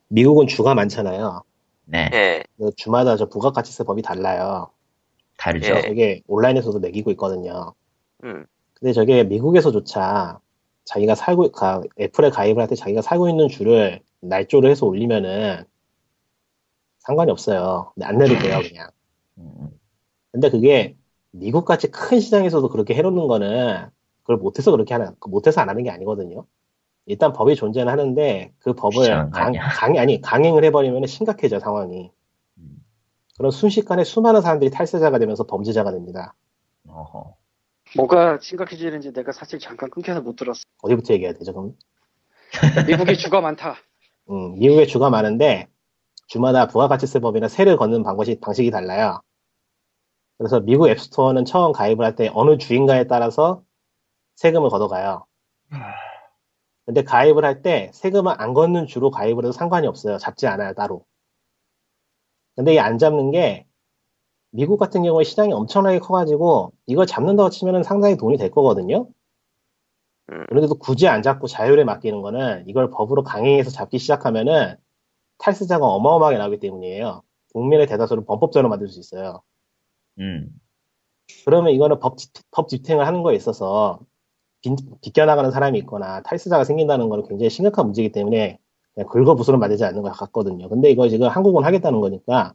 미국은 주가 많잖아요.
네,
예,
그 주마다 저 부가가치세 법이 달라요.
다르죠.
예.
저게 온라인에서도 매기고 있거든요.
음,
근데 저게 미국에서조차 자기가 살고 가- 애플에 가입을 할 때 자기가 살고 있는 주를 날조를 해서 올리면은 상관이 없어요. 근데 안 내도 돼요 그냥.
음,
근데 그게 미국같이 큰 시장에서도 그렇게 해놓는 거는 그걸 못해서 그렇게 하는, 그 못해서 안 하는 게 아니거든요. 일단 법이 존재는 하는데 그 법을
귀찮은 거
강,
아니야?
강이 아니 강행을 해버리면 심각해져 상황이.
음.
그럼 순식간에 수많은 사람들이 탈세자가 되면서 범죄자가 됩니다.
어허.
뭐가 심각해지는지 내가 사실 잠깐 끊겨서 못 들었어.
어디부터 얘기해야 되죠 그럼?
미국이 주가 많다.
음, 미국에 주가 많은데 주마다 부가가치세 법이나 세를 걷는 방식, 방식이 달라요. 그래서 미국 앱스토어는 처음 가입을 할 때 어느 주인가에 따라서 세금을 걷어가요. 근데 가입을 할 때 세금을 안 걷는 주로 가입을 해도 상관이 없어요. 잡지 않아요, 따로. 근데 이 안 잡는 게 미국 같은 경우에 시장이 엄청나게 커가지고 이걸 잡는다고 치면은 상당히 돈이 될 거거든요.
음.
그런데도 굳이 안 잡고 자율에 맡기는 거는 이걸 법으로 강행해서 잡기 시작하면은 탈세자가 어마어마하게 나오기 때문이에요. 국민의 대다수를 범법자로 만들 수 있어요.
음.
그러면 이거는 법, 집- 법 집행을 하는 거에 있어서 빈- 비껴나가는 사람이 있거나 탈세자가 생긴다는 거는 굉장히 심각한 문제이기 때문에 그냥 긁어부수로 맞지 않는 것 같거든요. 근데 이거 지금 한국은 하겠다는 거니까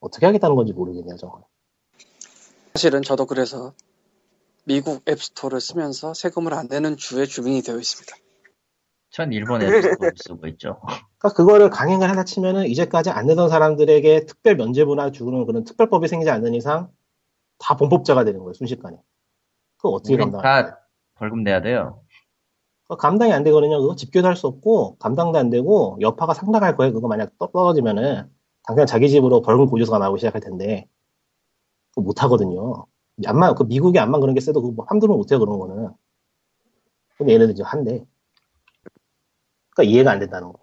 어떻게 하겠다는 건지 모르겠네요, 정말.
[laughs] 사실은 저도 그래서 미국 앱스토어를 쓰면서 세금을 안 내는 주의 주민이 되어 있습니다.
전 일본 앱스토어 쓰고 있죠.
그러니까 그거를 강행을 하나 치면은 이제까지 안 내던 사람들에게 특별 면제부나 주는 그런 특별법이 생기지 않는 이상 다 범법자가 되는 거예요, 순식간에. 그거 어떻게
우린
감당할 거예요?
다 벌금 내야 돼요.
그거 어, 감당이 안 되거든요. 그거 집계도 할 수 없고, 감당도 안 되고, 여파가 상당할 거예요. 그거 만약 떠- 떨어지면은, 당장 자기 집으로 벌금 고지서가 나오기 시작할 텐데, 그거 못 하거든요. 암만, 그 미국이 암만 그런 게 세도 그거 뭐 함부로 못 해요, 그런 거는. 근데 얘네들 지금 한대. 그러니까 이해가 안 된다는 거.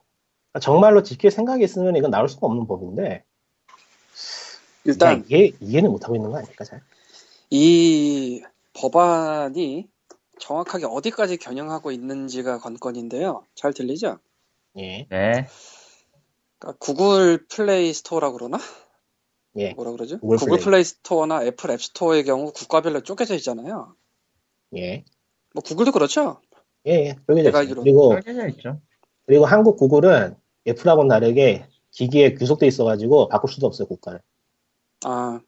그러니까 정말로 지킬 생각이 있으면 이건 나올 수가 없는 법인데,
일단
그냥 이해, 이해는 못 하고 있는 거 아닐까, 잘.
이 법안이 정확하게 어디까지 겨냥하고 있는지가 관건인데요. 잘 들리죠?
예,
네.
그러니까 구글 플레이 스토어라고 그러나?
예,
뭐라 그러죠?
구글
구글,
플레이.
플레이. 스토어나 애플 앱 스토어의 경우 국가별로 쪼개져 있잖아요.
예.
뭐 구글도 그렇죠?
예, 예. 그러게
내가
됐어요.
알기로-
그리고,
떨어져 있죠.
그리고 한국 구글은 애플하고는 다르게 기기에 귀속돼 있어가지고 바꿀 수도 없어요 국가를.
아,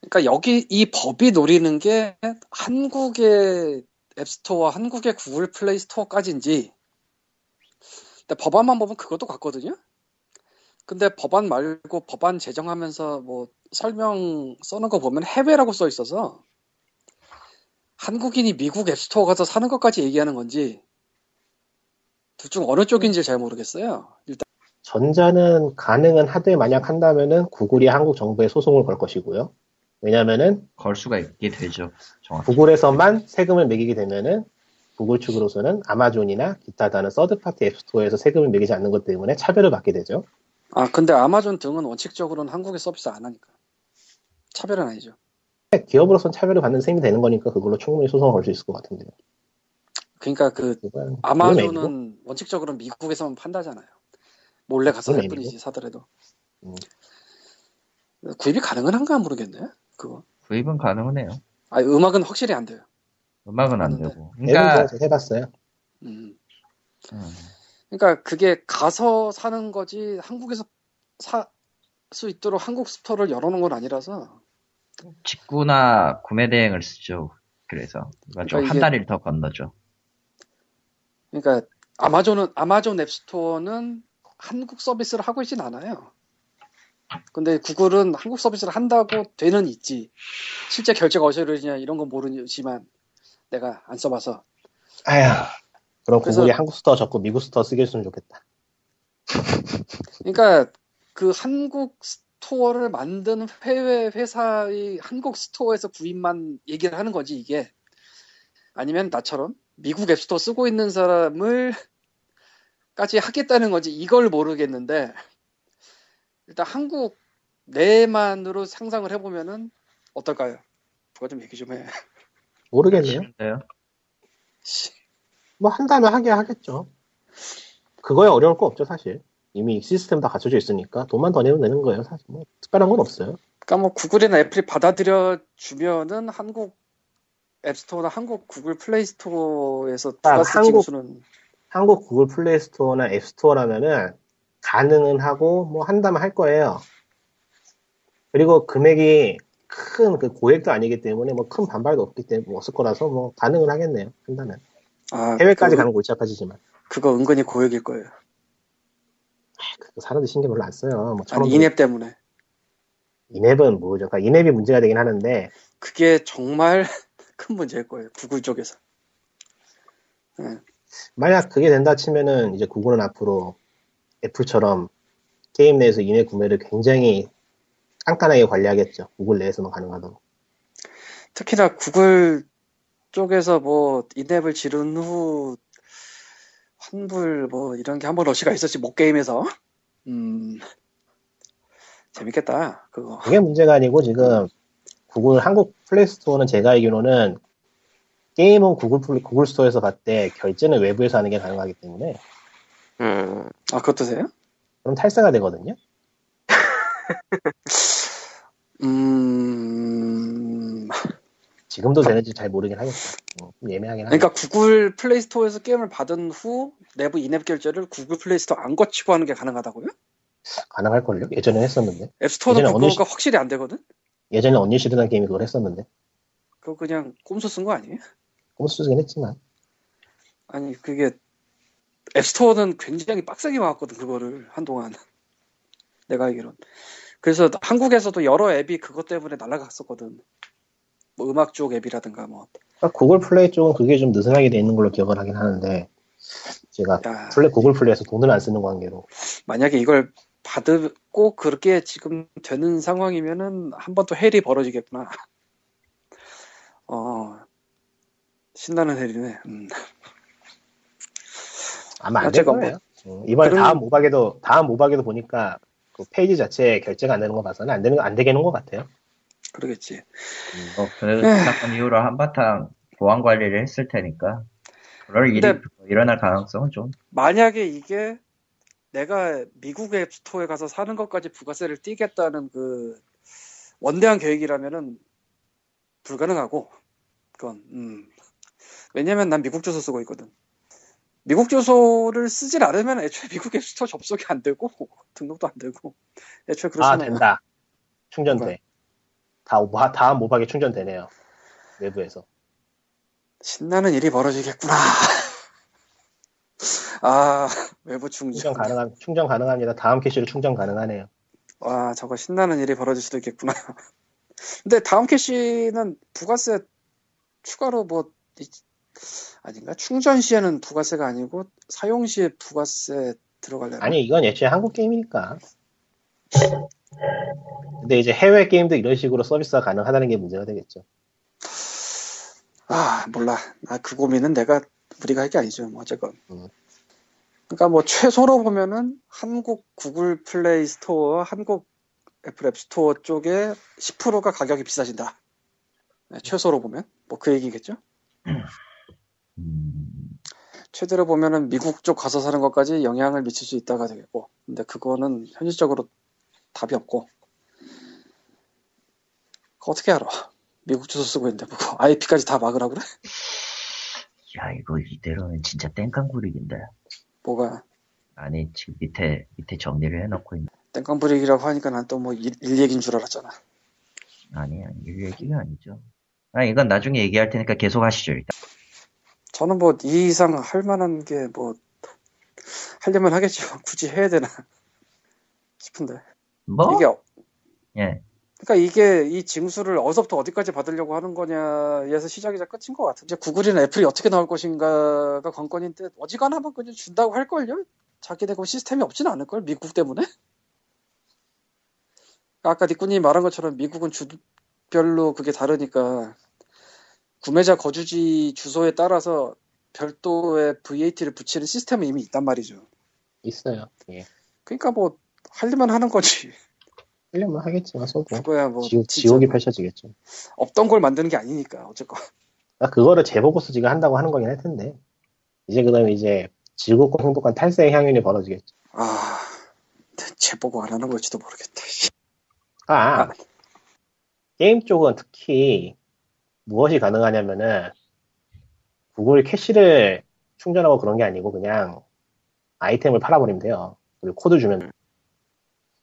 그러니까 여기 이 법이 노리는 게 한국의 앱 스토어와 한국의 구글 플레이 스토어까지인지. 근데 법안만 보면 그것도 같거든요. 근데 법안 말고 법안 제정하면서 뭐 설명 써놓은 거 보면 해외라고 써 있어서 한국인이 미국 앱 스토어 가서 사는 것까지 얘기하는 건지 둘 중 어느 쪽인지 잘 모르겠어요. 일단
전자는 가능은 하되 만약 한다면은 구글이 한국 정부에 소송을 걸 것이고요. 왜냐면은
걸 수가 있게 되죠. 정확히.
구글에서만 세금을 매기게 되면은 구글 측으로서는 아마존이나 기타 다른 서드파티 앱스토어에서 세금을 매기지 않는 것 때문에 차별을 받게 되죠.
아 근데 아마존 등은 원칙적으로는 한국에 서비스 안 하니까 차별은 아니죠.
기업으로서는 차별을 받는 셈이 되는 거니까 그걸로 충분히 소송을 걸 수 있을 것 같은데요.
그러니까 그
그건- 그건 아니고.
아마존은 원칙적으로 미국에서만 판다잖아요. 몰래 가서
그건
살
아니고.
뿐이지 사더라도
음.
구입이 가능은 한가 모르겠네. 그거.
구입은 가능하네요.
아 음악은 확실히 안 돼요.
음악은 안
맞는데.
되고.
앱은
네,
그러니까
제가 해봤어요.
음.
음,
그러니까 그게 가서 사는 거지 한국에서 사 수 있도록 한국 스토어를 열어놓은 건 아니라서
직구나 구매 대행을 쓰죠. 그래서
그러니까
이건
이게-
한 달을 더 건너죠.
그러니까 아마존은 아마존 앱스토어는 한국 서비스를 하고 있진 않아요. 근데 구글은 한국 서비스를 한다고 되는 있지. 실제 결제가 어디서 이루어지냐 이런 건 모르지만 내가 안 써봐서
아휴. 그럼
그래서-
구글이 한국 스토어 적고 미국 스토어 쓰게 했으면 좋겠다.
그러니까 그 한국 스토어를 만든 해외 회사의 한국 스토어에서 구입만 얘기를 하는 거지 이게 아니면 나처럼 미국 앱스토어 쓰고 있는 사람을 까지 하겠다는 건지 이걸 모르겠는데 일단 한국 내만으로 상상을 해보면은 어떨까요? 그거 좀 얘기 좀 해.
모르겠네요.
싫은데요?
씨,
뭐 한다면 하게 하겠죠. 그거야 어려울 거 없죠, 사실. 이미 시스템 다 갖춰져 있으니까 돈만 더 내면 되는 거예요, 사실. 뭐 특별한 건 없어요.
그러니까 뭐 구글이나 애플이 받아들여 주면은 한국 앱스토어나 한국 구글 플레이 스토어에서
아,
부가세
한국-
징수는
한국 구글 플레이 스토어나 앱 스토어라면은 가능은 하고 뭐 한다면 할 거예요. 그리고 금액이 큰 그 고액도 아니기 때문에 뭐 큰 반발도 없기 때문에 뭐 없을 거라서 뭐 가능은 하겠네요. 한다면
아,
해외까지
그-
가는 골치 아파지지만
그거 은근히 고액일 거예요.
그 사람들 신경 별로 안 써요. 뭐
아니
천원
인앱 때문에
인앱은 모르죠. 그러니까 인앱이 문제가 되긴 하는데
그게 정말 [laughs] 큰 문제일 거예요. 구글 쪽에서.
만약 그게 된다 치면은 이제 구글은 앞으로 애플처럼 게임 내에서 인해 구매를 굉장히 깐깐하게 관리하겠죠. 구글 내에서만 가능하도록.
특히나 구글 쪽에서 뭐 인앱을 지른 후 환불 뭐 이런 게 한번 러시가 있었지 목 게임에서. 음 재밌겠다 그거.
그게 문제가 아니고 지금 구글 한국 플레이 스토어는 제가 알기로는 게임은 구글 플레- 구글 스토어에서 봤대 결제는 외부에서 하는 게 가능하기 때문에
음,
아 그것도 돼요?
그럼 탈세가 되거든요.
음
지금도 되는지 잘 모르긴 하겠다. 어, 좀 예매하긴 하네.
그러니까 구글 플레이 스토어에서 게임을 받은 후 내부 인앱 결제를 구글 플레이 스토어 안 거치고 하는 게 가능하다고요?
가능할걸요? 예전에 했었는데.
앱 스토어도
예전에
그거가
어느 시-
확실히 안 되거든.
예전에 언니시드라는 게임이 그걸 했었는데.
그거 그냥 꼼수 쓴 거 아니에요?
꼼수긴 했지만.
아니 그게 앱 스토어는 굉장히 빡세게 막았거든 그거를 한동안 [laughs] 내가 알기론. 그래서 한국에서도 여러 앱이 그것 때문에 날아갔었거든. 뭐 음악 쪽 앱이라든가 뭐.
그러니까 구글 플레이 쪽은 그게 좀 느슨하게 돼 있는 걸로 기억을 하긴 하는데. 제가
야,
플레, 구글 플레이에서 돈을 안 쓰는 관계로.
만약에 이걸 받고 그렇게 지금 되는 상황이면은 한 번 또 헬이 벌어지겠구나. [laughs] 어, 신나는 헬이네. 음.
아마 안 될
어쨌건
거예요. 음, 이번에
뭐 그런-
다음 오박에도, 다음 오박에도 보니까 그 페이지 자체에 결제가 안 되는 거 봐서는 안 되는, 안 되겠는 것 같아요.
그러겠지.
뭐, 그래도
네.
사건 이후로 한바탕 보안 관리를 했을 테니까. 그럴 일이
근데-
일어날 가능성은 좀.
만약에 이게 내가 미국 앱 스토어에 가서 사는 것까지 부가세를 띄겠다는 그 원대한 계획이라면은 불가능하고 그건 음. 왜냐면 난 미국 주소 쓰고 있거든. 미국 주소를 쓰질 않으면 애초에 [laughs] 미국 앱 스토어 접속이 안 되고 등록도 안 되고 애초에
아,
그렇잖아요.
된다. 충전돼.
뭐가요?
다, 오바- 다음 오박에 충전되네요. 외부에서.
신나는 일이 벌어지겠구나. [laughs] 아 외부
충전
충전.
가능한 충전 가능합니다. 다음 캐시로 충전 가능하네요.
와, 저거 신나는 일이 벌어질 수도 있겠구나. [laughs] 근데 다음 캐시는 부가세 추가로 뭐, 이- 아닌가? 충전 시에는 부가세가 아니고 사용 시에 부가세 들어가려나?
아니 이건 애초에 한국 게임이니까. 근데 이제 해외 게임도 이런 식으로 서비스가 가능하다는 게 문제가 되겠죠.
아, 몰라. 나 그 고민은 내가, 우리가 할 게 아니죠. 뭐 어쨌건.
음.
그러니까 뭐 최소로 보면은 한국 구글 플레이 스토어, 한국 애플 앱 스토어 쪽에 10%가 가격이 비싸진다. 네, 최소로 보면. 뭐 그 얘기겠죠?
음,
최대로 보면은 미국 쪽 가서 사는 것까지 영향을 미칠 수 있다가 되겠고 근데 그거는 현실적으로 답이 없고 그거 어떻게 알아 미국 주소 쓰고 있는데 뭐 그거 IP까지 다 막으라 그래?
야, 이거 이대로는 진짜 땡깡구리긴데.
뭐가
아니, 지금 밑에, 밑에 정리를 해놓고 있는.
땡깡브릭이라고 하니까 난 또 뭐 일 얘기인 줄 알았잖아
아니, 아니, 일 얘기가 아니죠. 아, 이건 나중에 얘기할 테니까 계속 하시죠, 일단.
저는 뭐 이 이상 할 만한 게 뭐 하려면 하겠죠 굳이 해야 되나 [laughs] 싶은데
뭐?
이게 어-
예.
그러니까 이게 이 징수를 어디서부터 어디까지 받으려고 하는 거냐에서 시작이자 끝인 것 같은데 구글이나 애플이 어떻게 나올 것인가가 관건인데 어지간하면 그냥 준다고 할걸요? 자기네 그 시스템이 없진 않을걸 미국 때문에? 아까 니꾸님이 말한 것처럼 미국은 주별로 그게 다르니까 구매자 거주지 주소에 따라서 별도의 VAT를 붙이는 시스템이 이미 있단 말이죠.
있어요. 예.
그러니까 뭐 하려면 하는 거지.
하려면 하겠지만 써도
그거야 뭐
네? 지옥,
진짜
지옥이 펼쳐지겠죠.
없던 걸 만드는 게 아니니까 어쨌건.
아, 그거를 재보고서 지금 한다고 하는 거긴 할 텐데 이제 그다음에 이제 즐겁고 행복한 탈세의 향연이 벌어지겠죠.
아, 대체 보고 안 하는 걸지도 모르겠다. 씨.
아,
아.
게임 쪽은 특히 무엇이 가능하냐면은 구글 캐시를 충전하고 그런 게 아니고 그냥 아이템을 팔아버리면 돼요. 그리고 코드 주면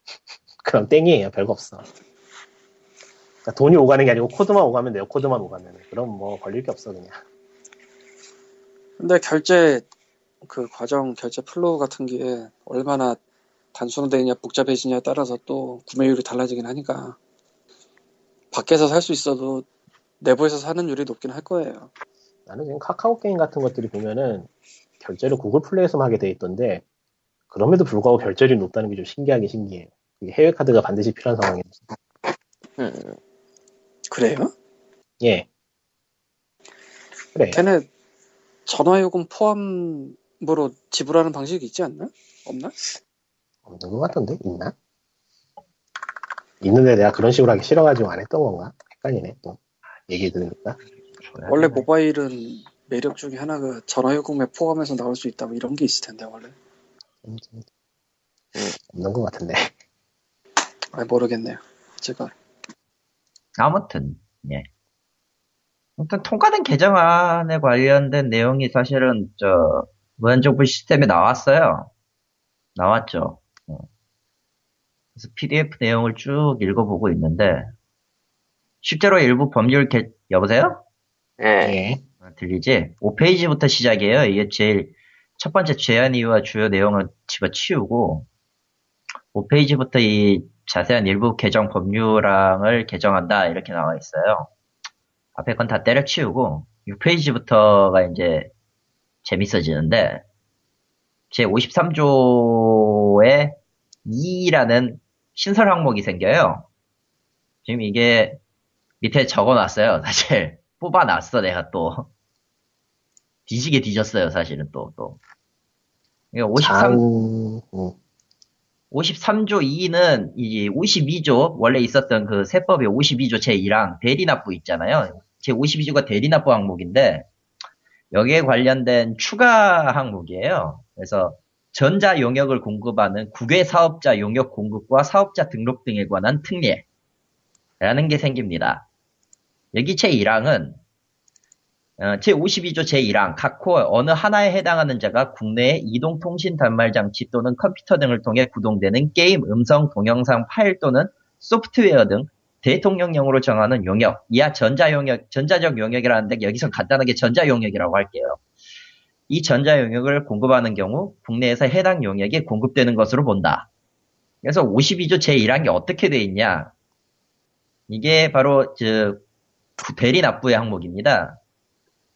[laughs] 그럼 땡이에요. 별거 없어. 그러니까 돈이 오가는 게 아니고 코드만 오가면 돼요. 코드만 오가면 그럼 뭐 걸릴 게 없어 그냥.
근데 결제 그 과정 결제 플로우 같은 게 얼마나 단순되느냐 복잡해지냐에 따라서 또 구매율이 달라지긴 하니까 밖에서 살 수 있어도 내부에서 사는 율이 높긴 할 거예요.
나는 지금 카카오 게임 같은 것들이 보면은 결제를 구글 플레이에서만 하게 돼 있던데 그럼에도 불구하고 결제율이 높다는 게 좀 신기하게 신기해요. 이게 해외 카드가 반드시 필요한 상황이에요.
음,
그래요?
예. 그래.
걔네 전화요금 포함으로 지불하는 방식이 있지 않나? 없나?
없는 것 같던데? 있나? 있는데 내가 그런 식으로 하기 싫어가지고 안 했던 건가? 헷갈리네, 또. 얘기 들으니까.
줘야
원래
되나?
뭐- 모바일은 매력 중에 하나가 전화요금에 포함해서 나올 수 있다 뭐 이런 게 있을 텐데 원래.
아무튼 없는 것 같은데.
아 모르겠네요. 제가
아무튼, 예. 아무튼 통과된 개정안에 관련된 내용이 사실은 저 무한정부 시스템에 나왔어요. 나왔죠. 어. 그래서 PDF 내용을 쭉 읽어보고 있는데 실제로 일부 법률 개 여보세요?
예.
예.
어, 들리지? 5페이지부터 시작이에요. 이게 제일 첫 번째 제안 이유와 주요 내용을 집어치우고 뭐 5페이지부터 이 자세한 일부 개정 법률항을 개정한다 이렇게 나와 있어요. 앞에 건 다 때려치우고 6페이지부터가 이제 재밌어지는데 제 53조에 2라는 신설 항목이 생겨요. 지금 이게 밑에 적어놨어요. [laughs] 사실 뽑아놨어 내가 또 뒤지게 뒤졌어요. 사실은 또 또. 이거 53
장- 음,
53조 2는 이 52조 원래 있었던 그 세법의 52조 제1항 대리납부 있잖아요. 제52조가 대리납부 항목인데 여기에 관련된 추가 항목이에요. 그래서 전자 용역을 공급하는 국외 사업자 용역 공급과 사업자 등록 등에 관한 특례라는 게 생깁니다. 여기 제1항은 어, 제52조 제1항 각 코어 어느 하나에 해당하는 자가 국내의 이동통신 단말장치 또는 컴퓨터 등을 통해 구동되는 게임, 음성, 동영상 파일 또는 소프트웨어 등 대통령령으로 정하는 용역, 이하 전자용역, 전자적 용역이라는데 여기서 간단하게 전자용역이라고 할게요. 이 전자용역을 공급하는 경우 국내에서 해당 용역이 공급되는 것으로 본다. 그래서 52조 제1항이 어떻게 돼 있냐? 이게 바로 즉 대리납부의 항목입니다.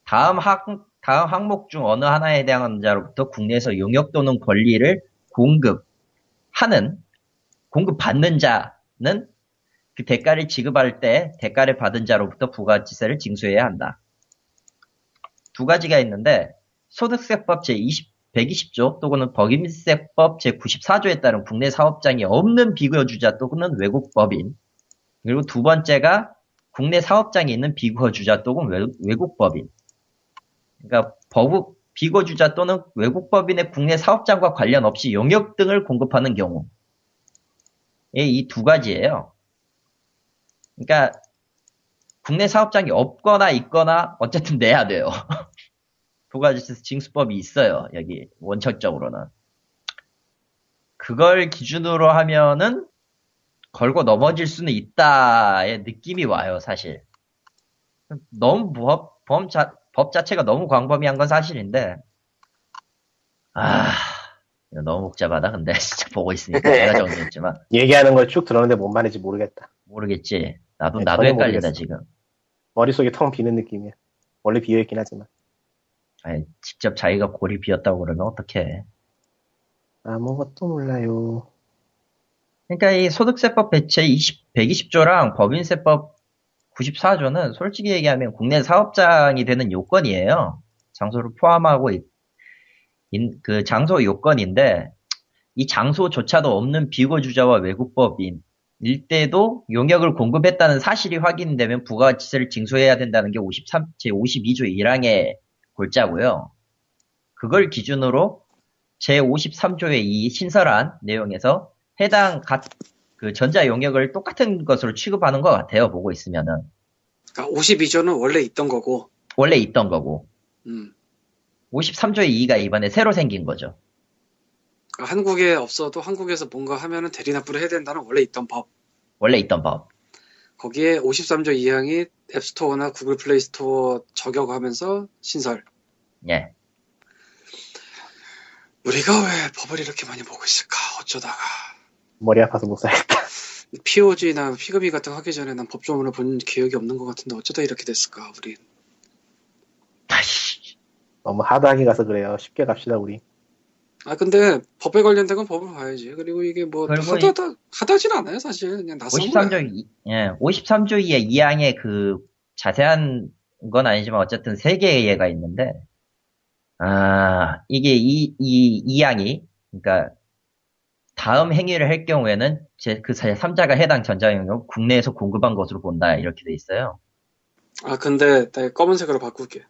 다음 항, 다음 항목 중 어느 하나에 해당하는 자로부터 국내에서 용역 또는 권리를 공급하는, 공급받는 자는 그 대가를 지급할 때 대가를 받은 자로부터 부가지세를 징수해야 한다. 두 가지가 있는데, 소득세법 제20, 120조 또는 법인세법 제94조에 따른 국내 사업장이 없는 비거주자 또는 외국 법인. 그리고 두 번째가 국내 사업장이 있는 비거주자 또는 외- 외국 법인. 그러니까 법국 비거주자 또는 외국 법인의 국내 사업장과 관련 없이 용역 등을 공급하는 경우. 예, 이 두 가지예요. 그러니까 국내 사업장이 없거나 있거나 어쨌든 내야 돼요. [laughs] 두 가지 징수법이 있어요. 여기 원칙적으로는. 그걸 기준으로 하면은 걸고 넘어질 수는 있다의 느낌이 와요, 사실. 너무 법, 범 자, 법 자체가 너무 광범위한 건 사실인데, 아, 이거 너무 복잡하다. 근데 [laughs] 진짜 보고 있으니까 제가 정리했지만,
얘기하는 걸 쭉 들었는데 뭔 말인지 모르겠다.
모르겠지. 나도,
네,
나도
전혀
헷갈리다,
모르겠어요.
지금.
머릿속이 텅 비는 느낌이야. 원래 비어있긴 하지만.
아니, 직접 자기가 골이 비었다고 그러면 어떡해.
아무것도 몰라요.
그러니까 이 소득세법 배체 20, 120조랑 법인세법 94조는 솔직히 얘기하면 국내 사업장이 되는 요건이에요. 장소를 포함하고 있- 인- 그 장소 요건인데 이 장소조차도 없는 비고주자와 외국법인 일대도 용역을 공급했다는 사실이 확인되면 부가지세를 징수해야 된다는 게 53, 제 52조 1항의 골자고요. 그걸 기준으로 제 53조의 이 신설한 내용에서 해당 가- 그 전자 용역을 똑같은 것으로 취급하는 것 같아요. 보고 있으면은
그러니까 52조는 원래 있던 거고.
원래 있던 거고
음.
53조의 2가 이번에 새로 생긴 거죠.
그러니까 한국에 없어도 한국에서 뭔가 하면은 대리납부를 해야 된다는 원래 있던 법.
원래 있던 법.
거기에 53조 2항이 앱스토어나 구글 플레이스토어 저격하면서 신설.
예.
우리가 왜 법을 이렇게 많이 보고 있을까? 어쩌다가.
머리 아파서 못 살겠다.
POG나 피그미 같은 거 하기 전에 난 법조문을 본 기억이 없는 것 같은데 어쩌다 이렇게 됐을까? 우리
다시.
너무 하드하게 가서 그래요. 쉽게 갑시다, 우리.
아 근데 법에 관련된 건 법을 봐야지. 그리고 이게 뭐
결국은
하다다 하다진 않아요 사실. 그냥 낯선 거야.
53조 2, 예. 53조 2의 2항에 그 자세한 건 아니지만 어쨌든 세 개의 예가 있는데 아 이게 이 이 2항이 그러니까 다음 행위를 할 경우에는 제그 3자가 해당 전자 용역 국내에서 공급한 것으로 본다 이렇게 돼 있어요.
아 근데 나 검은색으로 바꿀게.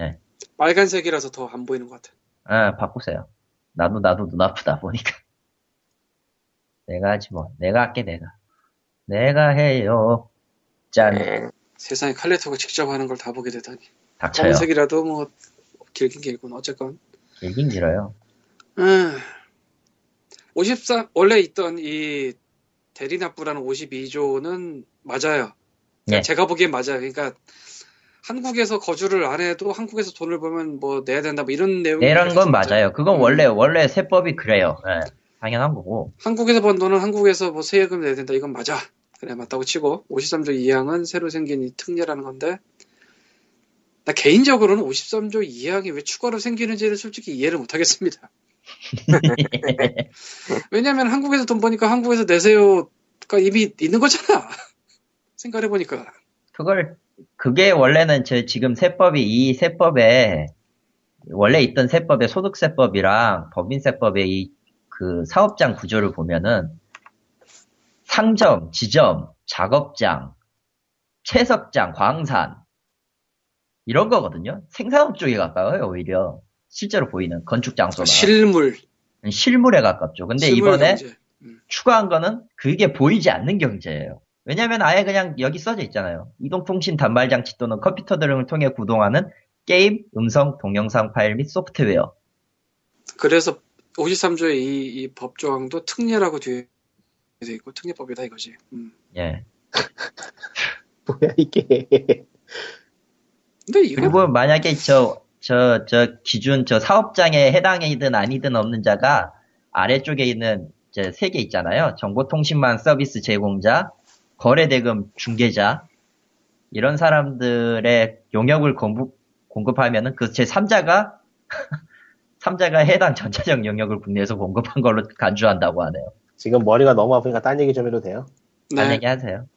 예.
빨간색이라서 더 안 보이는 것 같아.
아, 바꾸세요. 나도, 나도 눈 아프다 보니까. [laughs] 내가 하지 뭐. 내가 할게, 내가. 내가 해요. 짠.
네.
예.
세상에 칼레토가 직접 하는 걸 다 보게 되다니.
닥쳐요.
검색이라도 뭐 길긴 길군 어쨌건.
길긴 길어요.
음. 53 원래 있던 이 대리납부라는 52조는 맞아요.
예.
제가 보기엔 맞아요. 그러니까 한국에서 거주를 안 해도 한국에서 돈을 벌면 뭐 내야 된다 뭐 이런 내용이
이런 건
있었죠.
맞아요. 그건
음.
원래 원래 세법이 그래요. 예, 당연한 거고.
한국에서 번 돈은 한국에서 뭐 세금 내야 된다 이건 맞아 그래 맞다고 치고 53조 2항은 새로 생긴 이 특례라는 건데 나 개인적으로는 53조 2항이 왜 추가로 생기는지를 솔직히
[laughs]
이해를 못하겠습니다 왜냐면 하 한국에서 돈 버니까 한국에서 내세요가 이미 있는 거잖아 생각해보니까
그걸 그게 원래는 제 지금 세법이 이 세법에 원래 있던 세법의 소득세법이랑 법인세법의 이 그 사업장 구조를 보면은 상점, 지점, 작업장, 채석장, 광산 이런 거거든요. 생산업 쪽에 가까워요 오히려 실제로 보이는 건축 장소나
실물
실물에 가깝죠. 근데
실물
이번에
경제.
추가한 거는 그게 보이지 않는 경제예요. 왜냐면 아예 그냥 여기 써져 있잖아요. 이동통신 단말장치 또는 컴퓨터 등을 통해 구동하는 게임, 음성, 동영상 파일 및 소프트웨어.
그래서 53조의 이, 이 법조항도 특례라고 뒤에 돼 있고 특례법이다 이거지 음.
예.
뭐야 이게 [laughs]
근데 이거
그리고 만약에 저, 저, 저 기준, 저 사업장에 해당이든 아니든 없는 자가 아래쪽에 있는 이제 세 개 있잖아요. 정보통신망 서비스 제공자, 거래대금 중개자, 이런 사람들의 용역을 공급, 공급하면은 그 제 3자가, [laughs] 3자가 해당 전자적 용역을 국내에서 공급한 걸로 간주한다고 하네요.
지금 머리가 너무 아프니까 딴 얘기 좀 해도 돼요?
딴
네.
얘기 하세요.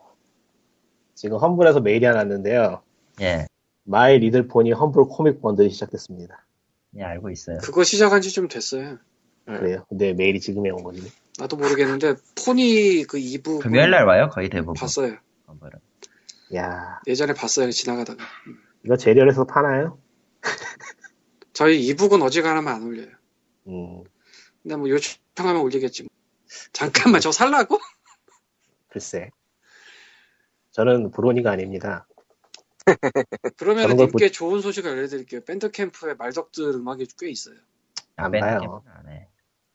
지금 험블에서 메일이 하나 왔는데요.
예.
마이 리들폰이 험블 코믹 번들이 시작됐습니다.
예, 알고 있어요.
그거 시작한 지 좀 됐어요.
그래요. 근데 메일이 지금에 온 거지.
나도 모르겠는데 폰이 그 2부
금요일날 와요, 거의 대부분.
봤어요.
건물은.
야
예전에 봤어요 지나가다가.
이거 재료에서 파나요?
저희 2부는 어지간하면 안 올려요.
음,
근데 뭐 요청하면 올리겠지. 뭐. 잠깐만 저 살라고? [laughs]
글쎄. 저는 브로니가 아닙니다.
그러면
그런 걸
님께 좋은 소식을 알려드릴게요. 밴드 캠프에 말덕들 음악이 꽤 있어요.
아,
안
밴드
봐요.
캠프는 안 해.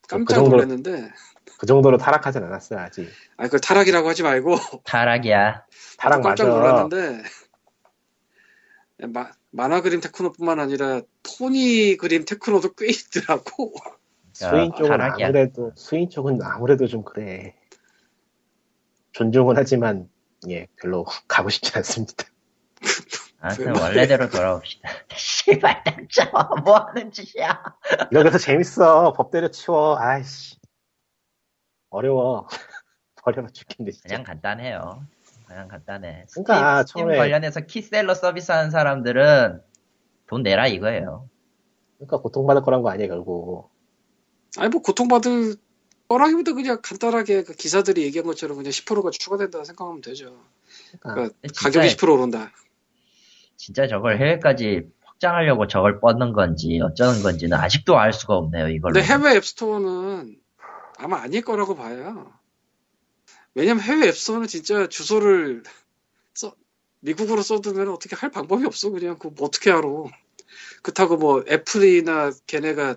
깜짝
그 정도-
놀랐는데.
그 정도로 타락하진 않았어요, 아직.
아 그걸 타락이라고 하지 말고
타락이야.
[laughs] 타락 맞아.
깜짝 놀랐는데. 예, 마, 만화 그림 테크노뿐만 아니라 포니 그림 테크노도 꽤 있더라고.
스윙 쪽은
타락이야.
아무래도, 스윙 쪽은 아무래도 좀 그래. 존중은 하지만, 예, 별로 가고 싶지 않습니다. [laughs]
아무튼
그만.
원래대로 돌아옵시다. [laughs] 씨발 닥쳐 뭐 하는 짓이야.
이거 그래서 재밌어. 법대로 치워. 아이씨. 어려워. [laughs] 버려라 죽겠네, 진짜.
그냥 간단해요. 그냥 간단해. 스팀,
그러니까
스팀
처음에-
관련해서 키셀러 서비스하는 사람들은 돈 내라 이거예요.
그러니까 고통받을 거란 거 아니야, 결국.
아니 뭐 고통받을 거라기보다 그냥 간단하게 그 기사들이 얘기한 것처럼 그냥 10%가 추가된다 생각하면 되죠.
그러니까
근데 진짜,
가격이 10% 오른다.
진짜 저걸 해외까지 확장하려고 저걸 뻗는 건지 어쩌는 건지는 아직도 알 수가 없네요. 이걸로.
근데 해외 앱스토어는 아마 아닐 거라고 봐요. 왜냐면 해외 앱스토어는 진짜 주소를 써- 미국으로 써두면 어떻게 할 방법이 없어 그냥 그거 뭐 어떻게 알아. 그렇다고 뭐 애플이나 걔네가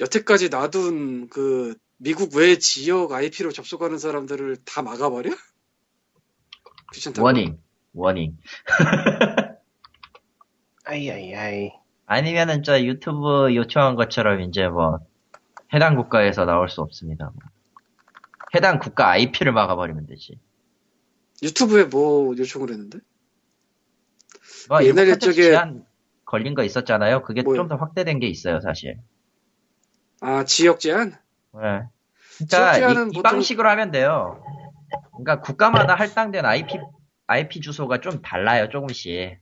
여태까지 놔둔 그 미국 외 지역 IP로 접속하는 사람들을 다 막아버려? 귀찮다.
워닝. 워닝.
아이아이아이.
아니면은 저 유튜브 요청한 것처럼 이제 뭐 해당 국가에서 나올 수 없습니다. 뭐. 해당 국가 IP를 막아버리면 되지.
유튜브에 뭐 요청을 했는데?
뭐
옛날
일본 컨텐츠
옛적에-
제한 걸린 거 있었잖아요. 그게
뭐요?
좀 더 확대된 게 있어요, 사실.
아 지역 제한?
예. 그러니까 이,
지역제한은
이
보통-
방식으로 하면 돼요. 그러니까 국가마다 할당된 IP IP 주소가 좀 달라요, 조금씩.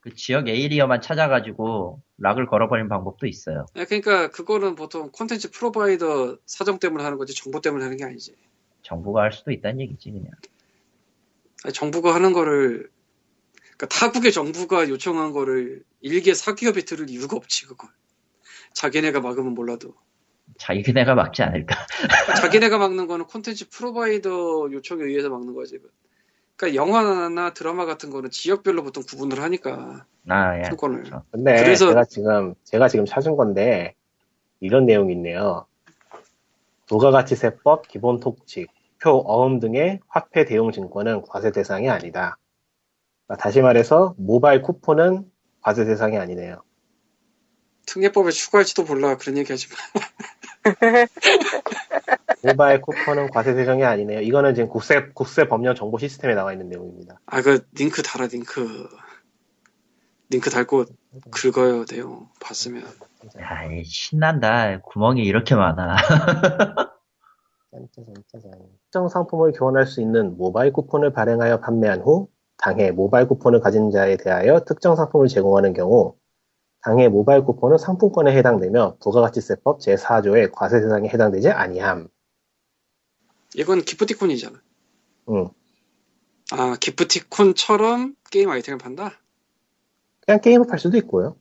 그 지역 에이리어만 찾아가지고 락을 걸어버린 방법도 있어요.
아, 그러니까 그거는 보통 콘텐츠 프로바이더 사정 때문에 하는 거지 정보 때문에 하는 게 아니지.
정부가 할 수도 있다는 얘기지 그냥.
아니, 정부가 하는 거를 그러니까 타국의 정부가 요청한 거를 일개 사기업이 들을 이유가 없지 그걸. 자기네가 막으면 몰라도 그러니까
자기네가 막지 않을까.
자기네가 막는 거는 콘텐츠 프로바이더 요청에 의해서 막는 거지. 그러니까 영화나 드라마 같은 거는 지역별로 보통 구분을 하니까
아, 예.
상권을.
근데
그래서-
제가 지금 제가 지금 찾은 건데 이런 내용이 있네요. 부가가치세법, 기본 통칙, 표 어음 등의 화폐 대용 증권은 과세 대상이 아니다. 그러니까 다시 말해서 모바일 쿠폰은 과세 대상이 아니네요.
특례법에 추가할지도 몰라 그런 얘기하지 마.
모바일 쿠폰은 과세 대상이 아니네요. 이거는 지금 국세 국세 법령 정보 시스템에 나와 있는 내용입니다.
아그 링크 달아 링크. 링크 달고 긁어요 돼요. 봤으면.
야, 이 신난다. 구멍이 이렇게 많아.
짠짜잔짜잔. 특정 상품을 교환할 수 있는 모바일 쿠폰을 발행하여 판매한 후 당해 모바일 쿠폰을 가진 자에 대하여 특정 상품을 제공하는 경우 당해 모바일 쿠폰은 상품권에 해당되며 부가가치세법 제4조의 과세 대상에 해당되지 아니함.
이건 기프티콘이잖아.
응.
아 기프티콘처럼 게임 아이템을 판다.
그냥 게임을 팔 수도 있고요.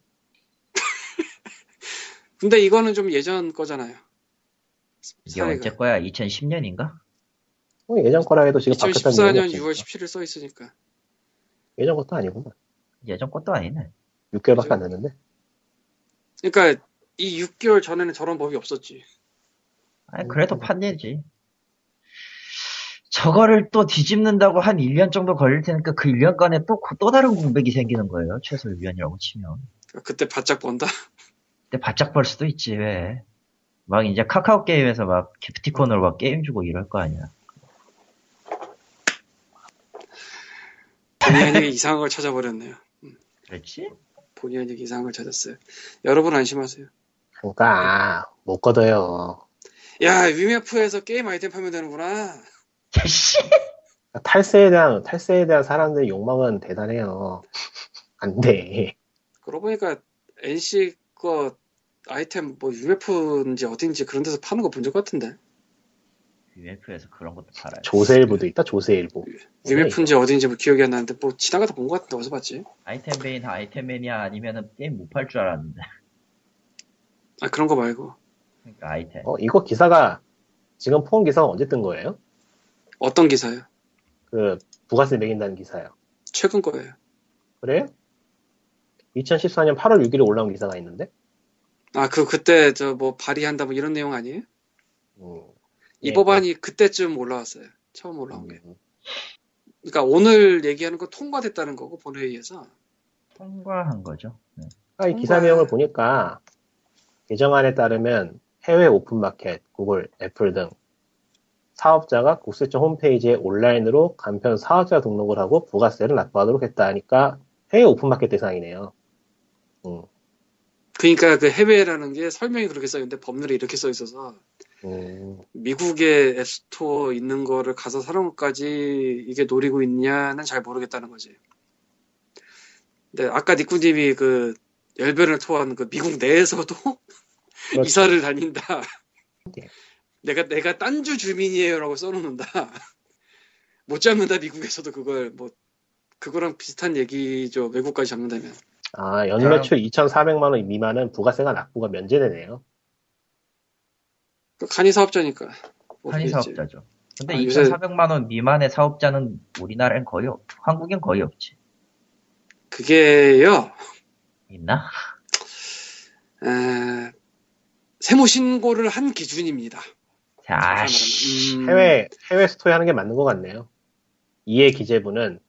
근데 이거는 좀 예전 거잖아요.
이게 언제 거야? 2010년인가?
뭐 예전 거라 해도 지금 바뀌었다는 얘기 없으니까.
2014년 6월 17일 써 있으니까.
예전 것도 아니구나.
예전 것도 아니네.
6개월밖에 안 됐는데.
그러니까 이 6개월 전에는 저런 법이 없었지. 음.
아니, 그래도 판례지. 저거를 또 뒤집는다고 한 1년 정도 걸릴 테니까 그 1년간에 또, 또 다른 공백이 생기는 거예요. 최소 1년이라고 치면.
그때 바짝 번다. [laughs]
근데 바짝 벌 수도 있지, 왜. 막 이제 카카오 게임에서 막 기프티콘으로 막 게임 주고 이럴 거 아니야.
본의 아니게 이상한 걸 찾아버렸네요.
그렇지?
본의 아니게 이상한 걸 찾았어요. 여러분 안심하세요.
그러니까 못 걷어요.
야 위메프에서 게임 아이템 파면 되는구나.
씨!
그러니까 탈세에 대한 탈세에 대한 사람들의 욕망은 대단해요. 안 돼.
그러고 보니까 NC 거 아이템 뭐 UMF인지 어딘지 그런 데서 파는 거 본 적 같은데
UF에서 그런 것도 팔아요.
조세일보도 있다. 조세일보. 네.
UMF인지 어딘지 뭐 기억이 안 나는데 뭐 지나가다 본 것 같은데 어디서 봤지?
아이템 베인, 아이템 매니아 아니면은 게임 못 팔 줄 알았는데.
아 그런 거 말고
그러니까 아이템.
어, 이거 기사가 지금 포옹 기사가 언제 뜬 거예요?
어떤 기사요?
그 부가세 매긴다는 기사요.
최근 거예요.
그래요? 2014년 8월 6일에 올라온 기사가 있는데.
아 그 그때 저 뭐 발의한다 뭐 이런 내용 아니에요?
음,
이
네,
법안이 그때쯤 올라왔어요. 처음 올라온 게.
음,
그러니까 오늘 얘기하는 건 통과됐다는 거고 본회의에서
통과한 거죠. 네.
아, 이 기사 내용을 보니까 개정안에 따르면 해외 오픈마켓, 구글, 애플 등 사업자가 국세청 홈페이지에 온라인으로 간편 사업자 등록을 하고 부가세를 납부하도록 했다 하니까 해외 오픈마켓 대상이네요. 음,
그러니까 그 해외라는 게 설명이 그렇게 써 있는데 법률에 이렇게 써 있어서
음,
미국의 앱스토어 있는 거를 가서 사는 것까지 이게 노리고 있냐는 잘 모르겠다는 거지. 근데 아까 니꾸님이 그 열변을 토한 그 미국 내에서도
그렇죠.
이사를 다닌다.
네.
내가 내가 딴주 주민이에요라고 써놓는다. [laughs] 못 잡는다 미국에서도 그걸 뭐 그거랑 비슷한 얘기죠 외국까지 잡는다면.
아, 연매출 2,400만 원 미만은 부가세가 납부가 면제되네요.
그 간이 사업자니까.
한인
모르겠지.
사업자죠. 근데
뭐 아, 요새-
2,400만 원 미만의 사업자는 우리나라엔 거의 없, 한국엔 거의 없지.
그게요.
있나?
에, 세무 신고를 한 기준입니다.
아씨.
음,
해외, 해외 스토어 하는 게 맞는 것 같네요. 이에 기재부는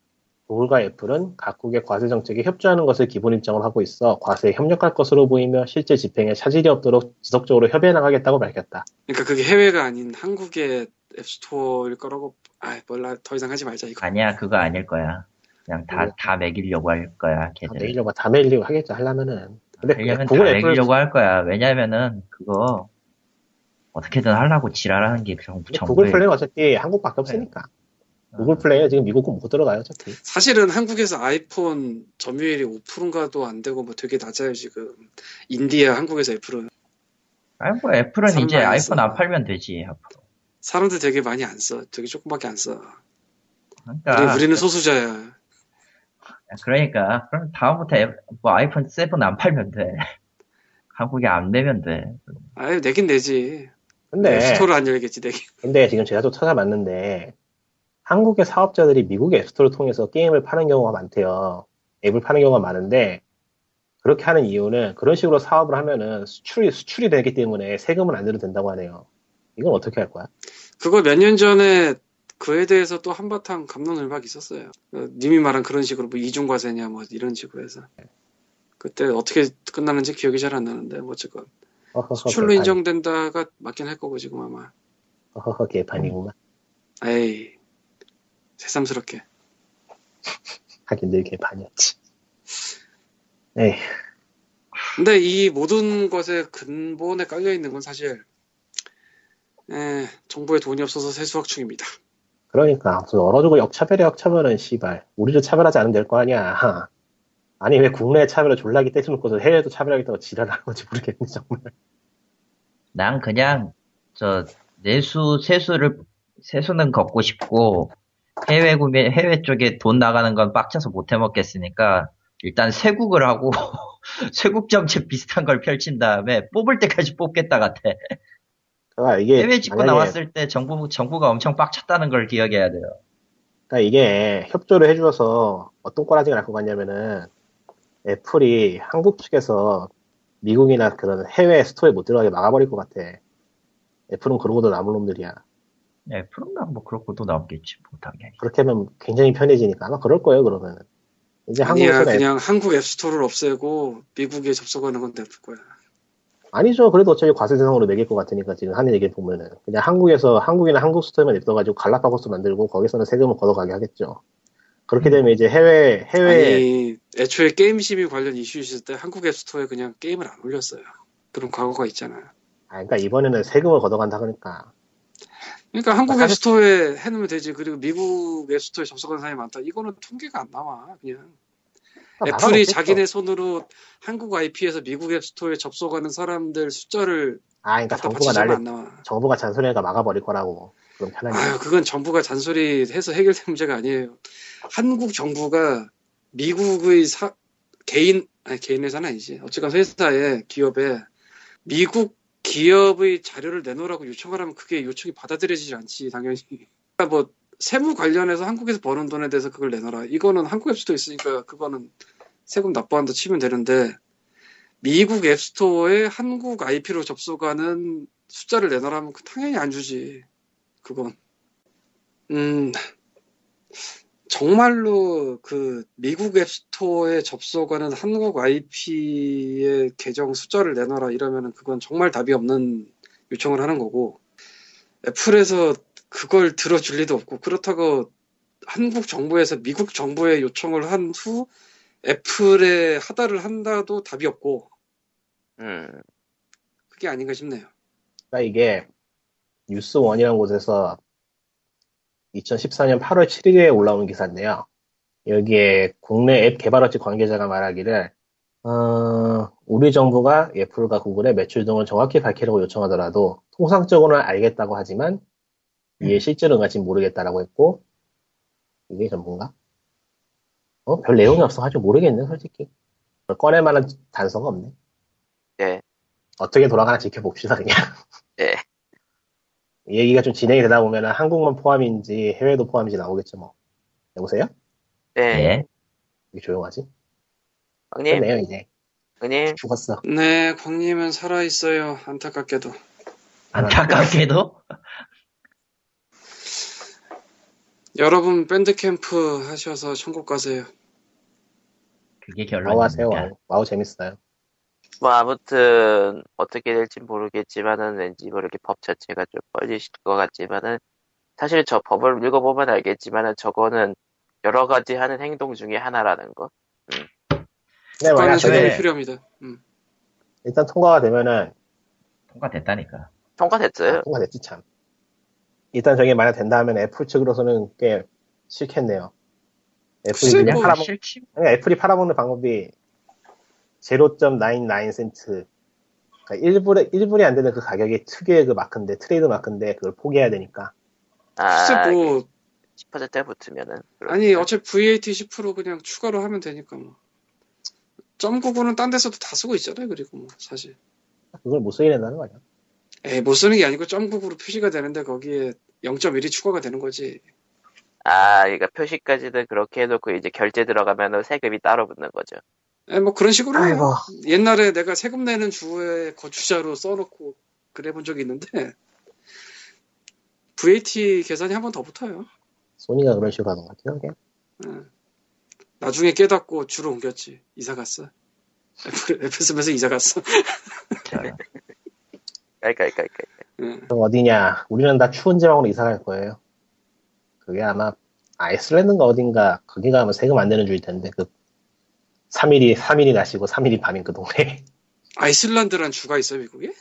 구글과 애플은 각국의 과세 정책에 협조하는 것을 기본 입장을 하고 있어 과세에 협력할 것으로 보이며 실제 집행에 차질이 없도록 지속적으로 협의해 나가겠다고 밝혔다.
그러니까 그게 해외가 아닌 한국의 앱스토어일 거라고 아 몰라 더 이상 하지 말자 이거
아니야, 그거 아닐 거야. 그냥 다,
몰라.
다 매기려고 할 거야,
다
걔들.
매일려고, 아, 다 매일려고 하겠죠, 하려면은. 근데
매기려면 네. 다
구글 애플,
매기려고 할 거야. 왜냐면은, 그거, 어떻게든 하려고 지랄하는 게 정,
근데
정부의.
구글
네. 아.
플레이는 어차피 한국밖에 없으니까. 구글 플레이는 지금 미국 못 들어가요, 어차피.
사실은 한국에서 아이폰 점유율이 5%인가도 안 되고 뭐 되게 낮아요 지금 인디아 한국에서 애플은
아니, 뭐, 애플은
삼만
이제
원
아이폰 안
쓰나.
팔면 되지, 앞으로.
사람들 되게 많이 안 써 되게 조금밖에 안써
그러니까,
우리는 소수자야
그러니까. 그럼 다음부터 애, 뭐, 아이폰 7 안 팔면 돼. [laughs] 한국에 안 내면 돼.
아유 내긴 내지 네,
근데,
네,
앱스토어를 안 열겠지 내긴 [laughs]
근데 지금 제가 또 찾아봤는데 한국의 사업자들이 미국의 앱스토어를 통해서 게임을 파는 경우가 많대요. 앱을 파는 경우가 많은데 그렇게 하는 이유는 그런 식으로 사업을 하면은 수출이 수출이 되기 때문에 세금을 안 내도 된다고 하네요. 이건 어떻게 할 거야?
그거 몇 년 전에 그에 대해서 또 한바탕 감론을박 있었어요. 그 님이 말한 그런 식으로 뭐 이중과세냐 뭐 이런 식으로 해서 그때 어떻게 끝나는지 기억이 잘 안 나는데 뭐 어쨌건
허허허,
수출로
개판.
인정된다가 맞긴 할 거고 지금 아마
허허허 개판이구만.
에이 새삼스럽게
하긴 늘 개판이었지. 에이
근데 이 모든 것의 근본에 깔려 있는 건 사실 에, 정부에 돈이 없어서 세수확충입니다.
그러니까 무슨 언어 적을 역차별에 역차별은 씨발 우리를 차별하지 않으면 될 거 아니야. [laughs] 아니 왜 국내 차별을 졸라기 떼쳐놓고서 해외도 차별하겠다고 지랄하는 건지 모르겠네 정말.
난 그냥 저 내수 세수를 세수는 걷고 싶고 해외 구매 해외 쪽에 돈 나가는 건 빡쳐서 못 해먹겠으니까 일단 세국을 하고 [laughs] 세국 정책 비슷한 걸 펼친 다음에 뽑을 때까지 뽑겠다 같아.
그러니까 이게
해외 짚고
만약에
나왔을 때 정부 정부가 엄청 빡쳤다는 걸 기억해야 돼요.
그러니까 이게 협조를 해줘서 어떤 꼬라지가 날 것 같냐면은 애플이 한국 측에서 미국이나 그런 해외 스토어에 못 들어가게 막아버릴 것 같아. 애플은 그러고도 남을 놈들이야.
예, 프로가 뭐 그렇고 또 나오겠지 뭐 못하게.
그렇게 하면 굉장히 편해지니까 아마 그럴 거예요 그러면은. 이제
아니야
한국에서는
그냥 한국 앱스토어를 없애고 미국에 접속하는 건 냅둘 거야.
아니죠. 그래도 어차피 과세 대상으로 매길 것 같으니까 지금 하는 얘기 보면은 그냥 한국에서 한국이나 한국 스토어만 냅둬가지고 갈라파고스 만들고 거기서는 세금을 걷어가게 하겠죠. 그렇게 되면 이제 해외 해외
음. 아니 애초에 게임 심의 관련 이슈 있을 때 한국 앱스토어에 그냥 게임을 안 올렸어요. 그런 과거가 있잖아.
아, 그러니까 이번에는 세금을 걷어간다 그러니까
그러니까 한국
사실-
앱스토어에 해놓으면 되지. 그리고 미국 앱스토어에 접속하는 사람이 많다. 이거는 통계가 안 나와 그냥. 애플이
막아놓겠죠.
자기네 손으로 한국 IP에서 미국 앱스토어에 접속하는 사람들 숫자를
아 그러니까
갖다
정부가
받치지만
난리
안 나와.
정부가 잔소리가 막아버릴 거라고 그럼 편하게
아유, 그건 정부가 잔소리 해서 해결된 문제가 아니에요. 한국 정부가 미국의 사, 개인, 아니, 개인 회사는 아니지. 어쨌건 회사에, 기업에, 미국 기업의 자료를 내놓으라고 요청을 하면 그게 요청이 받아들여지지 않지, 당연히. 그러니까 뭐, 세무 관련해서 한국에서 버는 돈에 대해서 그걸 내놔라. 이거는 한국 앱스토어 있으니까 그거는 세금 납부한다 치면 되는데, 미국 앱스토어에 한국 IP로 접속하는 숫자를 내놔라면 그 당연히 안 주지. 그건 음 정말로 그 미국 앱스토어에 접속하는 한국 IP의 계정 숫자를 내놔라 이러면은 그건 정말 답이 없는 요청을 하는 거고 애플에서 그걸 들어줄 리도 없고 그렇다고 한국 정부에서 미국 정부에 요청을 한 후 애플에 하달을 한다도 답이 없고
음,
그게 아닌가 싶네요.
그러니까 이게 뉴스원이라는 곳에서 2014년 8월 7일에 올라온 기사인데요. 여기에 국내 앱 개발업체 관계자가 말하기를 어, 우리 정부가 애플과 구글의 매출 등을 정확히 밝히라고 요청하더라도 통상적으로는 알겠다고 하지만
음.
이에 실제로 응할지 모르겠다라고 했고 이게 전부인가? 어, 별 내용이 없어가지고 모르겠네 솔직히 꺼낼 만한 단서가 없네
예.
어떻게 돌아가나 지켜봅시다 그냥
예.
이 얘기가 좀 진행이 되다 보면 한국만 포함인지 해외도 포함인지 나오겠죠 뭐 여보세요?
네.
예. 네.
이게 조용하지?
형님,
끝내요 이제
형님,
죽었어
네, 광님은 살아 있어요. 안타깝게도.
안타깝게도
여러분 밴드캠프 하셔서 천국 가세요.
그게
와우 하세요
결론입니다.
와우 와우 재밌어요
뭐 아무튼 어떻게 될지 모르겠지만은 왠지 모르게 법 자체가 좀 걸리실 것 같지만은 사실 저 법을 읽어보면 알겠지만은 저거는 여러 가지 하는 행동 중에 하나라는 거.
근데 네, 만약
국가는 세금이
그게-
그게
필요합니다. 음.
일단 통과가 되면은
통과됐다니까.
아,
통과됐어요.
통과됐지 참 일단 저게 만약 된다면 애플 측으로서는 꽤 싫겠네요 애플이
글쎄,
지금
그냥
뭐-
다
팔아먹
싫지.
아니, 애플이 팔아먹는 방법이 0.99센트 그러니까 1불에, 1불이 안 되는 그 가격이 특유의 그 마크인데 트레이드 마크인데 그걸 포기해야 되니까
아,
글쎄 뭐
10%대 붙으면은. 그렇-
아니 어차피 VAT 10% 그냥 추가로 하면 되니까 뭐. 점 구구는 딴 데서도 다 쓰고 있잖아요. 그리고 뭐 사실.
그걸 못 쓰게 된다는 거 아니야
에이, 못 쓰는 게 아니고 점 구구로 표시가 되는데 거기에 0.1이 추가가 되는 거지.
아, 그러니까 표시까지는 그렇게 해놓고 이제 결제 들어가면은 세금이 따로 붙는 거죠.
예, 뭐 그런 식으로
아이고.
옛날에 내가 세금 내는 주에 거주자로 써놓고 그래 본 적이 있는데 VAT 계산이 한 번 더 붙어요.
소니가 그런 식으로 하는 것 같아요. 그냥.
나중에 깨닫고 주로 옮겼지. 이사 갔어. [laughs] 애플, 애플 쓰면서 이사 갔어.
자,
깔깔깔깔.
예.
그럼 어디냐? 우리는 다 추운 지방으로 이사 갈 거예요. 그게 아마 아이슬란드인가 어딘가 거기 가면 세금 안 내는 주일 텐데 그 3일이 3일이 낮이고 3일이 밤인 그 동네 [laughs]
아이슬란드란 주가 있어요, 미국에?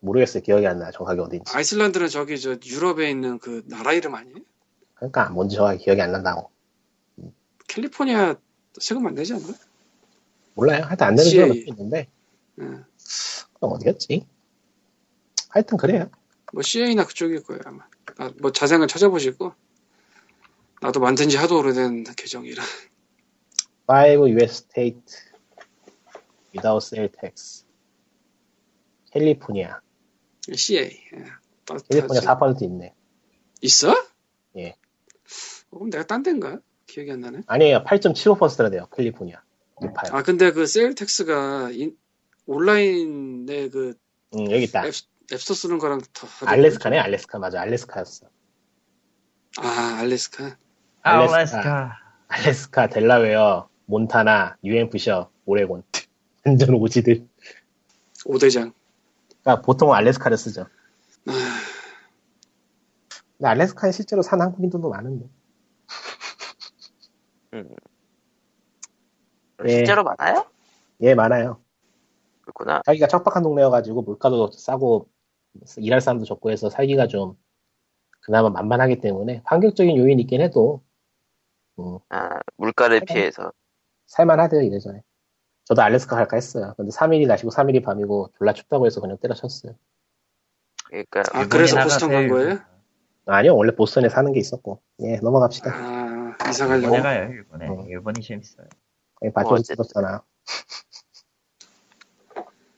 모르겠어요. 기억이 안 나. 정확하게 어딘지.
아이슬란드는 저기 저 유럽에 있는 그 나라 이름 아니에요?
그러니까 뭔지 정확히 기억이 안 난다고.
캘리포니아 세금 안 내지 않나?
몰라요. 하여튼 안 내는
CA.
주가 몇주 있는데
예.
그럼 어디였지? 하여튼 그래요.
뭐 CA나 그쪽일 거예요, 아마. 아, 뭐 자세한 건 찾아보시고. 나도 만든 지 하도 오래된 계정이라. [laughs]
5 US state without sale tax. 캘리포니아.
CA. 예. 따-
캘리포니아
따지-
4% 있네.
있어?
예.
어, 그럼 내가 딴 데인가? 기억이 안 나네.
아니에요. 8.75%라 돼요. 캘리포니아. 높아요.
아, 근데 그 세일텍스가 인- 온라인에 그
음, 여기 있다.
앱, 앱스토어 쓰는 거랑 더.
아, 알래스카네, 알래스카. 맞아, 알래스카였어.
아, 알래스카.
아, 알래스카.
알래스카, 델라웨어, 몬타나, 유엔부셔, 오레곤. [laughs] 완전 오지들.
오대장.
그러니까 보통 은 알래스카를 쓰죠. 근데 알래스카에 실제로 산 한국인들도 많은데. 네.
실제로 많아요?
예, 많아요.
그렇구나.
자기가 척박한 동네여가지고 물가도 싸고 일할 사람도 적고 해서 살기가 좀 그나마 만만하기 때문에 환경적인 요인이 있긴 해도
아, 물가를 피해서.
살만하대요, 이래저래. 저도 알래스카 갈까 했어요. 근데 3일이 낮이고 3일이 밤이고 졸라 춥다고 해서 그냥 때려쳤어요.
그러니까
아, 그래서
일본이나
보스턴 간
가세요.
거예요?
아니요, 원래 보스턴에 사는 게 있었고. 예, 넘어갑시다.
아, 이사
일본에
가려고.
가요, 일본에.
어.
일본이 재밌어요.
예,
뭐
발전이
어쨌든.
있었잖아.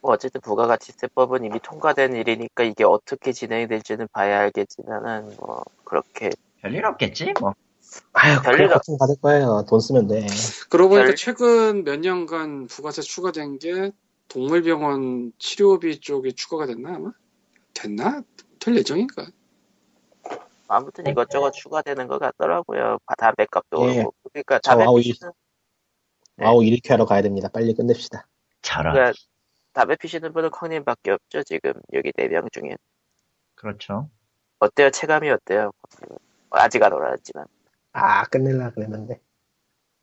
뭐 어쨌든 부가가치세법은 이미 통과된 일이니까 이게 어떻게 진행될지는 봐야 알겠지만은 뭐 그렇게
별일 없겠지, 뭐.
아유, 그래
별일 없-
걱정 받을 거예요. 돈 쓰면 돼.
그러고 보니까
별-
최근 몇 년간 부가세 추가된 게 동물병원 치료비 쪽에 추가가 됐나 아마? 됐나? 될 예정인가?
아무튼 이것저것 추가되는 것 같더라고요. 바- 담배값도
예.
오르고 그러니까
저 와우
담배피시는 네.
와우, 이렇게 하러 가야 됩니다. 빨리 끝냅시다.
저런.
그러니까 담배피시는 분은 콩님밖에 없죠 지금 여기 네 명 중에
그렇죠.
어때요 체감이 어때요? 콩님은? 아직 안 올라왔지만
아, 끝낼라 그랬는데.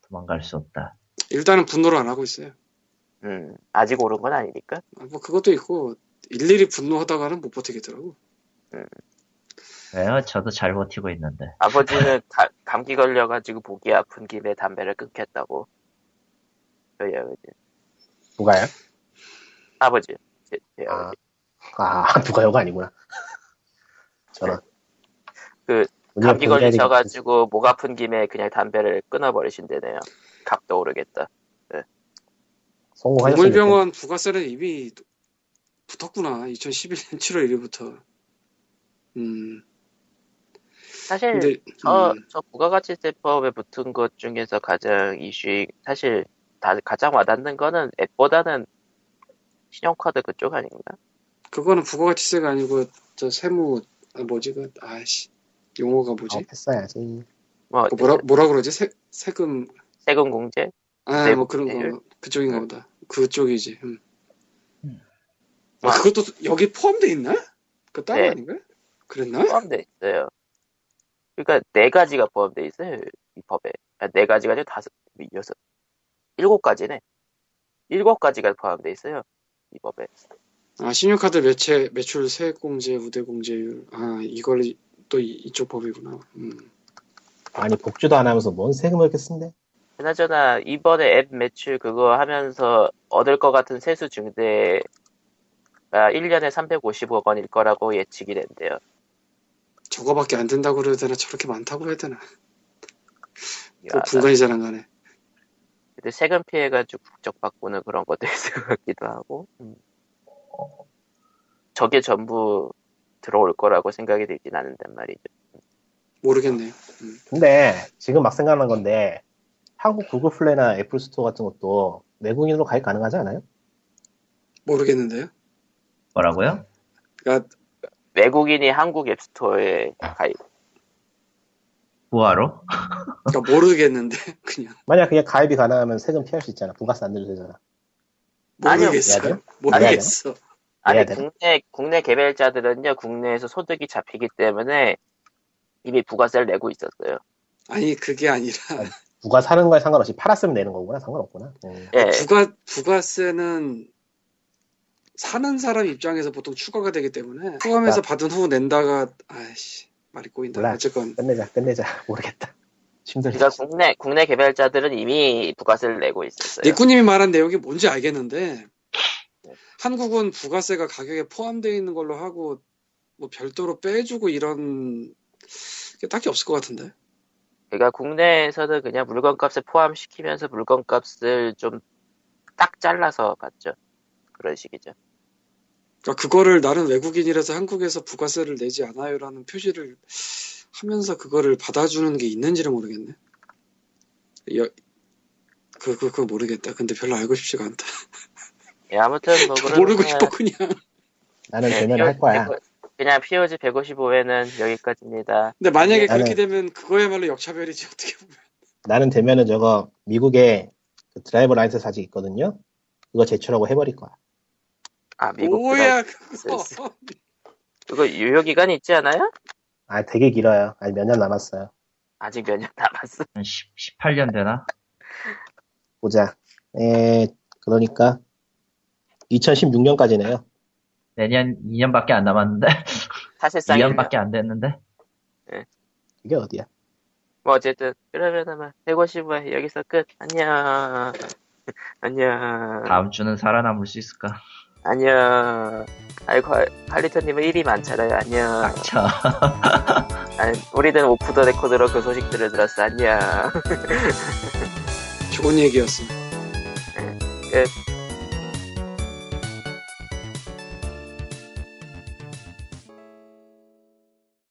도망갈 수 없다.
일단은 분노를 안 하고 있어요.
음 아직 오른 건 아니니까
아, 뭐 그것도 있고 일일이 분노하다가는 못 버티겠더라고.
왜요? 저도 잘 버티고 있는데.
아버지는 다- 감기 걸려가지고 목이 아픈 김에 담배를 끊겠다고 저희 아버지
누가요?
아버지 제, 제 아버지
아, 아 [laughs] 누가요가 아니구나. 저는.
그
우리가
감기
분리해야 되겠지.
걸리셔가지고 목 아픈 김에 그냥 담배를 끊어버리신대네요. 값도 오르겠다.
뭐 성공하셨으면 좋겠네.
동물병원 부가세는 이미 붙었구나. 2011년 7월 1일부터. 음.
사실
근데
저,
음,
저 부가가치세법에 붙은 것 중에서 가장 이슈 사실 다- 가장 와닿는 거는 앱보다는 신용카드 그쪽 아닌가?
그거는 부가가치세가 아니고 저 세무 아, 뭐지 그 아씨 용어가
아,
뭐지?
했어야지.
뭐
그 뭐라 뭐라 그러지? 세, 세금
세금 공제?
아
네,
뭐 그런
네.
거 그쪽인가 보다. 그쪽이지. 음.
음.
아, 그것도 여기 포함돼 있나? 그 따로
네.
아닌가? 그랬나?
포함돼 있어요. 그러니까 네 가지가 포함돼 있어요 이 법에. 아, 네 가지가 아니라 다섯, 여섯, 일곱 가지네. 일곱 가지가 포함돼 있어요 이 법에.
아, 신용카드 매체, 매출 세액공제, 우대공제율. 아, 이걸 또 이, 이쪽 법이구나. 음.
아니, 복주도 안 하면서 뭔 세금을 이렇게 쓴대?
그나저나 이번에 앱 매출 그거 하면서 얻을 것 같은 세수 증대가 1년에 350억 원일 거라고 예측이 된대요.
저거밖에 안 된다고 그래야 되나? 저렇게 많다고 해야 되나? 또그
야, 나
분간이 자랑가네.
그때 세금 피해가지고 국적 바꾸는 그런 것도 있을 것 같기도 하고. 음. 저게 전부 들어올 거라고 생각이 들진 않는단 말이죠.
모르겠네요.
근데 지금 막 생각난 건데 한국 구글 플레이나 애플 스토어 같은 것도 외국인으로 가입 가능하지 않아요?
모르겠는데요.
뭐라고요?
그러니까
외국인이 한국 앱스토어에 가입.
뭐하러?
그러니까 모르겠는데 [laughs] 그냥
만약 그게 가입이 가능하면 세금 피할 수 있잖아. 부가세 안 내도 되잖아.
아니요.
모르겠어.
해야 돼요?
모르겠어.
아니
해야 되나?
국내 국내 개발자들은요 국내에서 소득이 잡히기 때문에 이미 부가세를 내고 있었어요.
아니 그게 아니라
부가 사는 거에 상관없이 팔았으면 내는 거구나. 상관없구나. 음.
예.
부가 부가세는 사는 사람 입장에서 보통 추가가 되기 때문에 추가하면서 받은 후 낸다가 아이씨 말이 꼬인다.
몰라.
어쨌건
끝내자, 끝내자. [laughs] 모르겠다. 힘들다.
그러니까 국내 국내 개발자들은 이미 부가세를 내고 있었어요.
니꾸님이 말한 내용이 뭔지 알겠는데 한국은 부가세가 가격에 포함되어 있는 걸로 하고 뭐 별도로 빼주고 이런 게 딱히 없을 것 같은데
그러니까 국내에서는 그냥 물건값에 포함시키면서 물건값을 좀 딱 잘라서 갔죠. 그런 식이죠.
그러니까 그거를 나는 외국인이라서 한국에서 부가세를 내지 않아요라는 표시를 하면서 그거를 받아주는 게 있는지를 모르겠네. 여, 그, 그, 그거 모르겠다. 근데 별로 알고 싶지가 않다.
예, 아무튼 뭐
다
그런
모르고
그냥-
싶어, 그냥.
나는 [laughs]
예,
대면을 할 거야.
POG 100 그냥 POG 155회는 여기까지입니다.
[laughs] 근데 만약에
나는-
그렇게 되면 그거야말로 역차별이지, 어떻게 보면.
나는 대면은 저거 미국에 그 드라이브 라이센스 아직 있거든요. 그거 제출하고 해버릴 거야.
아 미국
뭐야,
있었어.
그거.
그거 유효 기간 있지 않아요?
아, 되게 길어요. 아직 몇 년 남았어요.
아직 몇 년 [laughs] 남았어.
한 10, 18년 되나?
보자. 에, 그러니까 2016년까지네요.
내년 2년밖에 안 남았는데? [laughs]
사실상
2년밖에 안 됐는데?
이게 어디야?
뭐 어쨌든 그러면은 155회 여기서 끝. 안녕. 안녕.
다음 주는 살아남을 수 있을까? [laughs]
안녕. 아이고 할리터님은 일이 많잖아요. 안녕.
닥쳐.
아니, 우리는 오프 더 레코드로 그 소식들을 들었어. 안녕.
좋은 얘기였어.
끝.